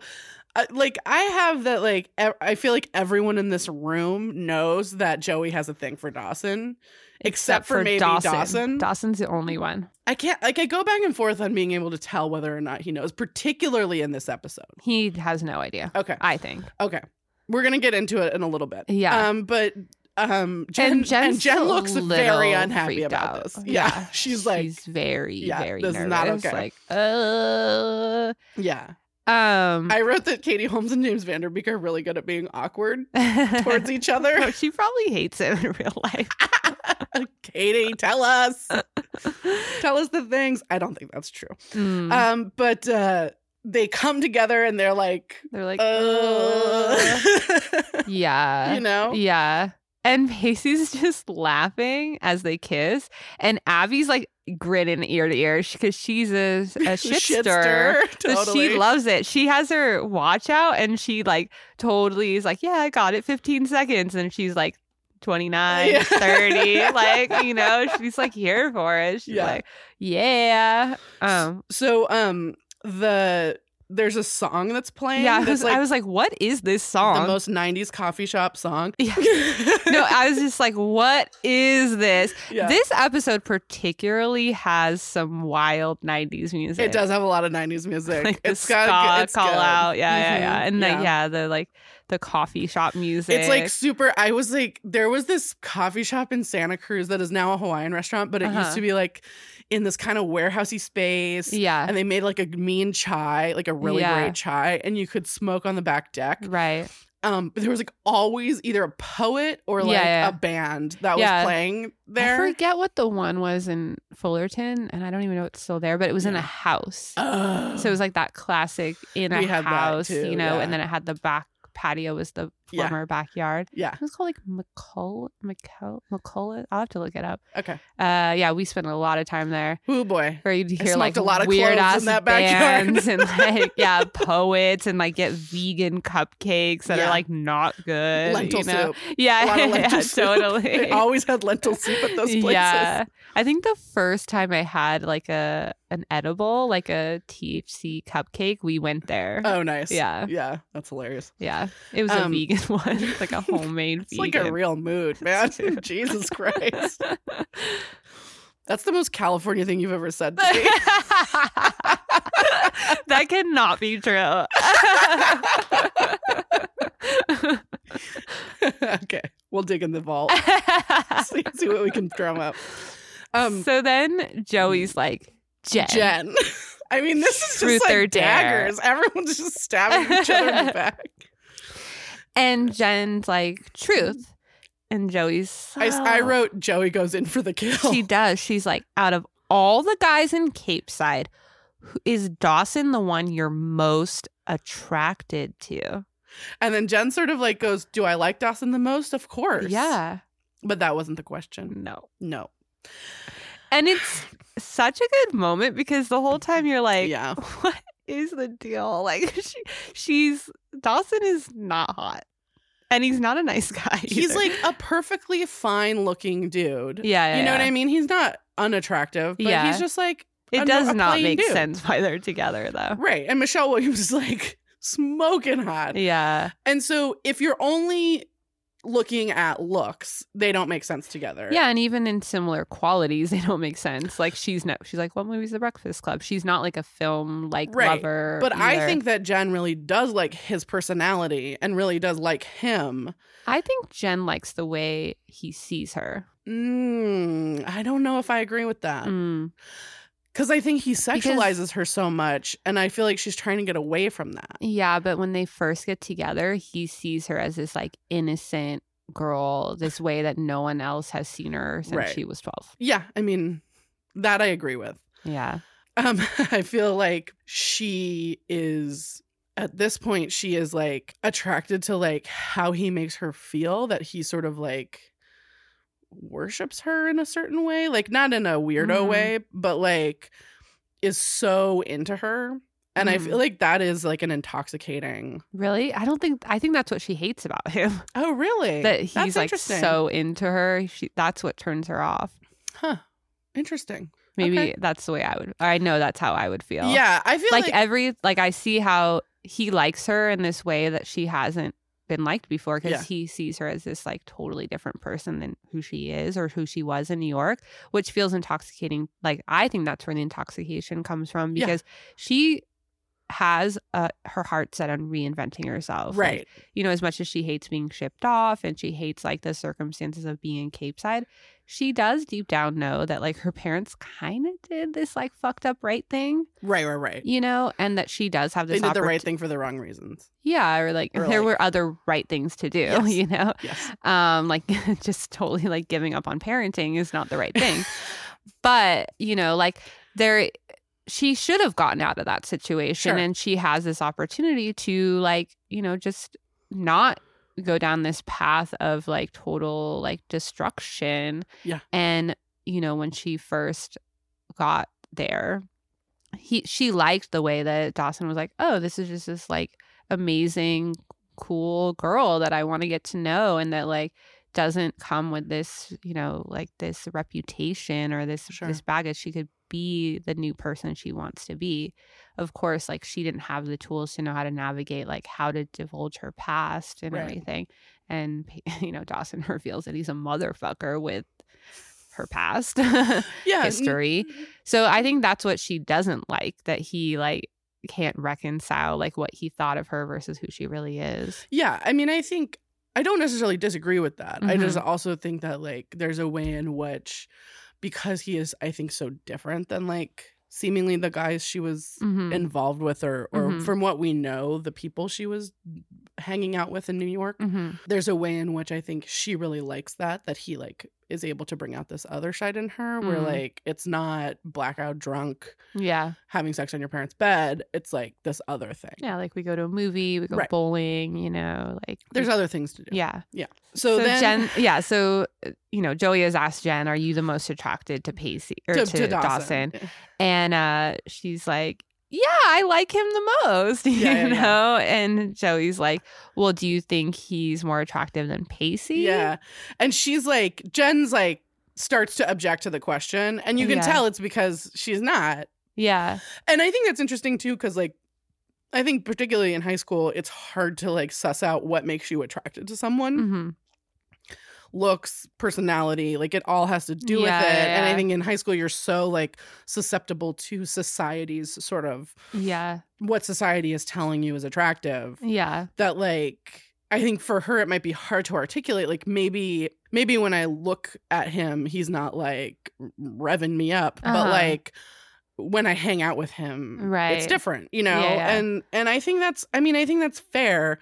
[SPEAKER 2] uh, like, I have that, like, ev- I feel like everyone in this room knows that Joey has a thing for Dawson, except, for, maybe Dawson.
[SPEAKER 1] Dawson's the only one.
[SPEAKER 2] I can't, like, I go back and forth on being able to tell whether or not he knows, particularly in this episode.
[SPEAKER 1] He has no idea,
[SPEAKER 2] Okay.
[SPEAKER 1] I think.
[SPEAKER 2] Okay. We're going to get into it in a little bit.
[SPEAKER 1] Yeah.
[SPEAKER 2] Um, but, um, Jen, and
[SPEAKER 1] and
[SPEAKER 2] Jen,
[SPEAKER 1] Jen's a
[SPEAKER 2] looks
[SPEAKER 1] little
[SPEAKER 2] very unhappy
[SPEAKER 1] freaked
[SPEAKER 2] about
[SPEAKER 1] out.
[SPEAKER 2] this. Yeah. <laughs> She's like,
[SPEAKER 1] she's very,
[SPEAKER 2] yeah,
[SPEAKER 1] very
[SPEAKER 2] this
[SPEAKER 1] nervous.
[SPEAKER 2] is not okay.
[SPEAKER 1] Like, uh
[SPEAKER 2] yeah.
[SPEAKER 1] Um,
[SPEAKER 2] I wrote that Katie Holmes and James Vanderbeek are really good at being awkward
[SPEAKER 1] <laughs>
[SPEAKER 2] towards each
[SPEAKER 1] Oh,
[SPEAKER 2] other. <laughs>
[SPEAKER 1] she probably hates him in real life.
[SPEAKER 2] Katie, tell us. Tell us the things. I don't think that's true.
[SPEAKER 1] Mm.
[SPEAKER 2] Um, but uh they come together and they're like,
[SPEAKER 1] They're like,
[SPEAKER 2] uh,
[SPEAKER 1] "Ugh." yeah,
[SPEAKER 2] <laughs> you know?
[SPEAKER 1] yeah. And <laughs> Pacey's just laughing as they kiss, and Abby's like grinning ear to ear because she's
[SPEAKER 2] <laughs>
[SPEAKER 1] a, a shit stir. <laughs> So
[SPEAKER 2] Totally.
[SPEAKER 1] she loves it. She has her watch out and she like totally is like, Yeah, I got it 15 seconds. And she's like 29,
[SPEAKER 2] Yeah. <laughs>
[SPEAKER 1] 30. Like, you know, she's like here for it. She's
[SPEAKER 2] Yeah.
[SPEAKER 1] like, Yeah. Um
[SPEAKER 2] so um the there's a song that's playing.
[SPEAKER 1] Yeah, I
[SPEAKER 2] that's
[SPEAKER 1] was,
[SPEAKER 2] like
[SPEAKER 1] I was like, What is this song?
[SPEAKER 2] the most '90s coffee shop song. <laughs>
[SPEAKER 1] Yeah. <laughs> no, I was just like, What is this?
[SPEAKER 2] Yeah.
[SPEAKER 1] This episode particularly has some wild 90s music.
[SPEAKER 2] It does have a lot of '90s
[SPEAKER 1] <laughs>
[SPEAKER 2] music.
[SPEAKER 1] Like the
[SPEAKER 2] it's
[SPEAKER 1] ska
[SPEAKER 2] got
[SPEAKER 1] call
[SPEAKER 2] it's good.
[SPEAKER 1] out, yeah, yeah,
[SPEAKER 2] Mhm.
[SPEAKER 1] yeah, and like yeah, the like the coffee shop music.
[SPEAKER 2] It's like super. I was like, there was this coffee shop in Santa Cruz that is now a Hawaiian restaurant, but it
[SPEAKER 1] Uh-huh.
[SPEAKER 2] used to be like in this kind of warehousey space.
[SPEAKER 1] yeah,
[SPEAKER 2] And they made like a mean chai, like a really
[SPEAKER 1] Yeah.
[SPEAKER 2] great chai, and you could smoke on the back deck.
[SPEAKER 1] Right.
[SPEAKER 2] Um, but there was like always either a poet or
[SPEAKER 1] Yeah,
[SPEAKER 2] like
[SPEAKER 1] yeah.
[SPEAKER 2] a band that
[SPEAKER 1] Yeah.
[SPEAKER 2] was playing
[SPEAKER 1] I
[SPEAKER 2] <sighs> there.
[SPEAKER 1] forget what the one was in Fullerton, and I don't even know it's still there, but it was in a
[SPEAKER 2] Yeah.
[SPEAKER 1] house.
[SPEAKER 2] Oh.
[SPEAKER 1] so it was like that classic in a
[SPEAKER 2] We had that
[SPEAKER 1] house,
[SPEAKER 2] too,
[SPEAKER 1] you know,
[SPEAKER 2] yeah.
[SPEAKER 1] and then it had the back patio was the
[SPEAKER 2] Yeah.
[SPEAKER 1] former backyard.
[SPEAKER 2] yeah.
[SPEAKER 1] It was called like McCull McCull McCullough. I'll have to look it up.
[SPEAKER 2] Okay.
[SPEAKER 1] Uh yeah, we spent a lot of time there.
[SPEAKER 2] Oh boy.
[SPEAKER 1] Where you'd
[SPEAKER 2] I
[SPEAKER 1] hear like
[SPEAKER 2] smoked a lot of
[SPEAKER 1] weird
[SPEAKER 2] cloves
[SPEAKER 1] ass
[SPEAKER 2] in that backyard.
[SPEAKER 1] bands
[SPEAKER 2] <laughs>
[SPEAKER 1] and like yeah, poets and like get vegan cupcakes that are
[SPEAKER 2] Yeah.
[SPEAKER 1] like not good.
[SPEAKER 2] Lentil
[SPEAKER 1] you know?
[SPEAKER 2] soup.
[SPEAKER 1] Yeah,
[SPEAKER 2] A lot
[SPEAKER 1] <laughs>
[SPEAKER 2] of
[SPEAKER 1] yeah,
[SPEAKER 2] lentil soup.
[SPEAKER 1] totally.
[SPEAKER 2] <laughs> They always had lentil soup at those places.
[SPEAKER 1] Yeah. I think the first time I had like a an edible, like a THC cupcake, we went there.
[SPEAKER 2] Oh, nice.
[SPEAKER 1] Yeah.
[SPEAKER 2] Yeah. That's hilarious.
[SPEAKER 1] yeah. It was
[SPEAKER 2] um,
[SPEAKER 1] a vegan <laughs> one, like
[SPEAKER 2] <laughs>
[SPEAKER 1] a homemade
[SPEAKER 2] It's
[SPEAKER 1] vegan.
[SPEAKER 2] like a
[SPEAKER 1] <laughs>
[SPEAKER 2] real mood, man.
[SPEAKER 1] It's true.
[SPEAKER 2] <laughs>
[SPEAKER 1] <laughs>
[SPEAKER 2] Jesus Christ. That's the most California thing you've ever said to me.
[SPEAKER 1] <laughs> that cannot be
[SPEAKER 2] <laughs>
[SPEAKER 1] true. <laughs> <laughs>
[SPEAKER 2] <laughs> okay. We'll dig in the vault. <laughs> see, see what we can drum up. Um
[SPEAKER 1] so then Joey's like, Jen.
[SPEAKER 2] Jen. <laughs> I mean, this is
[SPEAKER 1] Truth
[SPEAKER 2] just
[SPEAKER 1] or
[SPEAKER 2] like
[SPEAKER 1] dare.
[SPEAKER 2] daggers. Everyone's just stabbing each
[SPEAKER 1] <laughs>
[SPEAKER 2] other in the back.
[SPEAKER 1] And Jen's like, truth. And Joey's
[SPEAKER 2] I, I
[SPEAKER 1] "So-"
[SPEAKER 2] wrote Joey goes in for the kill.
[SPEAKER 1] Oh. She does. She's like, out of all the guys in Cape Side, who- is Dawson the one you're most attracted to?
[SPEAKER 2] <laughs> and then Jen sort of like goes, Do I like Dawson the most? Of course.
[SPEAKER 1] Yeah.
[SPEAKER 2] But that wasn't the question.
[SPEAKER 1] No.
[SPEAKER 2] No.
[SPEAKER 1] And it's such a good moment because the whole time you're like,
[SPEAKER 2] Yeah.
[SPEAKER 1] <laughs> what is the deal? Like <laughs> she she's Dawson is not hot. And he's not a nice guy.
[SPEAKER 2] He's
[SPEAKER 1] either.
[SPEAKER 2] like a perfectly fine looking dude.
[SPEAKER 1] Yeah, yeah.
[SPEAKER 2] you know what
[SPEAKER 1] yeah.
[SPEAKER 2] I mean? He's not unattractive, but
[SPEAKER 1] Yeah.
[SPEAKER 2] he's just like
[SPEAKER 1] It
[SPEAKER 2] A-
[SPEAKER 1] does
[SPEAKER 2] a
[SPEAKER 1] not
[SPEAKER 2] plain
[SPEAKER 1] make
[SPEAKER 2] dude.
[SPEAKER 1] sense why they're together though.
[SPEAKER 2] right. And Michelle Williams is like <laughs> smoking hot.
[SPEAKER 1] Yeah.
[SPEAKER 2] And so if you're only looking at looks, they don't make sense together.
[SPEAKER 1] Yeah, and even in similar qualities, <laughs> they don't make sense. Like she's no, she's like, what movie's The Breakfast Club? She's not like a film like
[SPEAKER 2] Right.
[SPEAKER 1] lover.
[SPEAKER 2] But I
[SPEAKER 1] either.
[SPEAKER 2] think that Jen really does like his personality and really does like him.
[SPEAKER 1] I think Jen likes the way he sees her
[SPEAKER 2] Mm, I don't know if I agree with that
[SPEAKER 1] Mm.
[SPEAKER 2] because I think he sexualizes her so much, and I feel like she's trying to get away from that.
[SPEAKER 1] Yeah, but when they first get together, he sees her as this like innocent girl, this way that no one else has seen her since
[SPEAKER 2] Right.
[SPEAKER 1] she was twelve.
[SPEAKER 2] Yeah, I mean, that I agree with.
[SPEAKER 1] Yeah,
[SPEAKER 2] Um, <laughs> I feel like she is at this point she is like attracted to like how he makes her feel that he sort of like worships her in a certain way, like not in a weirdo
[SPEAKER 1] Mhm.
[SPEAKER 2] way, but like is so into her. And I
[SPEAKER 1] Mhm.
[SPEAKER 2] feel like that is like an intoxicating.
[SPEAKER 1] really. I don't think I think that's what she hates about him. <laughs>
[SPEAKER 2] Oh, really?
[SPEAKER 1] that
[SPEAKER 2] That's
[SPEAKER 1] he's like
[SPEAKER 2] interesting.
[SPEAKER 1] so into her. She, that's what turns her off.
[SPEAKER 2] huh. Interesting.
[SPEAKER 1] Maybe
[SPEAKER 2] Okay.
[SPEAKER 1] that's the way I would. I know that's how I would feel.
[SPEAKER 2] Yeah, I feel
[SPEAKER 1] like,
[SPEAKER 2] like,
[SPEAKER 1] every like I see how he likes her in this way that she hasn't been liked before because
[SPEAKER 2] Yeah.
[SPEAKER 1] he sees her as this like totally different person than who she is or who she was in New York, which feels intoxicating. Like I think that's where the intoxication comes from
[SPEAKER 2] Yeah.
[SPEAKER 1] because she has uh, her heart set on reinventing herself. Like,
[SPEAKER 2] right.
[SPEAKER 1] you know, as much as she hates being shipped off and she hates like the circumstances of being in Cape Side, she does deep down know that like her parents kind of did this like fucked up right thing,
[SPEAKER 2] Right, right, right.
[SPEAKER 1] you know, and that she does have
[SPEAKER 2] Eh. They
[SPEAKER 1] this
[SPEAKER 2] did the
[SPEAKER 1] oppor-
[SPEAKER 2] right thing for the wrong reasons.
[SPEAKER 1] Yeah, or like
[SPEAKER 2] Or,
[SPEAKER 1] there
[SPEAKER 2] like-
[SPEAKER 1] were other right things to do, <laughs>
[SPEAKER 2] Yes.
[SPEAKER 1] you know.
[SPEAKER 2] <laughs> Yes.
[SPEAKER 1] Um like <laughs> just totally like giving up on parenting is not the right thing. but, you know, like there she should have gotten out of that situation
[SPEAKER 2] Sure.
[SPEAKER 1] and she has this opportunity to like, you know, just not go down this path of like total like destruction.
[SPEAKER 2] Yeah.
[SPEAKER 1] And, you know, when she first got there, he she liked the way that Dawson was like, "Oh, this is just this like amazing cool girl that I want to get to know and that like doesn't come with this, you know, like this reputation or this
[SPEAKER 2] Sure.
[SPEAKER 1] this baggage. She could be the new person she wants to be. Of course, like she didn't have the tools to know how to navigate like how to divulge her past and
[SPEAKER 2] Right.
[SPEAKER 1] everything. And <laughs> you know, Dawson reveals that he's a motherfucker with her past <laughs>
[SPEAKER 2] Yeah.
[SPEAKER 1] history.
[SPEAKER 2] mm-hmm.
[SPEAKER 1] So I think that's what she doesn't like that he like can't reconcile like what he thought of her versus who she really is.
[SPEAKER 2] Yeah, I mean, I think I don't necessarily disagree with that. I just
[SPEAKER 1] Mhm.
[SPEAKER 2] also think that like there's a way in which because he is I think so different than like seemingly the guys she was
[SPEAKER 1] Mhm.
[SPEAKER 2] involved with or or
[SPEAKER 1] Mhm.
[SPEAKER 2] from what we know the people she was hanging out with in New York.
[SPEAKER 1] Mhm.
[SPEAKER 2] There's a way in which I think she really likes that that he like is able to bring out this other side in her where
[SPEAKER 1] Mhm.
[SPEAKER 2] like it's not blackout drunk
[SPEAKER 1] Yeah.
[SPEAKER 2] having sex on your parents' bed, it's like this other thing.
[SPEAKER 1] Yeah, like we go to a movie, we go
[SPEAKER 2] Right.
[SPEAKER 1] bowling, you know, like
[SPEAKER 2] There's other things to do.
[SPEAKER 1] yeah.
[SPEAKER 2] So, then
[SPEAKER 1] Jen, yeah. So, uh, you know, Joey has asked Jen, "Are you the most attracted to Pacey or to, Dawson. and uh she's like yeah i like him the most <laughs> you
[SPEAKER 2] Yeah, yeah, yeah.
[SPEAKER 1] know and joey's like well do you think he's more attractive than pacey
[SPEAKER 2] Yeah. And she's like, Jen's like, starts to object to the question. And you can
[SPEAKER 1] Yeah.
[SPEAKER 2] tell it's because she's not.
[SPEAKER 1] yeah
[SPEAKER 2] And I think that's interesting too, because like, I think particularly in high school, it's hard to like suss out what makes you attracted to someone.
[SPEAKER 1] hmm
[SPEAKER 2] Looks, personality, like it all has to do
[SPEAKER 1] Yeah,
[SPEAKER 2] with it.
[SPEAKER 1] yeah,
[SPEAKER 2] And I
[SPEAKER 1] yeah.
[SPEAKER 2] think in high school, you're so like susceptible to society's sort of
[SPEAKER 1] yeah
[SPEAKER 2] what society is telling you is attractive
[SPEAKER 1] yeah
[SPEAKER 2] that like I think for her it might be hard to articulate. Like maybe maybe when I look at him, he's not like revving me up,
[SPEAKER 1] Uh-huh.
[SPEAKER 2] but like when I hang out with him, it's
[SPEAKER 1] Right.
[SPEAKER 2] different, you know.
[SPEAKER 1] Yeah, yeah.
[SPEAKER 2] And and I think that's I mean I think that's fair.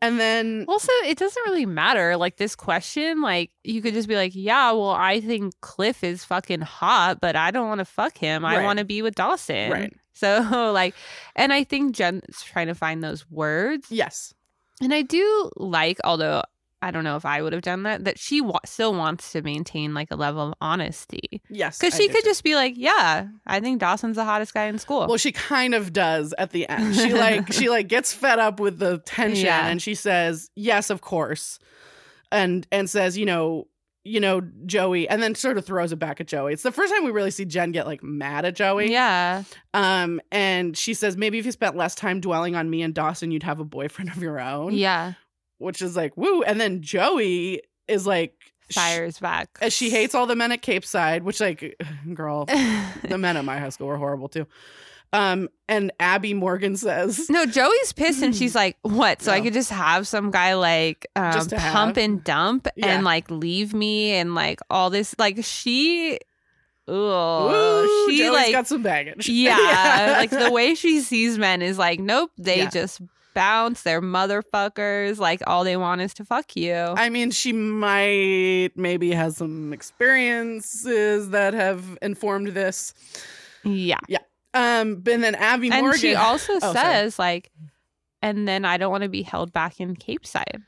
[SPEAKER 2] And then
[SPEAKER 1] also it doesn't really matter like this question like you could just be like yeah well i think cliff is fucking hot but i don't want to fuck him i
[SPEAKER 2] Right.
[SPEAKER 1] want to be with dawson
[SPEAKER 2] Right.
[SPEAKER 1] so <laughs> like and i think jen's trying to find those words
[SPEAKER 2] yes,
[SPEAKER 1] And I do like, although I don't know if I would have done that, that she wa- still wants to maintain like a level of honesty.
[SPEAKER 2] yes,
[SPEAKER 1] Because
[SPEAKER 2] I
[SPEAKER 1] she
[SPEAKER 2] do
[SPEAKER 1] could
[SPEAKER 2] too.
[SPEAKER 1] just be like, yeah, I think Dawson's the hottest guy in school.
[SPEAKER 2] Well, she kind of does at the end. She like she like gets fed up with the tension
[SPEAKER 1] Yeah.
[SPEAKER 2] and she says, "Yes, of course." And and says, "You know, you know, Joey." And then sort of throws it back at Joey. It's the first time we really see Jen get like mad at Joey.
[SPEAKER 1] yeah.
[SPEAKER 2] Um and she says, "Maybe if you spent less time dwelling on me and Dawson, you'd have a boyfriend of your own."
[SPEAKER 1] Yeah.
[SPEAKER 2] Which is like, "Woo." And then Joey is like sh-
[SPEAKER 1] Fires back.
[SPEAKER 2] as Uh, she
[SPEAKER 1] <laughs>
[SPEAKER 2] hates all the men at Cape Side, which like <sighs> girl, the men at my high school were horrible too. Um, and Abby Morgan says,
[SPEAKER 1] no, Joey's pissed and she's like, what? So I
[SPEAKER 2] No.
[SPEAKER 1] could just have some guy like um,
[SPEAKER 2] Hmm. Just to have.
[SPEAKER 1] pump and dump
[SPEAKER 2] Yeah.
[SPEAKER 1] and like leave me and like all this. Like she. Oh,
[SPEAKER 2] "Ooh,
[SPEAKER 1] she
[SPEAKER 2] Joey's
[SPEAKER 1] like
[SPEAKER 2] got some <laughs> baggage."
[SPEAKER 1] Yeah, like the way she sees men is like, nope, they
[SPEAKER 2] Yeah.
[SPEAKER 1] just bounce. They're motherfuckers. Like all they want is to fuck you.
[SPEAKER 2] <laughs> I mean, she might maybe has some experiences that have informed this.
[SPEAKER 1] yeah,
[SPEAKER 2] Um, and then Abby
[SPEAKER 1] and
[SPEAKER 2] Morgan,
[SPEAKER 1] she also
[SPEAKER 2] Oh, sorry.
[SPEAKER 1] says like, and then I don't want to be held back in Cape Side.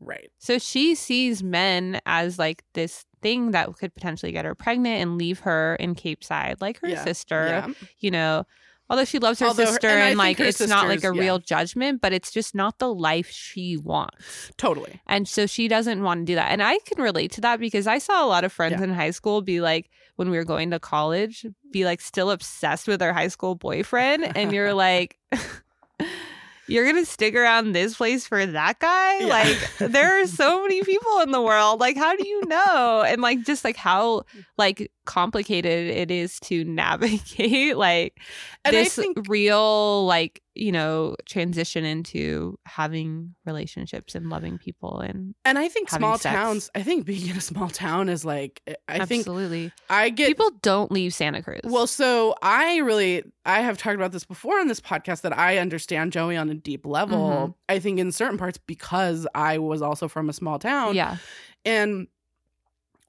[SPEAKER 2] right?
[SPEAKER 1] So she sees men as like this thing that could potentially get her pregnant and leave her in Cape Side, like her
[SPEAKER 2] Yeah,
[SPEAKER 1] sister.
[SPEAKER 2] Yeah,
[SPEAKER 1] You know. Although she loves her
[SPEAKER 2] Although her-
[SPEAKER 1] sister
[SPEAKER 2] and I
[SPEAKER 1] and,
[SPEAKER 2] think
[SPEAKER 1] like
[SPEAKER 2] her
[SPEAKER 1] it's not like a
[SPEAKER 2] sister's- yeah.
[SPEAKER 1] real judgment, but it's just not the life she wants.
[SPEAKER 2] totally.
[SPEAKER 1] And so she doesn't want to do that. And I can relate to that because I saw a lot of friends
[SPEAKER 2] Yeah.
[SPEAKER 1] in high school be like, when we were going to college, be like still obsessed with their high school boyfriend.
[SPEAKER 2] <laughs>
[SPEAKER 1] And you're like, <laughs> you're going to stick around this place for that guy?
[SPEAKER 2] Yeah.
[SPEAKER 1] Like, there are so many people in the world. Like, how do you know? And like, just like how like complicated it is to navigate <laughs> like
[SPEAKER 2] And I
[SPEAKER 1] this
[SPEAKER 2] think-
[SPEAKER 1] real like you know transition into having relationships and loving people and
[SPEAKER 2] And I think
[SPEAKER 1] Having
[SPEAKER 2] small
[SPEAKER 1] sex.
[SPEAKER 2] towns, I think being in a small town is like, I think
[SPEAKER 1] absolutely
[SPEAKER 2] I get
[SPEAKER 1] people don't leave Santa Cruz.
[SPEAKER 2] Well, so I really I have talked about this before on this podcast that I understand Joey on a deep level.
[SPEAKER 1] Mhm.
[SPEAKER 2] I think in certain parts because I was also from a small town.
[SPEAKER 1] yeah,
[SPEAKER 2] And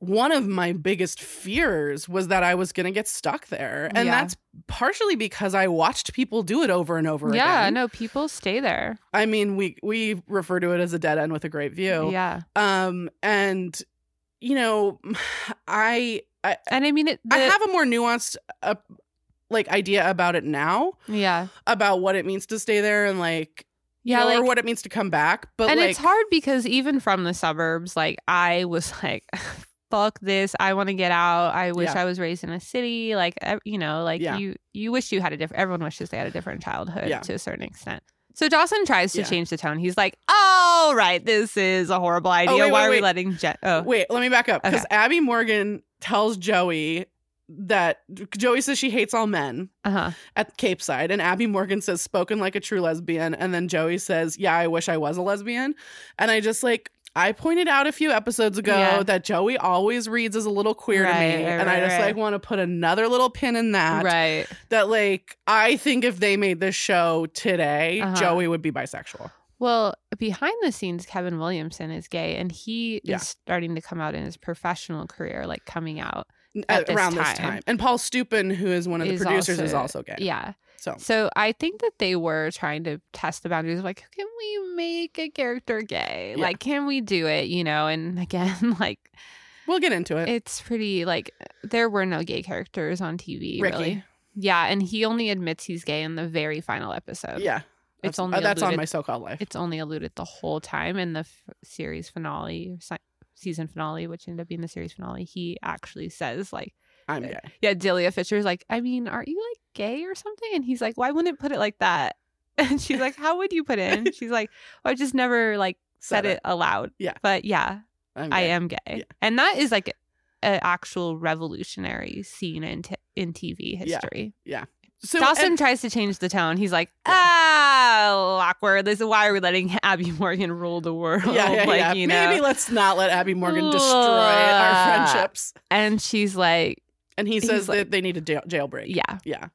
[SPEAKER 2] one of my biggest fears was that I was going to get stuck there. And
[SPEAKER 1] Yeah.
[SPEAKER 2] that's partially because I watched people do it over and over
[SPEAKER 1] yeah,
[SPEAKER 2] again.
[SPEAKER 1] no, people stay there.
[SPEAKER 2] I mean, we we refer to it as a dead end with a great view.
[SPEAKER 1] Yeah,
[SPEAKER 2] Um and you know, <sighs> I I
[SPEAKER 1] and I mean it. The,
[SPEAKER 2] I have a more nuanced uh, like idea about it now
[SPEAKER 1] yeah,
[SPEAKER 2] about what it means to stay there and like you
[SPEAKER 1] yeah,
[SPEAKER 2] know,
[SPEAKER 1] like
[SPEAKER 2] or what it means to come back. But
[SPEAKER 1] and
[SPEAKER 2] like,
[SPEAKER 1] it's hard because even from the suburbs, like I was <laughs> like, "Fuck this! I want to get out. I wish
[SPEAKER 2] Yeah.
[SPEAKER 1] I was raised in a city." Like ev- you know, like
[SPEAKER 2] Yeah.
[SPEAKER 1] you you wish you had a different. Everyone wishes they had a different childhood
[SPEAKER 2] Yeah.
[SPEAKER 1] to a certain extent. So Dawson tries to
[SPEAKER 2] Yeah.
[SPEAKER 1] change the tone. He's like, "All right, this is a horrible idea.
[SPEAKER 2] Oh, wait,
[SPEAKER 1] Why
[SPEAKER 2] wait,
[SPEAKER 1] are we
[SPEAKER 2] wait.
[SPEAKER 1] letting Jen?" Oh,
[SPEAKER 2] Wait, let me back up because
[SPEAKER 1] Okay.
[SPEAKER 2] Abby Morgan tells Joey that Joey says she hates all men
[SPEAKER 1] uh huh.
[SPEAKER 2] at Cape Side, and Abby Morgan says spoken like a true lesbian, and then Joey says, "Yeah, I wish I was a lesbian," and I just like. I pointed out a few episodes ago
[SPEAKER 1] Yeah.
[SPEAKER 2] that Joey always reads as a little queer to
[SPEAKER 1] Right,
[SPEAKER 2] me,
[SPEAKER 1] right,
[SPEAKER 2] and I
[SPEAKER 1] right,
[SPEAKER 2] just
[SPEAKER 1] right.
[SPEAKER 2] like want to put another little pin in that.
[SPEAKER 1] Right.
[SPEAKER 2] that like I think if they made this show today,
[SPEAKER 1] Uh-huh.
[SPEAKER 2] Joey would be bisexual.
[SPEAKER 1] Well, behind the scenes, Kevin Williamson is gay, and he
[SPEAKER 2] Yeah.
[SPEAKER 1] is starting to come out in his professional career, like coming out.
[SPEAKER 2] at-
[SPEAKER 1] At this
[SPEAKER 2] around this
[SPEAKER 1] time.
[SPEAKER 2] time. And Paul Stupin, who is one of the
[SPEAKER 1] Is
[SPEAKER 2] producers, is
[SPEAKER 1] also-
[SPEAKER 2] also gay.
[SPEAKER 1] Yeah.
[SPEAKER 2] So
[SPEAKER 1] So I think that they were trying to test the boundaries of like, can we make a character gay?
[SPEAKER 2] Yeah.
[SPEAKER 1] Like, can we do it? You know, and <laughs> again, like,
[SPEAKER 2] we'll get into it.
[SPEAKER 1] it's pretty, like, there were no gay characters on TV,
[SPEAKER 2] Ricky.
[SPEAKER 1] really. Yeah. And he only admits he's gay in the very final episode.
[SPEAKER 2] Yeah.
[SPEAKER 1] It's
[SPEAKER 2] That's-
[SPEAKER 1] only
[SPEAKER 2] uh, that's on
[SPEAKER 1] alluded-
[SPEAKER 2] my so called life.
[SPEAKER 1] It's only alluded the whole time in the f- series finale or si- season finale, which ended up being the series finale. He actually says, like,
[SPEAKER 2] I'm gay.
[SPEAKER 1] yeah, Delia Fisher's like, I mean, aren't you like gay or something? And he's like, Why wouldn't it put it like that? <laughs> And she's like, How would you put it? And she's
[SPEAKER 2] <laughs>
[SPEAKER 1] like, well, I just never like said it aloud.
[SPEAKER 2] Yeah.
[SPEAKER 1] But yeah,
[SPEAKER 2] I'm
[SPEAKER 1] I
[SPEAKER 2] gay.
[SPEAKER 1] am gay.
[SPEAKER 2] Yeah.
[SPEAKER 1] And that is like an actual revolutionary scene in, t- in TV history.
[SPEAKER 2] So,
[SPEAKER 1] Dawson <laughs>
[SPEAKER 2] and-
[SPEAKER 1] tries to change the tone. He's like,
[SPEAKER 2] Yeah.
[SPEAKER 1] Ah, awkward. This is why are we letting <laughs> Abby Morgan rule the world?
[SPEAKER 2] yeah, yeah,
[SPEAKER 1] <laughs> like,
[SPEAKER 2] yeah.
[SPEAKER 1] you know.
[SPEAKER 2] Maybe let's not let Abby Morgan destroy our
[SPEAKER 1] Ugh.
[SPEAKER 2] friendships.
[SPEAKER 1] and she's like,
[SPEAKER 2] And he
[SPEAKER 1] He's
[SPEAKER 2] says
[SPEAKER 1] like-
[SPEAKER 2] that they need a jail- jailbreak.
[SPEAKER 1] Yeah.
[SPEAKER 2] Yeah.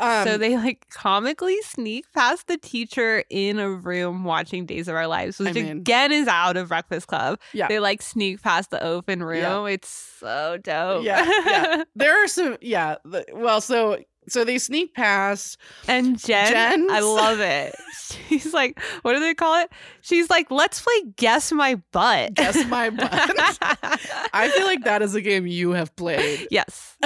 [SPEAKER 2] Um,
[SPEAKER 1] so they like comically sneak past the teacher in a room watching Days of Our Lives, which
[SPEAKER 2] I mean-
[SPEAKER 1] again is out of Breakfast Club.
[SPEAKER 2] Yeah.
[SPEAKER 1] They like sneak past the open room. It's so dope.
[SPEAKER 2] Yeah, yeah. there are some, yeah. the- well, so so they sneak past.
[SPEAKER 1] <laughs> and Jen,
[SPEAKER 2] Jen's?
[SPEAKER 1] I love it. She's like, what do they call it? She's like, let's play Guess My Butt. <laughs>
[SPEAKER 2] Guess my butt. I feel like that is a game you have
[SPEAKER 1] <laughs>
[SPEAKER 2] played.
[SPEAKER 1] Yes.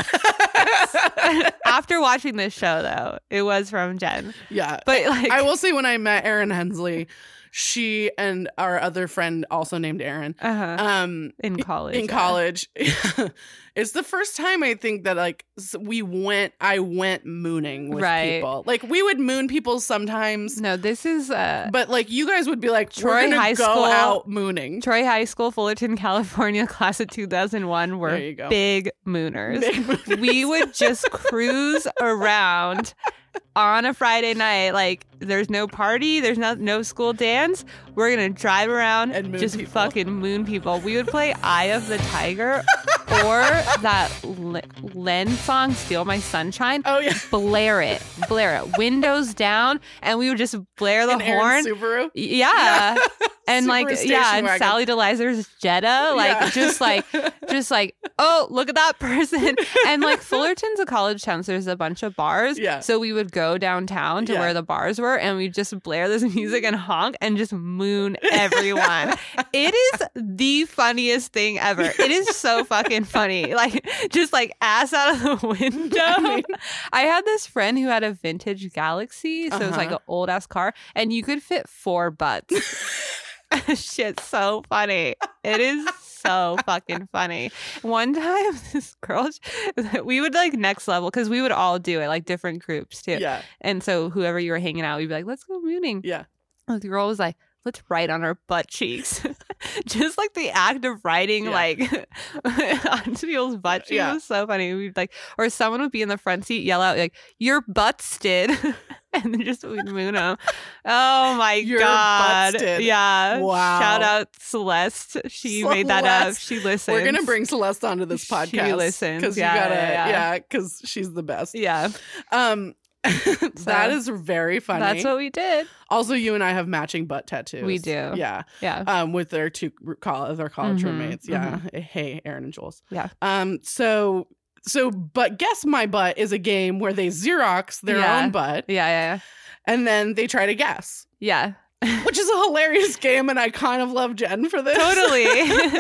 [SPEAKER 1] After watching this show, though, it was from Jen.
[SPEAKER 2] yeah.
[SPEAKER 1] But like,
[SPEAKER 2] I will say when I met Erin Hensley, she and our other friend also named Erin,
[SPEAKER 1] uh-huh.
[SPEAKER 2] um
[SPEAKER 1] in college.
[SPEAKER 2] in
[SPEAKER 1] yeah.
[SPEAKER 2] college. <laughs> it's the first time I think that like s- we went I went mooning with
[SPEAKER 1] Right.
[SPEAKER 2] people. Like we would moon people sometimes,
[SPEAKER 1] No, this is uh,
[SPEAKER 2] but like you guys would be like
[SPEAKER 1] Troy
[SPEAKER 2] We're gonna
[SPEAKER 1] High
[SPEAKER 2] go
[SPEAKER 1] School-
[SPEAKER 2] out mooning. <laughs>
[SPEAKER 1] Troy High School, Fullerton, California, <laughs> class of 2001
[SPEAKER 2] There
[SPEAKER 1] were
[SPEAKER 2] you go.
[SPEAKER 1] big mooners.
[SPEAKER 2] Big mooners.
[SPEAKER 1] We would
[SPEAKER 2] <laughs>
[SPEAKER 1] just cruise around on a Friday night. Like, there's no party, there's no, no school dance. We're going to drive around
[SPEAKER 2] And moon
[SPEAKER 1] just
[SPEAKER 2] people.
[SPEAKER 1] fucking moon people. We would play Eye of the
[SPEAKER 2] <laughs>
[SPEAKER 1] Tiger or that L- Len song, Steal My Sunshine.
[SPEAKER 2] Oh yeah.
[SPEAKER 1] Blare it, blare it, windows down, and we would just blare <laughs> the
[SPEAKER 2] And Erin
[SPEAKER 1] horn.
[SPEAKER 2] Subaru.
[SPEAKER 1] Yeah.
[SPEAKER 2] <laughs>
[SPEAKER 1] And
[SPEAKER 2] Subaru
[SPEAKER 1] like
[SPEAKER 2] station
[SPEAKER 1] yeah, and
[SPEAKER 2] wagon.
[SPEAKER 1] Sally DeLizer's Jetta, like
[SPEAKER 2] Yeah.
[SPEAKER 1] just
[SPEAKER 2] <laughs>
[SPEAKER 1] like just like, oh, look at that person. And like Fullerton's a college town, so there's a bunch of bars.
[SPEAKER 2] Yeah.
[SPEAKER 1] So we would go downtown to
[SPEAKER 2] Yeah.
[SPEAKER 1] where the bars were and we'd just blare this music and honk and just moon
[SPEAKER 2] <laughs>
[SPEAKER 1] everyone. it is the funniest thing ever. It is so fucking funny. Like just like ass out of the <laughs>
[SPEAKER 2] <laughs>
[SPEAKER 1] window.
[SPEAKER 2] I
[SPEAKER 1] I,
[SPEAKER 2] mean-
[SPEAKER 1] had this friend who had a vintage galaxy, so it was like
[SPEAKER 2] Uh-huh.
[SPEAKER 1] an old ass car, and you could fit four butts. <laughs> Shit's so funny. It is so fucking funny. One time, <laughs> this girl, we would like next level because we would all do it, like different groups too.
[SPEAKER 2] Yeah.
[SPEAKER 1] And so, whoever you were hanging out, we'd be like, let's go mooning.
[SPEAKER 2] Yeah.
[SPEAKER 1] And the girl was like, let's write on our butt cheeks. <laughs> just like the act of writing
[SPEAKER 2] Yeah. Uh,
[SPEAKER 1] like <laughs> on people's butt cheeks
[SPEAKER 2] Yeah.
[SPEAKER 1] was so funny. We'd like, or someone would be in the front seat, yell out like, "Your busted," <laughs> and then just we'd moon 'em. Oh my
[SPEAKER 2] You're
[SPEAKER 1] god!
[SPEAKER 2] busted.
[SPEAKER 1] Yeah.
[SPEAKER 2] Wow.
[SPEAKER 1] Shout out Celeste.
[SPEAKER 2] <laughs>
[SPEAKER 1] She made that up.
[SPEAKER 2] Celeste.
[SPEAKER 1] She listens.
[SPEAKER 2] We're gonna bring Celeste onto this
[SPEAKER 1] She
[SPEAKER 2] podcast.
[SPEAKER 1] listens.
[SPEAKER 2] because
[SPEAKER 1] Yeah,
[SPEAKER 2] you gotta,
[SPEAKER 1] yeah, yeah.
[SPEAKER 2] yeah, because she's the best.
[SPEAKER 1] Yeah,
[SPEAKER 2] Um, that is very <laughs> funny.
[SPEAKER 1] that's what we did.
[SPEAKER 2] also, you and I have matching butt tattoos.
[SPEAKER 1] We do.
[SPEAKER 2] Yeah.
[SPEAKER 1] Yeah.
[SPEAKER 2] Um, with their two r- col- other college
[SPEAKER 1] Mhm,
[SPEAKER 2] roommates. Yeah. Eh, Hey, Aaron and Jules.
[SPEAKER 1] Yeah.
[SPEAKER 2] Um. So. So, but guess my butt is a game where they Xerox their
[SPEAKER 1] Yeah.
[SPEAKER 2] own butt
[SPEAKER 1] Yeah, yeah,
[SPEAKER 2] and then they try to guess,
[SPEAKER 1] yeah.
[SPEAKER 2] which is a hilarious game, and I kind of love Jen for this.
[SPEAKER 1] yeah. Totally.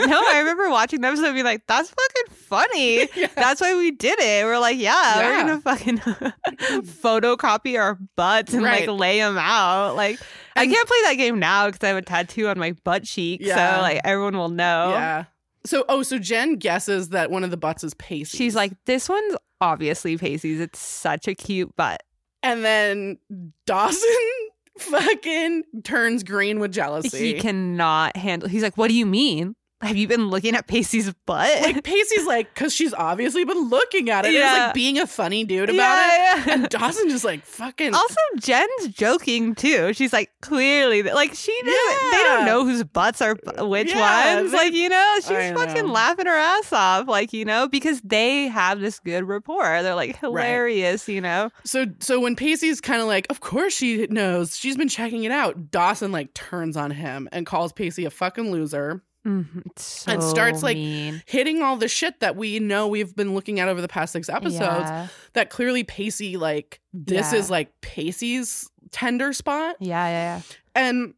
[SPEAKER 1] no, I remember watching the episode and being like, that's fucking funny.
[SPEAKER 2] <laughs> Yeah.
[SPEAKER 1] That's why we did it. We're like, yeah,
[SPEAKER 2] Yeah.
[SPEAKER 1] we're going to fucking <laughs> photocopy our butts and
[SPEAKER 2] Right.
[SPEAKER 1] like lay them out. Like, I
[SPEAKER 2] And-
[SPEAKER 1] can't play that game now because I have a tattoo on my butt cheek.
[SPEAKER 2] Yeah.
[SPEAKER 1] So, like, everyone will know.
[SPEAKER 2] Yeah. So oh, so Jen guesses that one of the butts is Pacey.
[SPEAKER 1] She's like, this one's obviously Pacey's. It's such a cute butt.
[SPEAKER 2] and then Dawson <laughs> fucking turns green with jealousy.
[SPEAKER 1] He cannot handle He's like, what do you mean? Have you been looking at Pacey's butt? <laughs>
[SPEAKER 2] like Pacey's like, because she's obviously been looking at it. Yeah.
[SPEAKER 1] Yeah.
[SPEAKER 2] like being a funny dude about it.
[SPEAKER 1] Yeah, yeah.
[SPEAKER 2] And Dawson just like fucking.
[SPEAKER 1] also jen's joking too she's like clearly like she doesn't they
[SPEAKER 2] Yeah. Uh,
[SPEAKER 1] don't know whose butts are bu- which
[SPEAKER 2] Yeah,
[SPEAKER 1] ones
[SPEAKER 2] they-
[SPEAKER 1] like you know she's
[SPEAKER 2] I
[SPEAKER 1] fucking
[SPEAKER 2] know.
[SPEAKER 1] laughing her ass off like you know because they have this good rapport they're like hilarious you know
[SPEAKER 2] so so when Pacey's kind of like, of course she knows. She's been checking it out. Dawson like turns on him and calls Pacey a fucking loser,
[SPEAKER 1] Mhm, it's so
[SPEAKER 2] Mm-hmm. And starts, like,
[SPEAKER 1] mean.
[SPEAKER 2] hitting all the shit that we know we've been looking at over the past six episodes.
[SPEAKER 1] yeah
[SPEAKER 2] that clearly Pacey like this
[SPEAKER 1] Yeah.
[SPEAKER 2] is like Pacey's tender spot.
[SPEAKER 1] yeah yeah, yeah.
[SPEAKER 2] And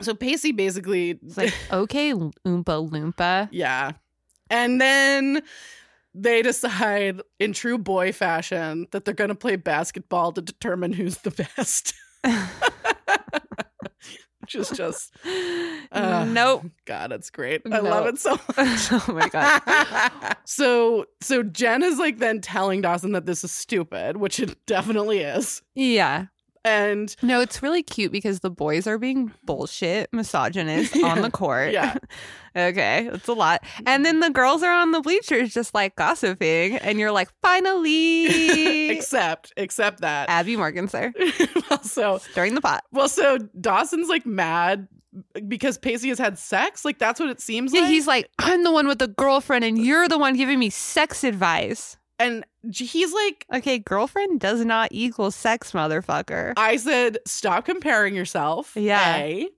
[SPEAKER 2] so Pacey basically
[SPEAKER 1] it's
[SPEAKER 2] <laughs>
[SPEAKER 1] like okay oompa loompa
[SPEAKER 2] yeah. And then they decide in true boy fashion that they're going to play basketball to determine who's the best. <laughs> Which is just uh, <laughs>
[SPEAKER 1] nope
[SPEAKER 2] God, it's great. I love
[SPEAKER 1] No.
[SPEAKER 2] it so <laughs> much.
[SPEAKER 1] oh my god
[SPEAKER 2] so so Jen is like then telling Dawson that this is stupid, which it definitely is.
[SPEAKER 1] <laughs> yeah
[SPEAKER 2] And
[SPEAKER 1] No, it's really cute because the boys are being bullshit misogynists on the court.
[SPEAKER 2] <laughs> Yeah.
[SPEAKER 1] <laughs> okay, that's a lot. And then the girls are on the bleachers just like gossiping, and you're like, finally,
[SPEAKER 2] <laughs> except except that
[SPEAKER 1] Abby Morgenser
[SPEAKER 2] <laughs> well so
[SPEAKER 1] stirring the pot.
[SPEAKER 2] <laughs> well so dawson's like mad because pacey has had sex like that's what it seems
[SPEAKER 1] Yeah,
[SPEAKER 2] like
[SPEAKER 1] he's like, I'm the one with the girlfriend, and you're the one giving me sex advice.
[SPEAKER 2] and j- he's like
[SPEAKER 1] Okay, girlfriend does not equal sex, motherfucker.
[SPEAKER 2] i said stop comparing yourself
[SPEAKER 1] Yeah.
[SPEAKER 2] A,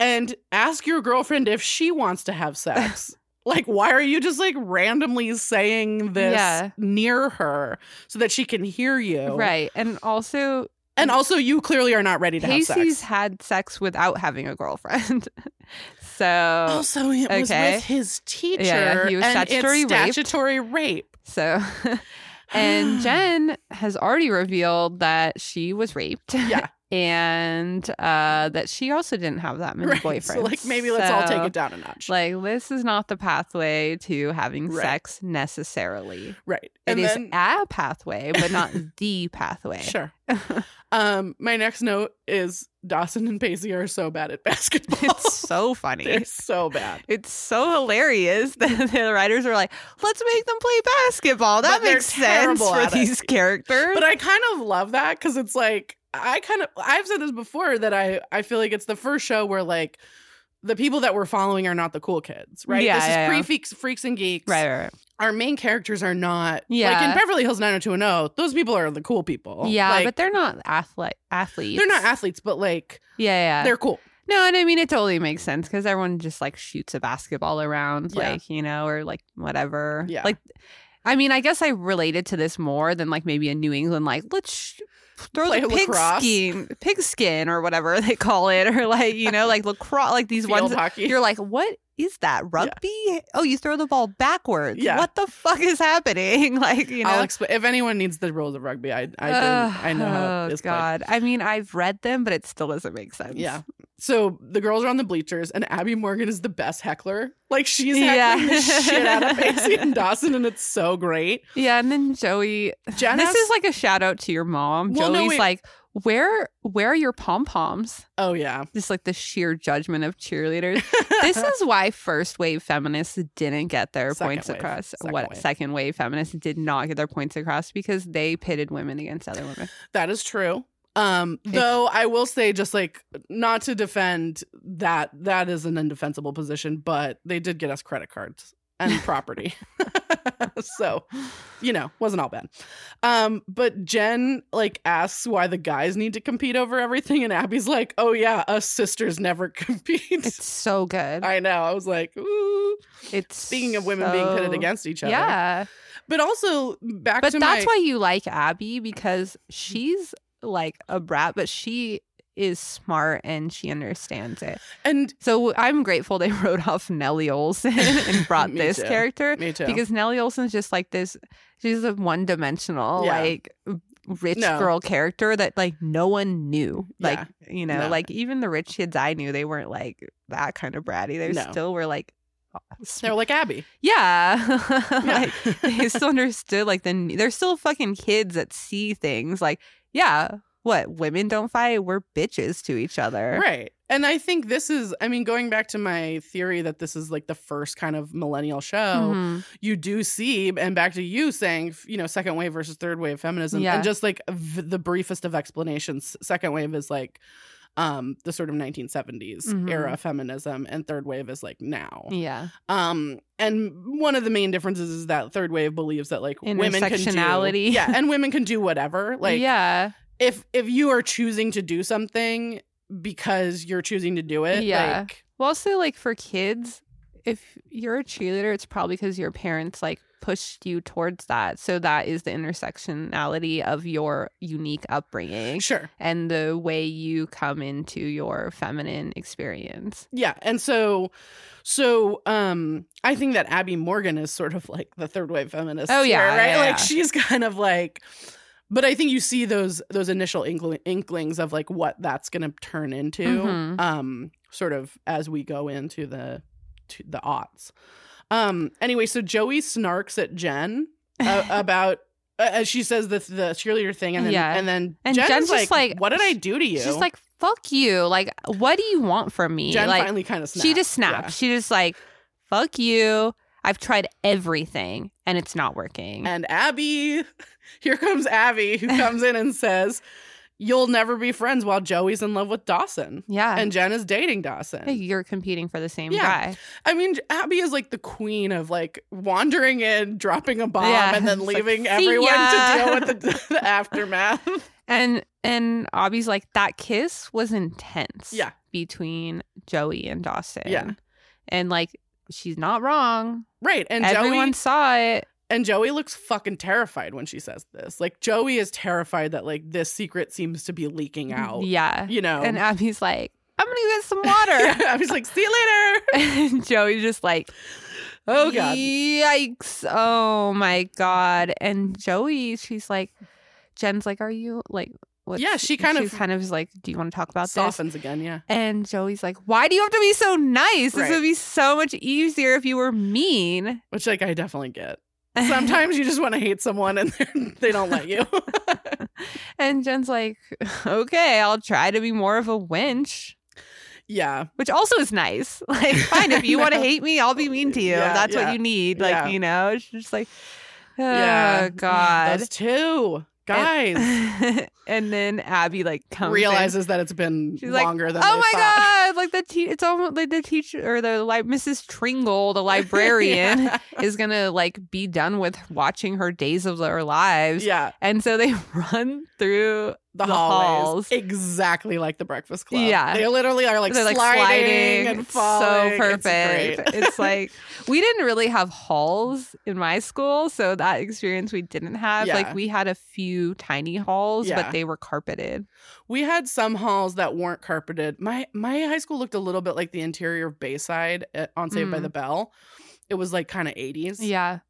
[SPEAKER 2] and ask your girlfriend if she wants to
[SPEAKER 1] <laughs>
[SPEAKER 2] have sex like why are you just like randomly saying this
[SPEAKER 1] Yeah.
[SPEAKER 2] near her so that she can hear you
[SPEAKER 1] Right, and also
[SPEAKER 2] and also you clearly are not ready to have
[SPEAKER 1] Pacey's
[SPEAKER 2] sex
[SPEAKER 1] had sex without having a girlfriend, <laughs> so
[SPEAKER 2] <gasps>
[SPEAKER 1] <laughs>
[SPEAKER 2] also, it was
[SPEAKER 1] okay.
[SPEAKER 2] with his teacher.
[SPEAKER 1] yeah, he was
[SPEAKER 2] and
[SPEAKER 1] statutory
[SPEAKER 2] it's
[SPEAKER 1] raped.
[SPEAKER 2] statutory rape.
[SPEAKER 1] <laughs> So,
[SPEAKER 2] <gasps>
[SPEAKER 1] and Jen has already revealed that she was raped.
[SPEAKER 2] Yeah.
[SPEAKER 1] And uh, that she also didn't have that
[SPEAKER 2] <laughs>
[SPEAKER 1] many boyfriends.
[SPEAKER 2] So like maybe let's all take
[SPEAKER 1] So,
[SPEAKER 2] it down a notch.
[SPEAKER 1] Like, this is not the pathway to having
[SPEAKER 2] Right.
[SPEAKER 1] sex necessarily.
[SPEAKER 2] right.
[SPEAKER 1] It
[SPEAKER 2] And
[SPEAKER 1] is
[SPEAKER 2] then
[SPEAKER 1] a pathway, but not the pathway.
[SPEAKER 2] <laughs> sure. um my next note is Dawson and Pacey are so bad at <laughs> basketball.
[SPEAKER 1] <laughs> It's
[SPEAKER 2] <laughs>
[SPEAKER 1] so funny. <laughs>
[SPEAKER 2] They're so bad.
[SPEAKER 1] It's so hilarious <laughs> that the writers are like, let's make them play basketball. That
[SPEAKER 2] But they're
[SPEAKER 1] makes sense
[SPEAKER 2] terrible
[SPEAKER 1] for
[SPEAKER 2] at it.
[SPEAKER 1] these characters.
[SPEAKER 2] But I kind of love that cuz it's like I kind of I've said this before that I I feel like it's the first show where like the people that we're following are not the cool kids, right?
[SPEAKER 1] Yeah,
[SPEAKER 2] this is
[SPEAKER 1] yeah, yeah.
[SPEAKER 2] pre freaks freaks and geeks.
[SPEAKER 1] right, right, right.
[SPEAKER 2] Our main characters are not like in
[SPEAKER 1] Yeah.
[SPEAKER 2] Beverly Hills 90210, those people are the cool people.
[SPEAKER 1] Yeah,
[SPEAKER 2] Like,
[SPEAKER 1] but they're not athlete athletes.
[SPEAKER 2] they're not athletes, but like
[SPEAKER 1] Yeah, yeah.
[SPEAKER 2] they're cool.
[SPEAKER 1] no, and I mean it totally makes sense because everyone just like shoots a basketball around,
[SPEAKER 2] Yeah.
[SPEAKER 1] like you know, or like whatever.
[SPEAKER 2] Yeah.
[SPEAKER 1] Like, I mean, I guess I related to this more than like maybe a New England like let's sh- throw
[SPEAKER 2] Play
[SPEAKER 1] the pig
[SPEAKER 2] lacrosse.
[SPEAKER 1] skin, pig skin or whatever <laughs> they call it, or like you know, like lacrosse, like these
[SPEAKER 2] Field
[SPEAKER 1] ones.
[SPEAKER 2] hockey.
[SPEAKER 1] <laughs> You're like, what is that rugby? Oh, you throw the ball backwards.
[SPEAKER 2] Yeah. Oh,
[SPEAKER 1] What the fuck is happening? <laughs> Like you know,
[SPEAKER 2] I'll explain. If anyone needs the rules of rugby, I I,
[SPEAKER 1] Ugh,
[SPEAKER 2] do,
[SPEAKER 1] <sighs>
[SPEAKER 2] I know how
[SPEAKER 1] oh,
[SPEAKER 2] it's played.
[SPEAKER 1] God. I mean, I've read them, but it still doesn't make sense.
[SPEAKER 2] Yeah. So the girls are on the bleachers, and Abby Morgan is the best heckler. Like she's
[SPEAKER 1] Yeah.
[SPEAKER 2] heckling the shit
[SPEAKER 1] <laughs>
[SPEAKER 2] out of Pacey and Dawson, and it's so great.
[SPEAKER 1] Yeah. And then Joey,
[SPEAKER 2] Jen
[SPEAKER 1] this
[SPEAKER 2] asks-
[SPEAKER 1] is like a shout out to your mom.
[SPEAKER 2] Well, no,
[SPEAKER 1] Joey's
[SPEAKER 2] wait.
[SPEAKER 1] like, where where are your pom poms?
[SPEAKER 2] Oh yeah.
[SPEAKER 1] Just like the sheer judgment of
[SPEAKER 2] <laughs>
[SPEAKER 1] cheerleaders. this is why first wave feminists didn't get their
[SPEAKER 2] Second
[SPEAKER 1] points
[SPEAKER 2] wave.
[SPEAKER 1] across.
[SPEAKER 2] Second
[SPEAKER 1] what
[SPEAKER 2] wave.
[SPEAKER 1] second wave feminists did not get their points across because they pitted women against other women.
[SPEAKER 2] That is true. Um, though I will say, just like not to defend that, that is an indefensible position, but they did get us credit cards
[SPEAKER 1] <laughs>
[SPEAKER 2] and property. <laughs> so, you know, wasn't all bad. Um, but Jen like asks why the guys need to compete over everything, and Abby's like, "Oh yeah, us sisters never <laughs> compete."
[SPEAKER 1] It's so good.
[SPEAKER 2] I know. I was like, Ooh.
[SPEAKER 1] it's
[SPEAKER 2] speaking of women being pitted
[SPEAKER 1] so-
[SPEAKER 2] against each other.
[SPEAKER 1] Yeah.
[SPEAKER 2] But also back
[SPEAKER 1] But
[SPEAKER 2] to
[SPEAKER 1] that's
[SPEAKER 2] my-
[SPEAKER 1] why you like Abby because she's like a brat, but she is smart and she understands it. <laughs>
[SPEAKER 2] and
[SPEAKER 1] So I'm grateful they <laughs> wrote off Nellie Olson
[SPEAKER 2] <laughs>
[SPEAKER 1] and brought
[SPEAKER 2] Me
[SPEAKER 1] this
[SPEAKER 2] too.
[SPEAKER 1] character
[SPEAKER 2] me too.
[SPEAKER 1] because Nellie Olson's just like this. She's a one dimensional,
[SPEAKER 2] Yeah.
[SPEAKER 1] like rich
[SPEAKER 2] No.
[SPEAKER 1] girl character that like no one knew. Like,
[SPEAKER 2] Yeah.
[SPEAKER 1] you know,
[SPEAKER 2] No.
[SPEAKER 1] like even the rich kids I knew, they weren't like that kind of bratty. They
[SPEAKER 2] No.
[SPEAKER 1] still were like,
[SPEAKER 2] they're
[SPEAKER 1] <laughs>
[SPEAKER 2] like Abby.
[SPEAKER 1] yeah. like,
[SPEAKER 2] Yeah.
[SPEAKER 1] they still understood like the they're still fucking kids that see things like yeah what women don't fight we're bitches to each other
[SPEAKER 2] Right. And I think this is, I mean, going back to my theory that this is like the first kind of millennial show,
[SPEAKER 1] Mhm.
[SPEAKER 2] you do see, and back to you saying, f- you know, second wave versus third wave feminism.
[SPEAKER 1] Yeah.
[SPEAKER 2] And just like v- the briefest of explanations, second wave is like um, the sort of 1970s
[SPEAKER 1] Mhm.
[SPEAKER 2] era feminism, and third wave is like now.
[SPEAKER 1] yeah
[SPEAKER 2] Um, and one of the main differences is that third wave believes that like women can do,
[SPEAKER 1] Intersectionality.
[SPEAKER 2] yeah, and women can do whatever. Like,
[SPEAKER 1] yeah
[SPEAKER 2] if if you are choosing to do something because you're choosing to do it,
[SPEAKER 1] Yeah.
[SPEAKER 2] like
[SPEAKER 1] well also like for kids if you're a cheerleader it's probably because your parents like pushed you towards that so that is the intersectionality of your unique upbringing
[SPEAKER 2] sure.
[SPEAKER 1] and the way you come into your feminine experience
[SPEAKER 2] Yeah. And so so um I think that Abby Morgan is sort of like the third wave feminist.
[SPEAKER 1] Oh, yeah,
[SPEAKER 2] here, right?
[SPEAKER 1] yeah,
[SPEAKER 2] like
[SPEAKER 1] yeah.
[SPEAKER 2] she's <laughs> kind of like but I think you see those those initial inkling, inklings of like what that's going to turn into
[SPEAKER 1] Mhm.
[SPEAKER 2] um sort of as we go into the to the aughts. Um anyway, so Joey snarks at Jen
[SPEAKER 1] <laughs>
[SPEAKER 2] uh, about uh, as she says the the cheerleader thing and then
[SPEAKER 1] Yeah.
[SPEAKER 2] and then
[SPEAKER 1] And
[SPEAKER 2] Jen's,
[SPEAKER 1] Jen's
[SPEAKER 2] like,
[SPEAKER 1] just like-
[SPEAKER 2] what did I do to you?
[SPEAKER 1] she's like fuck you like what do you want from me
[SPEAKER 2] Jen
[SPEAKER 1] like
[SPEAKER 2] finally kind of snaps.
[SPEAKER 1] She just snapped. She just like, fuck you. I've tried everything and it's not working.
[SPEAKER 2] And Abby, <laughs> here comes Abby,
[SPEAKER 1] <laughs>
[SPEAKER 2] who comes in and says, You'll never be friends while Joey's in love with Dawson.
[SPEAKER 1] yeah.
[SPEAKER 2] And Jen is dating
[SPEAKER 1] Hey,
[SPEAKER 2] Dawson.
[SPEAKER 1] you're competing for the same
[SPEAKER 2] Yeah.
[SPEAKER 1] guy.
[SPEAKER 2] I mean, Abby is like the queen of like wandering in, dropping a bomb,
[SPEAKER 1] Yeah.
[SPEAKER 2] and then
[SPEAKER 1] <laughs> It's like,
[SPEAKER 2] leaving
[SPEAKER 1] "See
[SPEAKER 2] everyone
[SPEAKER 1] ya." <laughs>
[SPEAKER 2] to deal with the, the aftermath. <laughs>
[SPEAKER 1] And and Abby's like, that kiss was intense.
[SPEAKER 2] Yeah.
[SPEAKER 1] Between Joey and Dawson.
[SPEAKER 2] Yeah.
[SPEAKER 1] And like she's not wrong.
[SPEAKER 2] right. And
[SPEAKER 1] Everyone
[SPEAKER 2] Joey
[SPEAKER 1] saw it.
[SPEAKER 2] and Joey looks fucking terrified when she says this. Like Joey is terrified that like this secret seems to be leaking out.
[SPEAKER 1] Yeah.
[SPEAKER 2] You know. <laughs>
[SPEAKER 1] And Abby's like, I'm gonna get some water.
[SPEAKER 2] I was like, see you later.
[SPEAKER 1] and Joey's just like,
[SPEAKER 2] Oh god.
[SPEAKER 1] Yikes. Oh my god. And Joey, she's like Jen's like, "Are you like what?"
[SPEAKER 2] Yeah, she kind
[SPEAKER 1] she's
[SPEAKER 2] of-
[SPEAKER 1] kind of is like, "Do you want to talk <laughs> about this?"
[SPEAKER 2] Softens again, yeah.
[SPEAKER 1] And Joey's like, "Why do you have to be so nice? This
[SPEAKER 2] Right.
[SPEAKER 1] would be so much easier if you were mean."
[SPEAKER 2] which like I definitely get. Sometimes you just want to hate someone and they're- they don't let you.
[SPEAKER 1] <laughs> and Jen's like, "Okay, I'll try to be more of a wench."
[SPEAKER 2] <laughs> yeah,
[SPEAKER 1] Which also is nice. <laughs> Like, fine, if you
[SPEAKER 2] <laughs> I
[SPEAKER 1] want to
[SPEAKER 2] know.
[SPEAKER 1] hate me, I'll be mean to you.
[SPEAKER 2] Yeah,
[SPEAKER 1] if that's
[SPEAKER 2] yeah,
[SPEAKER 1] what you need. Like,
[SPEAKER 2] yeah.
[SPEAKER 1] you know, it's just like, <sighs> oh,
[SPEAKER 2] yeah. Mm,
[SPEAKER 1] God. <laughs>
[SPEAKER 2] those two
[SPEAKER 1] And- <laughs>
[SPEAKER 2] guys
[SPEAKER 1] and then Abby like comes in.
[SPEAKER 2] realizes that it's been
[SPEAKER 1] She's like,
[SPEAKER 2] longer than.
[SPEAKER 1] Oh
[SPEAKER 2] they
[SPEAKER 1] my
[SPEAKER 2] <laughs> thought.
[SPEAKER 1] god! Like the te- it's almost like the teacher or the like Mrs. Tringle,
[SPEAKER 2] <laughs>
[SPEAKER 1] the librarian,
[SPEAKER 2] yeah.
[SPEAKER 1] is gonna like be done with watching her days of their lives,
[SPEAKER 2] Yeah,
[SPEAKER 1] and so they <laughs> run through.
[SPEAKER 2] the,
[SPEAKER 1] The
[SPEAKER 2] hallways,
[SPEAKER 1] halls.
[SPEAKER 2] exactly like the Breakfast Club.
[SPEAKER 1] Yeah.
[SPEAKER 2] they literally are like
[SPEAKER 1] they're like
[SPEAKER 2] sliding,
[SPEAKER 1] sliding.
[SPEAKER 2] and
[SPEAKER 1] It's
[SPEAKER 2] falling.
[SPEAKER 1] so
[SPEAKER 2] It's
[SPEAKER 1] perfect. <laughs>
[SPEAKER 2] great.
[SPEAKER 1] it's like we didn't really have halls in my school, so that experience we didn't have.
[SPEAKER 2] Yeah.
[SPEAKER 1] Like we had a few tiny halls,
[SPEAKER 2] Yeah.
[SPEAKER 1] but they were carpeted.
[SPEAKER 2] <laughs> We had some halls that weren't carpeted. My my high school looked a little bit like the interior of Bayside uh, on Saved by
[SPEAKER 1] Mm.
[SPEAKER 2] the Bell. It was like kind of 80s.
[SPEAKER 1] Yeah.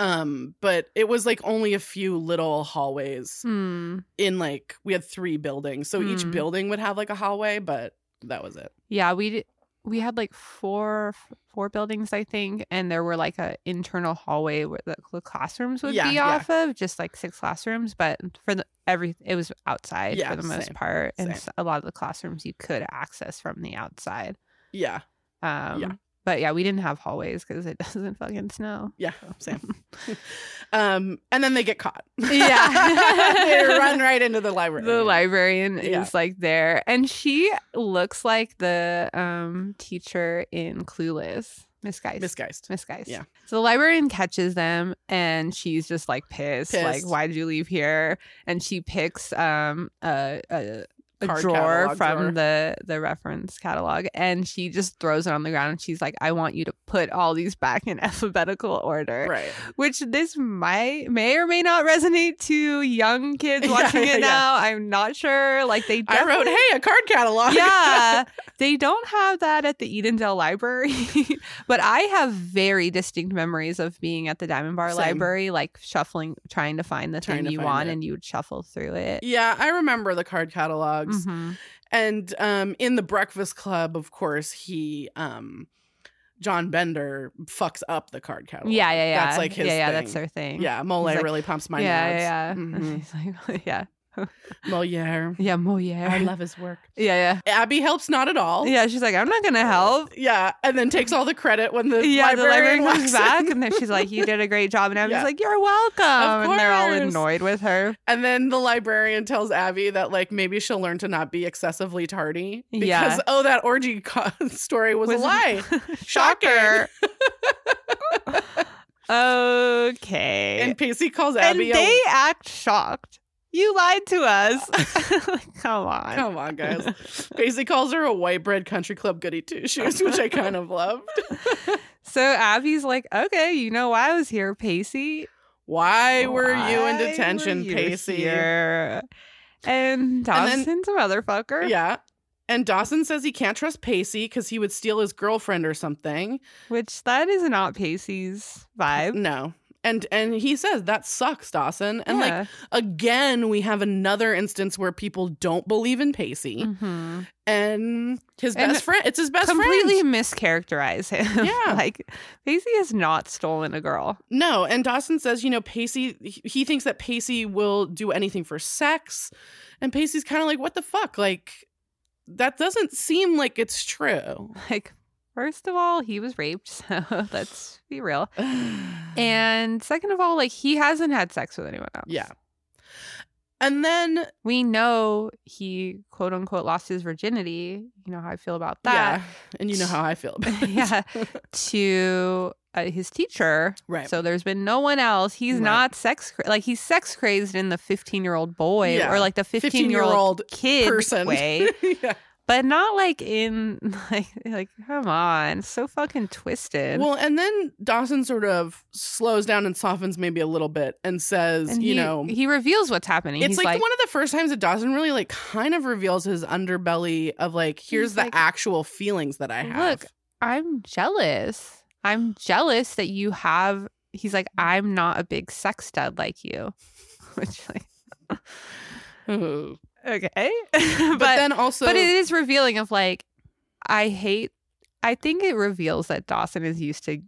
[SPEAKER 2] Um, but it was like only a few little hallways
[SPEAKER 1] Hmm.
[SPEAKER 2] in like we had three buildings. So each
[SPEAKER 1] Hmm.
[SPEAKER 2] building would have like a hallway, but that was it.
[SPEAKER 1] Yeah, we d- we had like four four buildings, I think, and there were like a internal hallway where the, cl- classrooms would
[SPEAKER 2] Yeah,
[SPEAKER 1] be
[SPEAKER 2] yeah.
[SPEAKER 1] off of, just like six classrooms. But for the every, it was outside
[SPEAKER 2] Yeah,
[SPEAKER 1] for the most
[SPEAKER 2] same,
[SPEAKER 1] part, and
[SPEAKER 2] same.
[SPEAKER 1] s- a lot of the classrooms you could access from the outside.
[SPEAKER 2] Yeah.
[SPEAKER 1] Um,
[SPEAKER 2] Yeah.
[SPEAKER 1] But yeah, we didn't have hallways because it <laughs> doesn't fucking snow.
[SPEAKER 2] Yeah. Same.
[SPEAKER 1] <laughs>
[SPEAKER 2] <laughs> Um, and then they get caught. <laughs>
[SPEAKER 1] <laughs> Yeah.
[SPEAKER 2] they run right into the library.
[SPEAKER 1] the librarian
[SPEAKER 2] Yeah.
[SPEAKER 1] is like there, and she looks like the um teacher in Clueless, Miss Geist.
[SPEAKER 2] Misguised.
[SPEAKER 1] Miss Geist.
[SPEAKER 2] Yeah.
[SPEAKER 1] So the librarian catches them and she's just like pissed, like,
[SPEAKER 2] Pissed.
[SPEAKER 1] why did you leave here? And she picks um a a, a
[SPEAKER 2] Card
[SPEAKER 1] drawer
[SPEAKER 2] catalog
[SPEAKER 1] from
[SPEAKER 2] drawer.
[SPEAKER 1] the the reference catalog and she just throws it on the ground and she's like, I want you to put all these back in <laughs> alphabetical order.
[SPEAKER 2] Right.
[SPEAKER 1] Which this might may or may not resonate to young kids
[SPEAKER 2] <laughs> Yeah,
[SPEAKER 1] watching
[SPEAKER 2] yeah,
[SPEAKER 1] it
[SPEAKER 2] yeah.
[SPEAKER 1] now. I'm not sure. Like they
[SPEAKER 2] I
[SPEAKER 1] definitely
[SPEAKER 2] wrote, hey, a card <laughs> catalog.
[SPEAKER 1] yeah, they don't have that at the Edendale Library, <laughs> but I have very distinct memories of being at the Diamond Bar
[SPEAKER 2] Same.
[SPEAKER 1] Library, like shuffling, trying to find the
[SPEAKER 2] Trying
[SPEAKER 1] thing
[SPEAKER 2] to
[SPEAKER 1] you
[SPEAKER 2] find
[SPEAKER 1] want,
[SPEAKER 2] it.
[SPEAKER 1] and you would shuffle through it.
[SPEAKER 2] Yeah, I remember the card catalogs.
[SPEAKER 1] Mhm.
[SPEAKER 2] And um in the Breakfast Club, of course, he um John Bender fucks up the card catalog.
[SPEAKER 1] Yeah, yeah, yeah.
[SPEAKER 2] That's like his
[SPEAKER 1] yeah, yeah.
[SPEAKER 2] thing.
[SPEAKER 1] That's their thing.
[SPEAKER 2] Yeah, Mole
[SPEAKER 1] He's like-
[SPEAKER 2] really pumps my
[SPEAKER 1] yeah,
[SPEAKER 2] nuts.
[SPEAKER 1] yeah, <laughs> yeah.
[SPEAKER 2] Mhm.
[SPEAKER 1] He's like, <laughs> yeah,
[SPEAKER 2] Moliere.
[SPEAKER 1] yeah, Moliere.
[SPEAKER 2] I love Oh. his <laughs> work.
[SPEAKER 1] <laughs> yeah,
[SPEAKER 2] Abby helps not at all.
[SPEAKER 1] yeah, yeah. She's like, I'm not gonna help.
[SPEAKER 2] Yeah, and then takes all the credit when the
[SPEAKER 1] <laughs> yeah, the
[SPEAKER 2] librarian
[SPEAKER 1] librarian comes
[SPEAKER 2] walks
[SPEAKER 1] back,
[SPEAKER 2] in.
[SPEAKER 1] and then she's like, "You did a great job," and I'm
[SPEAKER 2] Yeah.
[SPEAKER 1] just like, "You're welcome." And they're all
[SPEAKER 2] course.
[SPEAKER 1] annoyed with her.
[SPEAKER 2] And then the librarian tells Abby that like maybe she'll learn to not be excessively tardy because
[SPEAKER 1] Yeah.
[SPEAKER 2] oh that orgy <laughs> co- story was,
[SPEAKER 1] <laughs>
[SPEAKER 2] a lie.
[SPEAKER 1] Shocker. okay.
[SPEAKER 2] And Pacey calls
[SPEAKER 1] And
[SPEAKER 2] Abby. a-
[SPEAKER 1] they act shocked. You lied to us. <laughs> Like, Come on.
[SPEAKER 2] <laughs> Come on, guys. Pacey calls her a white bread country club goody two shoes, which I kind of loved.
[SPEAKER 1] <laughs> So Abby's like, okay, you know why I was here, Pacey.
[SPEAKER 2] Why were you
[SPEAKER 1] Why
[SPEAKER 2] in detention,
[SPEAKER 1] were you
[SPEAKER 2] Pacey?
[SPEAKER 1] here? And
[SPEAKER 2] then-
[SPEAKER 1] Dobson's a motherfucker.
[SPEAKER 2] Yeah. And Dawson says he can't trust Pacey because he would steal his girlfriend or something.
[SPEAKER 1] Which that is not Pacey's vibe.
[SPEAKER 2] No. And and he says that sucks, Dawson. And like
[SPEAKER 1] yeah.
[SPEAKER 2] again, we have another instance where people don't believe in Pacey
[SPEAKER 1] Mhm.
[SPEAKER 2] and his
[SPEAKER 1] And
[SPEAKER 2] best friend. It's his best
[SPEAKER 1] completely
[SPEAKER 2] friend.
[SPEAKER 1] mischaracterize him. <laughs>
[SPEAKER 2] Yeah.
[SPEAKER 1] like Pacey has not stolen a girl.
[SPEAKER 2] No, and Dawson says, you know, Pacey. he- He thinks that Pacey will do anything for sex, and Pacey's kind of like, what the fuck? Like that doesn't seem like it's true. <sighs>
[SPEAKER 1] Like, first of all, he was raped, <laughs> so let's be real.
[SPEAKER 2] Mm-hmm.
[SPEAKER 1] And second of all, like he hasn't had sex with anyone else.
[SPEAKER 2] yeah. And then
[SPEAKER 1] We know he quote unquote lost his virginity. You know how I feel about
[SPEAKER 2] yeah,
[SPEAKER 1] that.
[SPEAKER 2] and you know how I feel. About
[SPEAKER 1] <laughs>
[SPEAKER 2] it.
[SPEAKER 1] Yeah. to uh, his teacher.
[SPEAKER 2] <laughs> right.
[SPEAKER 1] So there's been no one else. He's
[SPEAKER 2] Right.
[SPEAKER 1] not sex cra- like he's sex crazed in the 15 year old boy
[SPEAKER 2] Yeah.
[SPEAKER 1] or like the 15 year old
[SPEAKER 2] old
[SPEAKER 1] kid
[SPEAKER 2] person.
[SPEAKER 1] way,
[SPEAKER 2] <laughs> yeah.
[SPEAKER 1] but not like in <laughs> like like come on, so fucking twisted.
[SPEAKER 2] Well, and then Dawson sort of slows down and softens maybe a little bit and says,
[SPEAKER 1] And
[SPEAKER 2] you
[SPEAKER 1] he,
[SPEAKER 2] know,
[SPEAKER 1] he reveals what's happening.
[SPEAKER 2] it's
[SPEAKER 1] He's
[SPEAKER 2] like, one of the first times that Dawson really like kind of reveals his underbelly of like, here's
[SPEAKER 1] He's
[SPEAKER 2] the
[SPEAKER 1] like,
[SPEAKER 2] actual feelings that I have.
[SPEAKER 1] Look, I'm jealous. I'm jealous that you have. He's like, I'm not a big sex stud like you. <laughs> Which, like,
[SPEAKER 2] Ooh.
[SPEAKER 1] <laughs> okay,
[SPEAKER 2] <laughs> But,
[SPEAKER 1] but but,
[SPEAKER 2] then also,
[SPEAKER 1] it is revealing of like, I hate. I think it reveals that Dawson is used to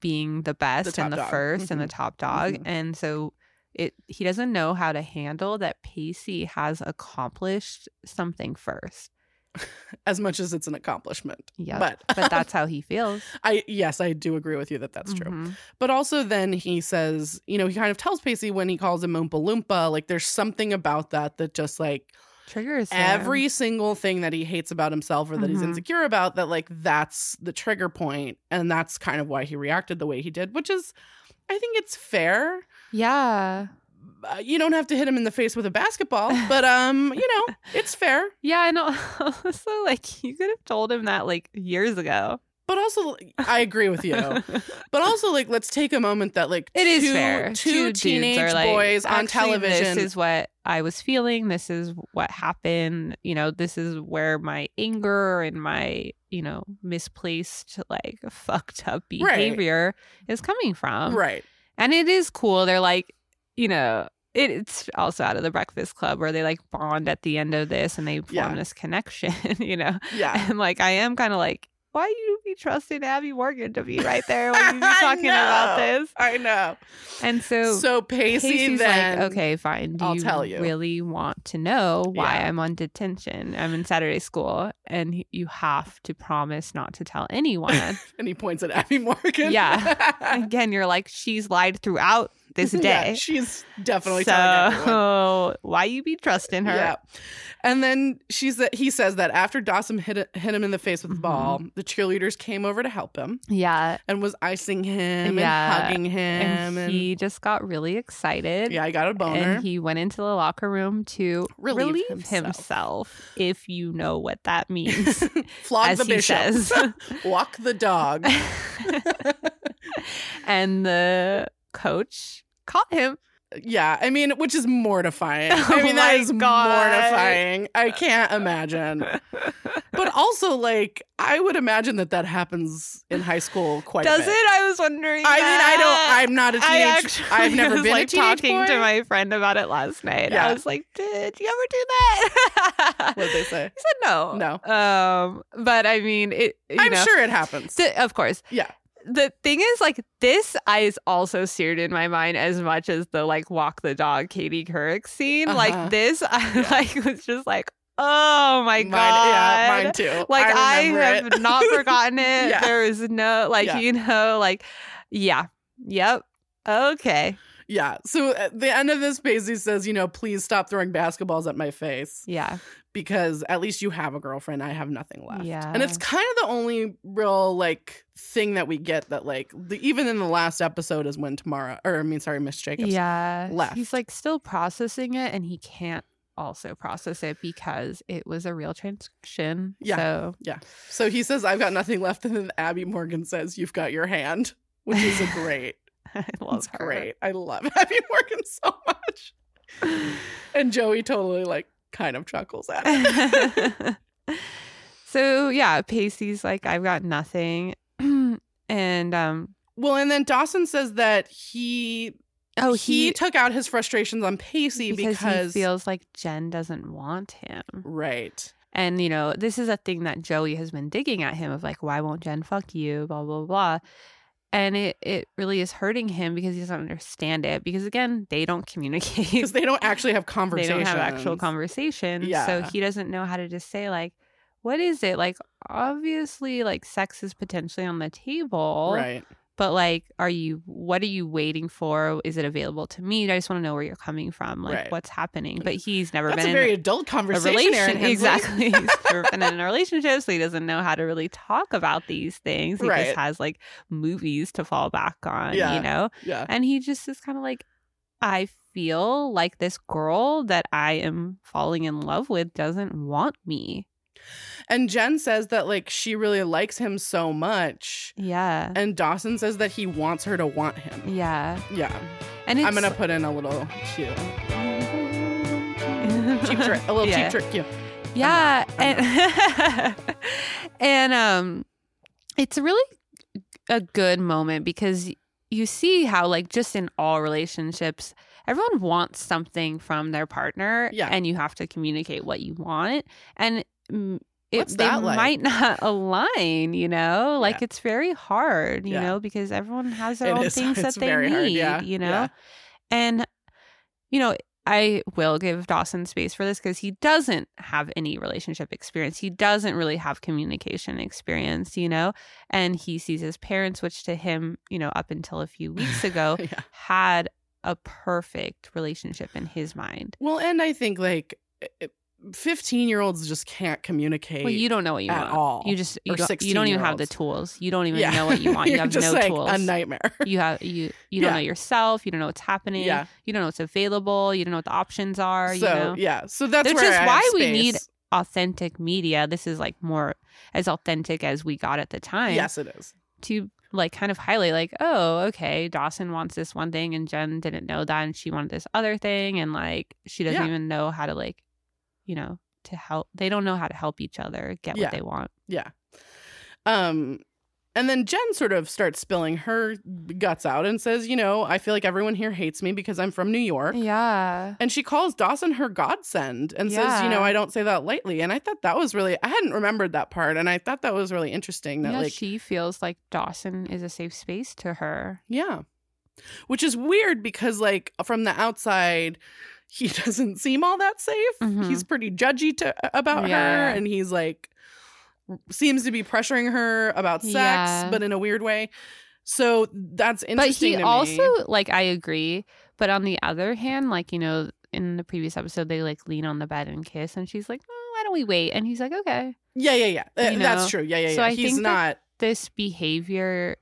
[SPEAKER 1] being the best
[SPEAKER 2] top
[SPEAKER 1] and the
[SPEAKER 2] dog.
[SPEAKER 1] 1st and the
[SPEAKER 2] Mhm.
[SPEAKER 1] top dog,
[SPEAKER 2] Mhm.
[SPEAKER 1] and so it he doesn't know how to handle that. Pacey has accomplished something first.
[SPEAKER 2] as much as it's an accomplishment,
[SPEAKER 1] Yeah, but,
[SPEAKER 2] but
[SPEAKER 1] that's how he feels.
[SPEAKER 2] I yes, I do agree with you that that's true.
[SPEAKER 1] Mhm.
[SPEAKER 2] But also, then he says, you know, he kind of tells Pacey when he calls him Oompa Loompa, like there's something about that that just like
[SPEAKER 1] Triggers him.
[SPEAKER 2] every single thing that he hates about himself or that he's
[SPEAKER 1] Mhm.
[SPEAKER 2] insecure about that like that's the trigger point and that's kind of why he reacted the way he did which is i think it's fair
[SPEAKER 1] yeah.
[SPEAKER 2] uh, you don't have to hit him in the face with
[SPEAKER 1] <laughs>
[SPEAKER 2] a basketball but um you know it's fair
[SPEAKER 1] Yeah, and al- <laughs> also like you could have told him that like years ago.
[SPEAKER 2] but also i agree
[SPEAKER 1] <laughs>
[SPEAKER 2] with you but also like let's take a moment that like
[SPEAKER 1] it is
[SPEAKER 2] two,
[SPEAKER 1] fair.
[SPEAKER 2] two,
[SPEAKER 1] dudes
[SPEAKER 2] teenage
[SPEAKER 1] are like,
[SPEAKER 2] boys on
[SPEAKER 1] "Actually,
[SPEAKER 2] television
[SPEAKER 1] This is what I was feeling. This is what happened. You know, this is where my anger and my you know misplaced like <laughs> fucked up behavior is coming from.
[SPEAKER 2] right
[SPEAKER 1] And it is cool. They're like, you know, it, it's also out of the Breakfast Club where they like bond at the end of this and they form
[SPEAKER 2] Yeah.
[SPEAKER 1] this connection. <laughs> You know, <laughs>
[SPEAKER 2] yeah
[SPEAKER 1] and like I am kind of like why you be trusting Abby Morgan to be right there when you
[SPEAKER 2] <laughs>
[SPEAKER 1] be talking about
[SPEAKER 2] I know.
[SPEAKER 1] this?
[SPEAKER 2] I know.
[SPEAKER 1] And so,
[SPEAKER 2] So Pacey
[SPEAKER 1] Casey's
[SPEAKER 2] then
[SPEAKER 1] like, okay, fine. Do
[SPEAKER 2] I'll
[SPEAKER 1] you
[SPEAKER 2] tell you."
[SPEAKER 1] really want to know why
[SPEAKER 2] Yeah.
[SPEAKER 1] I'm on detention? I'm in Saturday school, and he- you have to promise not to tell
[SPEAKER 2] <laughs>
[SPEAKER 1] anyone.
[SPEAKER 2] and he points at Abby Morgan. <laughs>
[SPEAKER 1] Yeah. Again, you're like, she's lied throughout this
[SPEAKER 2] Yeah,
[SPEAKER 1] day.
[SPEAKER 2] she's definitely telling everyone.
[SPEAKER 1] so <laughs> why you be trusting her?
[SPEAKER 2] Yeah. And then she's that he says that after Dawson hit, hit him in the face with the
[SPEAKER 1] Mm-hmm.
[SPEAKER 2] ball, the cheerleaders came over to help him
[SPEAKER 1] Yeah.
[SPEAKER 2] and was icing him
[SPEAKER 1] Yeah.
[SPEAKER 2] and hugging him.
[SPEAKER 1] And
[SPEAKER 2] Um, And,
[SPEAKER 1] he just got really excited.
[SPEAKER 2] yeah, I got a boner.
[SPEAKER 1] And he went into the locker room to
[SPEAKER 2] Relieve
[SPEAKER 1] relieve,
[SPEAKER 2] himself.
[SPEAKER 1] himself. if you know what that
[SPEAKER 2] <laughs>
[SPEAKER 1] means,
[SPEAKER 2] Flog
[SPEAKER 1] as
[SPEAKER 2] the
[SPEAKER 1] he
[SPEAKER 2] bishop.
[SPEAKER 1] says.
[SPEAKER 2] <laughs>
[SPEAKER 1] <laughs>
[SPEAKER 2] Walk the dog.
[SPEAKER 1] and the coach caught him.
[SPEAKER 2] Yeah, I mean, which
[SPEAKER 1] <laughs>
[SPEAKER 2] is mortifying.
[SPEAKER 1] Oh
[SPEAKER 2] I mean, that
[SPEAKER 1] my
[SPEAKER 2] is
[SPEAKER 1] God.
[SPEAKER 2] mortifying. I can't imagine. But also, like, I would imagine that that happens in high school quite.
[SPEAKER 1] Does
[SPEAKER 2] a
[SPEAKER 1] it?
[SPEAKER 2] bit.
[SPEAKER 1] I was wondering.
[SPEAKER 2] I mean, I
[SPEAKER 1] that.
[SPEAKER 2] don't. I'm not a teenage.
[SPEAKER 1] I actually
[SPEAKER 2] I've
[SPEAKER 1] <laughs>
[SPEAKER 2] never
[SPEAKER 1] was
[SPEAKER 2] been
[SPEAKER 1] like
[SPEAKER 2] a teenage
[SPEAKER 1] talking
[SPEAKER 2] boy.
[SPEAKER 1] to my friend about it last night.
[SPEAKER 2] Yeah.
[SPEAKER 1] I was like, "Did you ever do that?"
[SPEAKER 2] What they say?
[SPEAKER 1] He said no.
[SPEAKER 2] No.
[SPEAKER 1] Um, but I mean, it. You
[SPEAKER 2] I'm
[SPEAKER 1] know,
[SPEAKER 2] sure it happens.
[SPEAKER 1] so- of course.
[SPEAKER 2] Yeah.
[SPEAKER 1] The thing is, like, this is also seared in my mind as much as the like walk the dog Katie Couric scene.
[SPEAKER 2] Uh-huh.
[SPEAKER 1] Like this, I <laughs> like was just like, oh my
[SPEAKER 2] mine,
[SPEAKER 1] god.
[SPEAKER 2] yeah, mine too.
[SPEAKER 1] Like I,
[SPEAKER 2] I, remember
[SPEAKER 1] have
[SPEAKER 2] it. <laughs>
[SPEAKER 1] not forgotten it.
[SPEAKER 2] Yeah.
[SPEAKER 1] There is no like
[SPEAKER 2] Yeah.
[SPEAKER 1] you know like yeah yep okay
[SPEAKER 2] yeah. So at the end of this, Paisley says, "You know, please stop throwing basketballs at my face
[SPEAKER 1] yeah
[SPEAKER 2] because at least you have a girlfriend. I have nothing left."
[SPEAKER 1] yeah
[SPEAKER 2] And it's kind of the only real like thing that we get that like the, even in the last episode is when Tamara or I mean sorry Miss Jacobs
[SPEAKER 1] yeah
[SPEAKER 2] left.
[SPEAKER 1] he's like still processing it and he can't also process it because it was a real transaction
[SPEAKER 2] Yeah.
[SPEAKER 1] so
[SPEAKER 2] So he says I've got nothing left and then Abby Morgan says you've got your hand, which
[SPEAKER 1] <laughs>
[SPEAKER 2] is a great.
[SPEAKER 1] <laughs> I love
[SPEAKER 2] it's
[SPEAKER 1] her.
[SPEAKER 2] great. I love <laughs> Abby Morgan so much. And Joey totally like kind of chuckles at it.
[SPEAKER 1] <laughs> so yeah, Pacey's like, I've got nothing. <clears throat> and um
[SPEAKER 2] <laughs> Well, and then Dawson says that he
[SPEAKER 1] oh
[SPEAKER 2] he,
[SPEAKER 1] he,
[SPEAKER 2] took out his frustrations on Pacey
[SPEAKER 1] because,
[SPEAKER 2] because,
[SPEAKER 1] he feels like Jen doesn't want him.
[SPEAKER 2] right.
[SPEAKER 1] And you know, this is a thing that Joey has been digging at him of like, why won't Jen fuck you? Blah blah blah. And it it really is hurting him because he doesn't understand it. Because again, they don't <laughs> communicate.
[SPEAKER 2] Because they don't actually have
[SPEAKER 1] they
[SPEAKER 2] conversations.
[SPEAKER 1] don't have actual conversations. So
[SPEAKER 2] Yeah.
[SPEAKER 1] he doesn't know how to just say like, what is it? Like obviously like sex is potentially on the table.
[SPEAKER 2] Right.
[SPEAKER 1] But like, are you what are you waiting for? Is it available to me? I just want to know where you're coming from. Like
[SPEAKER 2] Right.
[SPEAKER 1] what's happening. But he's never
[SPEAKER 2] That's
[SPEAKER 1] been
[SPEAKER 2] a
[SPEAKER 1] in
[SPEAKER 2] very adult conversation. Erin Hensley.
[SPEAKER 1] exactly. <laughs> He's never been in a relationship, so he doesn't know how to really talk about these things. He
[SPEAKER 2] Right.
[SPEAKER 1] just has like movies to fall back on,
[SPEAKER 2] Yeah.
[SPEAKER 1] you know?
[SPEAKER 2] <laughs> Yeah.
[SPEAKER 1] And he just is kind of like, I feel like this girl that I am falling in love with doesn't want me.
[SPEAKER 2] And Jen says that like she really likes him so much.
[SPEAKER 1] Yeah.
[SPEAKER 2] And Dawson says that he wants her to want him.
[SPEAKER 1] Yeah.
[SPEAKER 2] Yeah.
[SPEAKER 1] And it's
[SPEAKER 2] I'm gonna put in a little
[SPEAKER 1] <laughs>
[SPEAKER 2] cue. <laughs> Cheap
[SPEAKER 1] gonna
[SPEAKER 2] trick. A little
[SPEAKER 1] yeah.
[SPEAKER 2] cheap trick cue.
[SPEAKER 1] Yeah,
[SPEAKER 2] I'm
[SPEAKER 1] and <laughs> and um, it's really a good moment because you see how like just in all relationships, everyone wants something from their partner,
[SPEAKER 2] Yeah.
[SPEAKER 1] and you have to communicate what you want, and mm, it,
[SPEAKER 2] What's
[SPEAKER 1] they
[SPEAKER 2] that like?
[SPEAKER 1] might not <laughs> align, you know, like
[SPEAKER 2] Yeah.
[SPEAKER 1] it's very hard, you
[SPEAKER 2] Yeah.
[SPEAKER 1] know, because everyone has their
[SPEAKER 2] It
[SPEAKER 1] own
[SPEAKER 2] is- <laughs>
[SPEAKER 1] things
[SPEAKER 2] it's
[SPEAKER 1] that they
[SPEAKER 2] very
[SPEAKER 1] need,
[SPEAKER 2] hard, yeah,
[SPEAKER 1] you know,
[SPEAKER 2] yeah.
[SPEAKER 1] and you know I will give Dawson space for this because he doesn't have any relationship experience. He doesn't really have communication experience, you know? And he sees his parents, which to him, you know, up until a few weeks
[SPEAKER 2] <laughs>
[SPEAKER 1] ago,
[SPEAKER 2] Yeah.
[SPEAKER 1] had a perfect relationship in his mind.
[SPEAKER 2] Well, and I think like 15 year olds just can't communicate.
[SPEAKER 1] Well, you don't know what you
[SPEAKER 2] at
[SPEAKER 1] want.
[SPEAKER 2] all.
[SPEAKER 1] You just you
[SPEAKER 2] Or
[SPEAKER 1] don't, you don't even have the
[SPEAKER 2] 16-year-olds.
[SPEAKER 1] tools. You don't even
[SPEAKER 2] Yeah.
[SPEAKER 1] know what you
[SPEAKER 2] <laughs>
[SPEAKER 1] want. You
[SPEAKER 2] You're
[SPEAKER 1] have
[SPEAKER 2] just
[SPEAKER 1] no
[SPEAKER 2] like
[SPEAKER 1] tools.
[SPEAKER 2] a <laughs> nightmare.
[SPEAKER 1] you have you you don't
[SPEAKER 2] Yeah.
[SPEAKER 1] know yourself. You don't know what's happening.
[SPEAKER 2] Yeah.
[SPEAKER 1] You don't know what's available. You don't know what the options are.
[SPEAKER 2] So
[SPEAKER 1] you know?
[SPEAKER 2] yeah. So that's
[SPEAKER 1] Which
[SPEAKER 2] where
[SPEAKER 1] is
[SPEAKER 2] I have
[SPEAKER 1] why we
[SPEAKER 2] space.
[SPEAKER 1] need authentic media. This is like more as authentic as we got at the time.
[SPEAKER 2] Yes, it is.
[SPEAKER 1] To like kind of highlight, like, oh, okay, Dawson wants this one thing and Jen didn't know that and she wanted this other thing. And like, she doesn't
[SPEAKER 2] Yeah.
[SPEAKER 1] even know how to, like, you know, to help. They don't know how to help each other get
[SPEAKER 2] Yeah.
[SPEAKER 1] what they want.
[SPEAKER 2] Um And then Jen sort of starts spilling her guts out and says, You know, I feel like everyone here hates me because I'm from New York.
[SPEAKER 1] Yeah.
[SPEAKER 2] And she calls Dawson her godsend and says,
[SPEAKER 1] Yeah.
[SPEAKER 2] You know, I don't say that lightly. And I thought that was really, I hadn't remembered that part. And I thought that was really interesting that,
[SPEAKER 1] yeah,
[SPEAKER 2] like,
[SPEAKER 1] she feels like Dawson is a safe space to her.
[SPEAKER 2] yeah. Which is weird because, like, from the outside, he <laughs> doesn't seem all that safe.
[SPEAKER 1] Mhm.
[SPEAKER 2] He's pretty judgy to, about
[SPEAKER 1] Yeah.
[SPEAKER 2] her. And he's like, seems to be pressuring her about sex,
[SPEAKER 1] Yeah.
[SPEAKER 2] but in a weird way. So that's
[SPEAKER 1] But
[SPEAKER 2] interesting.
[SPEAKER 1] he
[SPEAKER 2] to
[SPEAKER 1] also,
[SPEAKER 2] me.
[SPEAKER 1] like, I agree. But on the other hand, like, you know, in the previous episode, they like lean on the bed and kiss, and she's like, oh, why don't we wait? And he's like, okay.
[SPEAKER 2] Yeah, yeah, yeah. Uh,
[SPEAKER 1] You know?
[SPEAKER 2] That's true. Yeah, yeah, yeah.
[SPEAKER 1] So I
[SPEAKER 2] He's
[SPEAKER 1] think
[SPEAKER 2] not.
[SPEAKER 1] that- This behavior,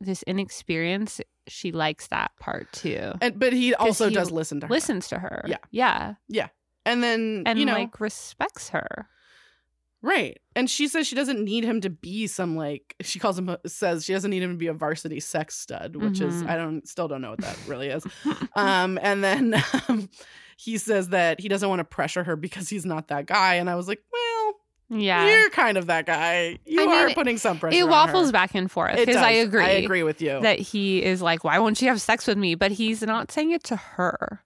[SPEAKER 1] this inexperience, she likes that part too.
[SPEAKER 2] and, but he also
[SPEAKER 1] he
[SPEAKER 2] does listen to her.
[SPEAKER 1] Listens to her.
[SPEAKER 2] Yeah.
[SPEAKER 1] Yeah.
[SPEAKER 2] And then,
[SPEAKER 1] And
[SPEAKER 2] you know,
[SPEAKER 1] like respects her.
[SPEAKER 2] right. And she says she doesn't need him to be some, like, she calls him, a- says she doesn't need him to be a varsity sex stud, which is,
[SPEAKER 1] Mhm.
[SPEAKER 2] I don't, still don't know what that
[SPEAKER 1] <laughs>
[SPEAKER 2] really is. um, and then <laughs> um, he says that he doesn't want to pressure her because he's not that guy. And I was like, well,
[SPEAKER 1] yeah.
[SPEAKER 2] you're kind of that guy. You
[SPEAKER 1] I mean,
[SPEAKER 2] are
[SPEAKER 1] it-
[SPEAKER 2] putting some pressure
[SPEAKER 1] it
[SPEAKER 2] on
[SPEAKER 1] waffles
[SPEAKER 2] her.
[SPEAKER 1] back and forth
[SPEAKER 2] It
[SPEAKER 1] because I
[SPEAKER 2] does.
[SPEAKER 1] agree,
[SPEAKER 2] I agree with you.
[SPEAKER 1] that he is like, why won't she have sex with me? But he's not saying it to her.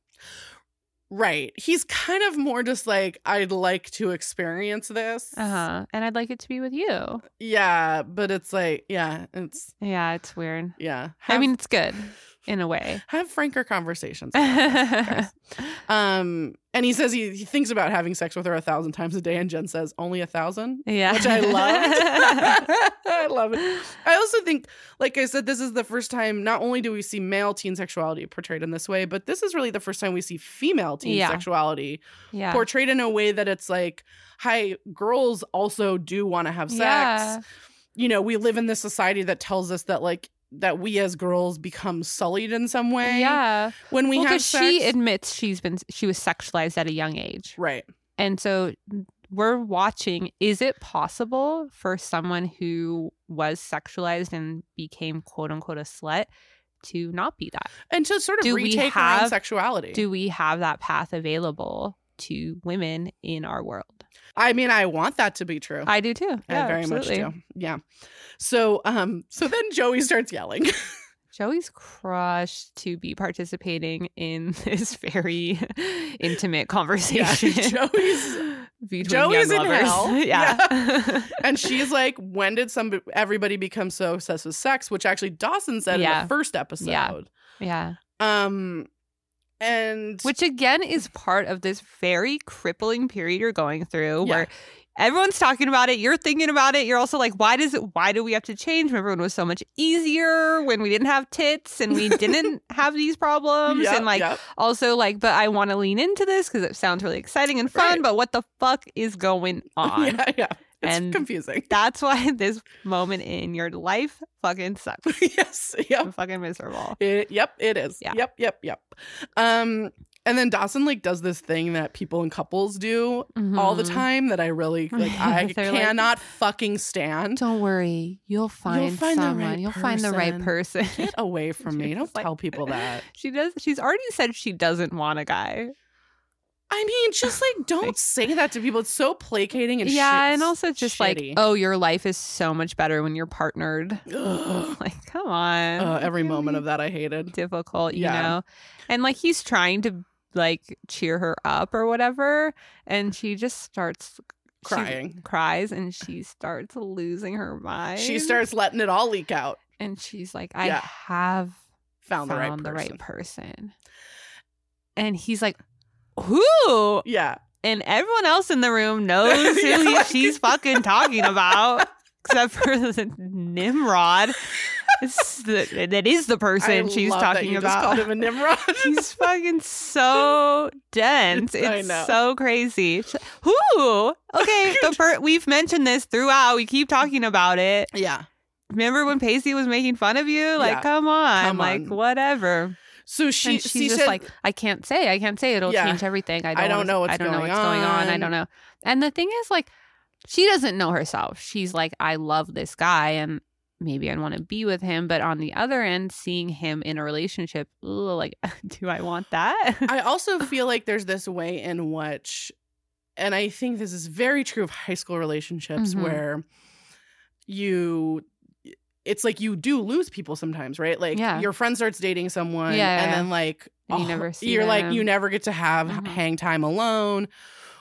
[SPEAKER 2] right. He's kind of more just like, I'd like to experience this.
[SPEAKER 1] Uh huh. And I'd like it to be with you.
[SPEAKER 2] Yeah, but it's like, yeah, it's
[SPEAKER 1] Yeah, it's weird.
[SPEAKER 2] yeah.
[SPEAKER 1] I
[SPEAKER 2] Have-
[SPEAKER 1] mean, it's good in a <laughs> way.
[SPEAKER 2] have franker conversations.
[SPEAKER 1] <laughs> yeah.
[SPEAKER 2] um, and he says he, he thinks about having sex with her a thousand times a day, and Jen says only a thousand, <laughs> which I loved. <laughs> I love it. I also think, like I said, this is the first time not only do we see male teen sexuality portrayed in this way, but this is really the first time we see female teen
[SPEAKER 1] Yeah.
[SPEAKER 2] sexuality
[SPEAKER 1] yeah.
[SPEAKER 2] portrayed in a way that it's like, hi, girls also do want to have sex.
[SPEAKER 1] Yeah.
[SPEAKER 2] you know, we live in this society that tells us that like that we as girls become sullied in some way.
[SPEAKER 1] Yeah.
[SPEAKER 2] When we
[SPEAKER 1] Well,
[SPEAKER 2] have
[SPEAKER 1] because
[SPEAKER 2] sex.
[SPEAKER 1] she admits she's been she was sexualized at a young age,
[SPEAKER 2] right.
[SPEAKER 1] and so we're watching. Is it possible for someone who was sexualized and became quote unquote a slut to not be that?
[SPEAKER 2] And to sort of
[SPEAKER 1] Do we
[SPEAKER 2] retake our own
[SPEAKER 1] have-
[SPEAKER 2] sexuality.
[SPEAKER 1] do we have that path available to women in our world?
[SPEAKER 2] I mean, I want that to be true.
[SPEAKER 1] I do too.
[SPEAKER 2] I
[SPEAKER 1] Yeah,
[SPEAKER 2] very
[SPEAKER 1] absolutely.
[SPEAKER 2] much do. Yeah. So um so then Joey starts
[SPEAKER 1] <laughs>
[SPEAKER 2] yelling.
[SPEAKER 1] Joey's crushed to be participating in <laughs> this very
[SPEAKER 2] <laughs>
[SPEAKER 1] intimate conversation.
[SPEAKER 2] Joey's-
[SPEAKER 1] <laughs> between
[SPEAKER 2] Joey's
[SPEAKER 1] young
[SPEAKER 2] in
[SPEAKER 1] lovers. <laughs>
[SPEAKER 2] hell. <laughs>
[SPEAKER 1] yeah.
[SPEAKER 2] and she's like, when did some everybody become so obsessed with sex? Which actually Dawson said in
[SPEAKER 1] Yeah.
[SPEAKER 2] the first episode.
[SPEAKER 1] Yeah.
[SPEAKER 2] <laughs>
[SPEAKER 1] yeah.
[SPEAKER 2] Um and
[SPEAKER 1] Which again is part of this very crippling period you're going through where everyone's talking about it, you're thinking about it, you're also like, why does it why do we have to change? Remember when it was so much easier when we didn't have tits and we
[SPEAKER 2] <laughs>
[SPEAKER 1] didn't have these problems
[SPEAKER 2] Yeah,
[SPEAKER 1] and like
[SPEAKER 2] <laughs> yeah.
[SPEAKER 1] also like but i want to lean into this because it sounds really exciting and fun
[SPEAKER 2] Right.
[SPEAKER 1] but what the fuck is going on
[SPEAKER 2] <laughs> yeah, yeah. It's
[SPEAKER 1] And-
[SPEAKER 2] confusing. <laughs>
[SPEAKER 1] that's why <laughs> this moment in your life fucking sucks
[SPEAKER 2] <laughs> yes. Yep.
[SPEAKER 1] i'm fucking miserable
[SPEAKER 2] It, yep, it is.
[SPEAKER 1] Yeah.
[SPEAKER 2] Yep, yep, yep. Um, and then Dawson like does this thing that people in couples do all the
[SPEAKER 1] Mhm.
[SPEAKER 2] time that
[SPEAKER 1] <laughs>
[SPEAKER 2] I really like. I
[SPEAKER 1] They're like-
[SPEAKER 2] cannot fucking stand.
[SPEAKER 1] don't worry you'll find,
[SPEAKER 2] find the
[SPEAKER 1] someone
[SPEAKER 2] right
[SPEAKER 1] you'll find the right person
[SPEAKER 2] Get away from me! Don't
[SPEAKER 1] She's like-
[SPEAKER 2] tell people that.
[SPEAKER 1] <laughs> she does she's already said she doesn't want a guy
[SPEAKER 2] I mean, just like <laughs> don't
[SPEAKER 1] Like-
[SPEAKER 2] say that to people. It's so placating and
[SPEAKER 1] yeah
[SPEAKER 2] shit-
[SPEAKER 1] and also just like
[SPEAKER 2] shitty.
[SPEAKER 1] oh your life is so much better when you're partnered <laughs>
[SPEAKER 2] Ugh.
[SPEAKER 1] like come on
[SPEAKER 2] Uh, every
[SPEAKER 1] Give
[SPEAKER 2] moment
[SPEAKER 1] me
[SPEAKER 2] of that I hated.
[SPEAKER 1] difficult, you
[SPEAKER 2] Yeah.
[SPEAKER 1] know? And like he's trying to like cheer her up or whatever, and she just starts she
[SPEAKER 2] Crying.
[SPEAKER 1] cries and she starts losing her mind.
[SPEAKER 2] She starts letting it all leak out.
[SPEAKER 1] and she's like, I
[SPEAKER 2] Yeah.
[SPEAKER 1] have
[SPEAKER 2] Found, the right person.
[SPEAKER 1] person. And he's like, Who?
[SPEAKER 2] yeah,
[SPEAKER 1] And everyone else in the
[SPEAKER 2] <laughs>
[SPEAKER 1] room knows who
[SPEAKER 2] Yeah,
[SPEAKER 1] he-
[SPEAKER 2] like-
[SPEAKER 1] she's fucking talking about. Except for <laughs> the Nimrod, It's the- that is the person
[SPEAKER 2] I
[SPEAKER 1] she's
[SPEAKER 2] love that
[SPEAKER 1] talking
[SPEAKER 2] you
[SPEAKER 1] about.
[SPEAKER 2] Just called
[SPEAKER 1] <laughs>
[SPEAKER 2] him a Nimrod.
[SPEAKER 1] He's fucking so dense.
[SPEAKER 2] I
[SPEAKER 1] It's
[SPEAKER 2] know.
[SPEAKER 1] so crazy. She's like, Who?
[SPEAKER 2] <laughs>
[SPEAKER 1] Okay, the per- we've mentioned this throughout. We keep talking about it.
[SPEAKER 2] <laughs> yeah.
[SPEAKER 1] Remember when Pacey was making fun of you? Like,
[SPEAKER 2] Yeah.
[SPEAKER 1] come on,
[SPEAKER 2] Come
[SPEAKER 1] like
[SPEAKER 2] on.
[SPEAKER 1] whatever.
[SPEAKER 2] So she,
[SPEAKER 1] and she's
[SPEAKER 2] she
[SPEAKER 1] just
[SPEAKER 2] said,
[SPEAKER 1] like, I can't say, I can't say. It'll
[SPEAKER 2] Yeah.
[SPEAKER 1] change everything. I don't,
[SPEAKER 2] don't
[SPEAKER 1] wanna-
[SPEAKER 2] know what's
[SPEAKER 1] I don't know
[SPEAKER 2] going
[SPEAKER 1] what's going on. I
[SPEAKER 2] on."
[SPEAKER 1] don't know. And the thing is, like, she doesn't know herself. She's like, I love this guy, and maybe I want to be with him. But on the other end, seeing him in a relationship, ugh, like, <laughs> do I want that?
[SPEAKER 2] I also feel like there's this way in which, and I think
[SPEAKER 1] Mm-hmm.
[SPEAKER 2] this is very true of high school relationships
[SPEAKER 1] Mhm.
[SPEAKER 2] where you it's like you do lose people sometimes, right? Like
[SPEAKER 1] Yeah.
[SPEAKER 2] your friend starts dating someone,
[SPEAKER 1] Yeah,
[SPEAKER 2] and
[SPEAKER 1] yeah.
[SPEAKER 2] then like oh,
[SPEAKER 1] And you never see
[SPEAKER 2] you're like
[SPEAKER 1] them.
[SPEAKER 2] you never get to have
[SPEAKER 1] Mhm.
[SPEAKER 2] hang time alone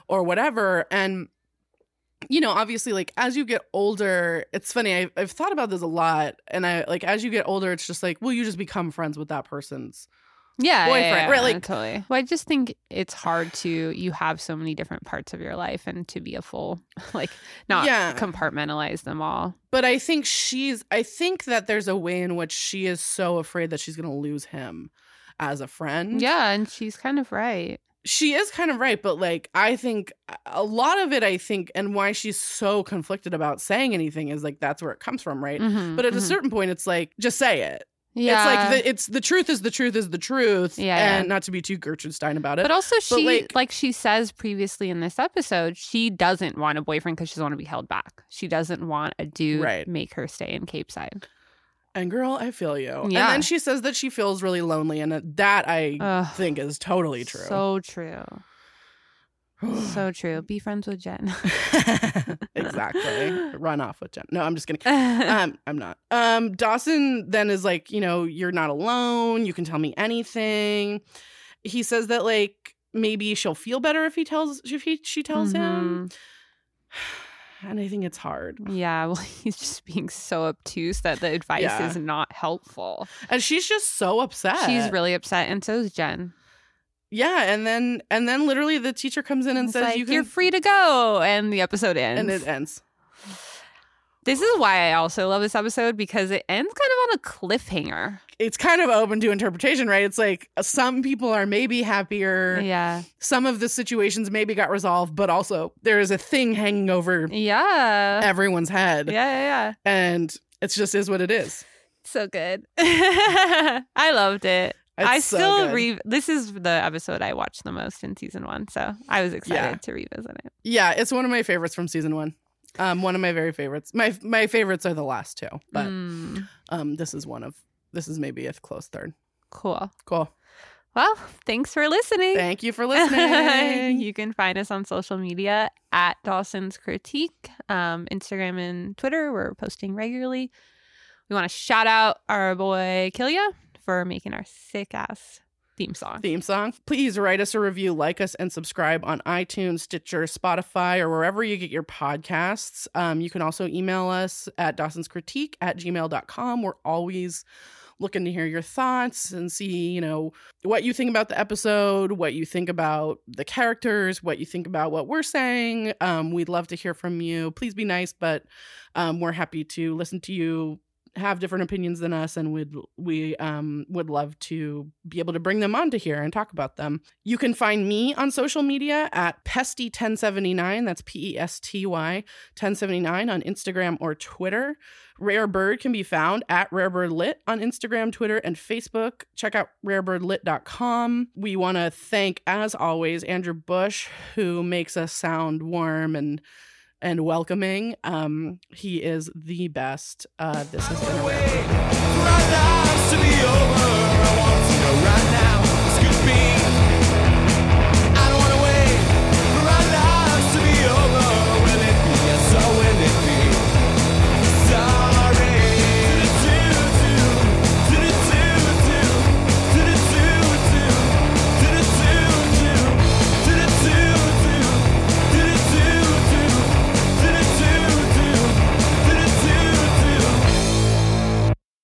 [SPEAKER 2] or whatever, and you know obviously like as you get older it's funny I've, I've thought about this a lot and i like as you get older it's just like well you just become friends with that person's
[SPEAKER 1] <laughs> yeah,
[SPEAKER 2] boyfriend,
[SPEAKER 1] yeah, yeah,
[SPEAKER 2] right, like-
[SPEAKER 1] totally. Well, I just think it's hard to you have so many different parts of your life and to be a full <laughs> like not
[SPEAKER 2] Yeah.
[SPEAKER 1] compartmentalize them all.
[SPEAKER 2] but i think she's i think that there's a way in which she is so afraid that she's going to lose him as a friend
[SPEAKER 1] Yeah, and she's kind of right.
[SPEAKER 2] she is kind of right, but like I think a lot of it, I think, and why she's so conflicted about saying anything is like that's where it comes from, right?
[SPEAKER 1] Mhm,
[SPEAKER 2] But at a
[SPEAKER 1] mhm.
[SPEAKER 2] certain point, it's like just say it.
[SPEAKER 1] yeah,
[SPEAKER 2] It's like the, it's the truth is the truth is the truth,
[SPEAKER 1] Yeah, yeah.
[SPEAKER 2] and not to be too Gertrude Stein about it.
[SPEAKER 1] but uh, also
[SPEAKER 2] but,
[SPEAKER 1] she
[SPEAKER 2] like-
[SPEAKER 1] like, she says previously in this episode, she doesn't want a boyfriend because she doesn't want to be held back. She doesn't want a dude
[SPEAKER 2] Right.
[SPEAKER 1] make her stay in Cape Side.
[SPEAKER 2] and girl, I feel you. And
[SPEAKER 1] Yeah.
[SPEAKER 2] then she says that she feels really lonely, and that I
[SPEAKER 1] Ugh,
[SPEAKER 2] think is totally true. <gasps>
[SPEAKER 1] So <sighs> true. So true. Be friends with
[SPEAKER 2] <laughs>
[SPEAKER 1] Jen.
[SPEAKER 2] exactly. Run off with Jen. No, I'm just kidding. um, I'm not. Um, Dawson then is like, you know, you're not alone. You can tell me anything. He says that like maybe she'll feel better if he tells if he,
[SPEAKER 1] <laughs>
[SPEAKER 2] she tells him.
[SPEAKER 1] Mm-hmm.
[SPEAKER 2] And I think it's hard.
[SPEAKER 1] Mhm. Yeah, well, <laughs> he's just being so obtuse that the advice
[SPEAKER 2] Yeah.
[SPEAKER 1] is not helpful.
[SPEAKER 2] And she's just so upset.
[SPEAKER 1] She's really upset, and so is Jen.
[SPEAKER 2] yeah. And then and then literally the teacher comes in and
[SPEAKER 1] It's
[SPEAKER 2] says
[SPEAKER 1] like,
[SPEAKER 2] you
[SPEAKER 1] are
[SPEAKER 2] can
[SPEAKER 1] free to go, and the episode ends.
[SPEAKER 2] and it ends.
[SPEAKER 1] This is why I also love this episode because it ends kind of on a cliffhanger.
[SPEAKER 2] It's kind of open to interpretation, right? It's like some people are maybe happier.
[SPEAKER 1] Yeah.
[SPEAKER 2] Some of the situations maybe got resolved, but also there is a thing hanging over
[SPEAKER 1] Yeah.
[SPEAKER 2] everyone's head. <laughs>
[SPEAKER 1] Yeah, yeah, yeah.
[SPEAKER 2] and it just is what it is.
[SPEAKER 1] So good. <laughs> I loved it.
[SPEAKER 2] It's
[SPEAKER 1] I
[SPEAKER 2] so
[SPEAKER 1] still
[SPEAKER 2] good.
[SPEAKER 1] re this is the episode I watched the most in season 1, so I was excited
[SPEAKER 2] Yeah.
[SPEAKER 1] to revisit it.
[SPEAKER 2] yeah, it's one of my favorites from season one. Um, one of my very favorites. My my favorites are the last two, but
[SPEAKER 1] Mm,
[SPEAKER 2] um, this is one of this is maybe a close third.
[SPEAKER 1] cool.
[SPEAKER 2] Cool.
[SPEAKER 1] Well, thanks for listening.
[SPEAKER 2] Thank you
[SPEAKER 1] <laughs>
[SPEAKER 2] for listening. <laughs>
[SPEAKER 1] you can find us on social media at Dawson's Critique, um, Instagram and Twitter. We're posting regularly. We want to shout out our boy Killia for making our sick ass theme song.
[SPEAKER 2] Theme song. Please write us a review, like us, and subscribe on iTunes, Stitcher, Spotify, or wherever you get your podcasts. Um, you can also email us at Dawson's Critique at gmail.com. We're always looking to hear your thoughts and see, you know, what you think about the episode, what you think about the characters, what you think about what we're saying. Um, we'd love to hear from you. Please be nice, but um, we're happy to listen to you have different opinions than us and would we um would love to be able to bring them onto here and talk about them. You can find me on social media at pesty1079, that's P E S T Y 1079 on Instagram or Twitter. Rare Bird can be found at Rare Bird Lit on Instagram, Twitter, and Facebook. Check out rarebirdlit.com. We want to thank as always Andrew Bush who makes us sound warm and and welcoming. Um, he is the best. Uh, this has been a
[SPEAKER 3] For our lives to be over, I want to know right now.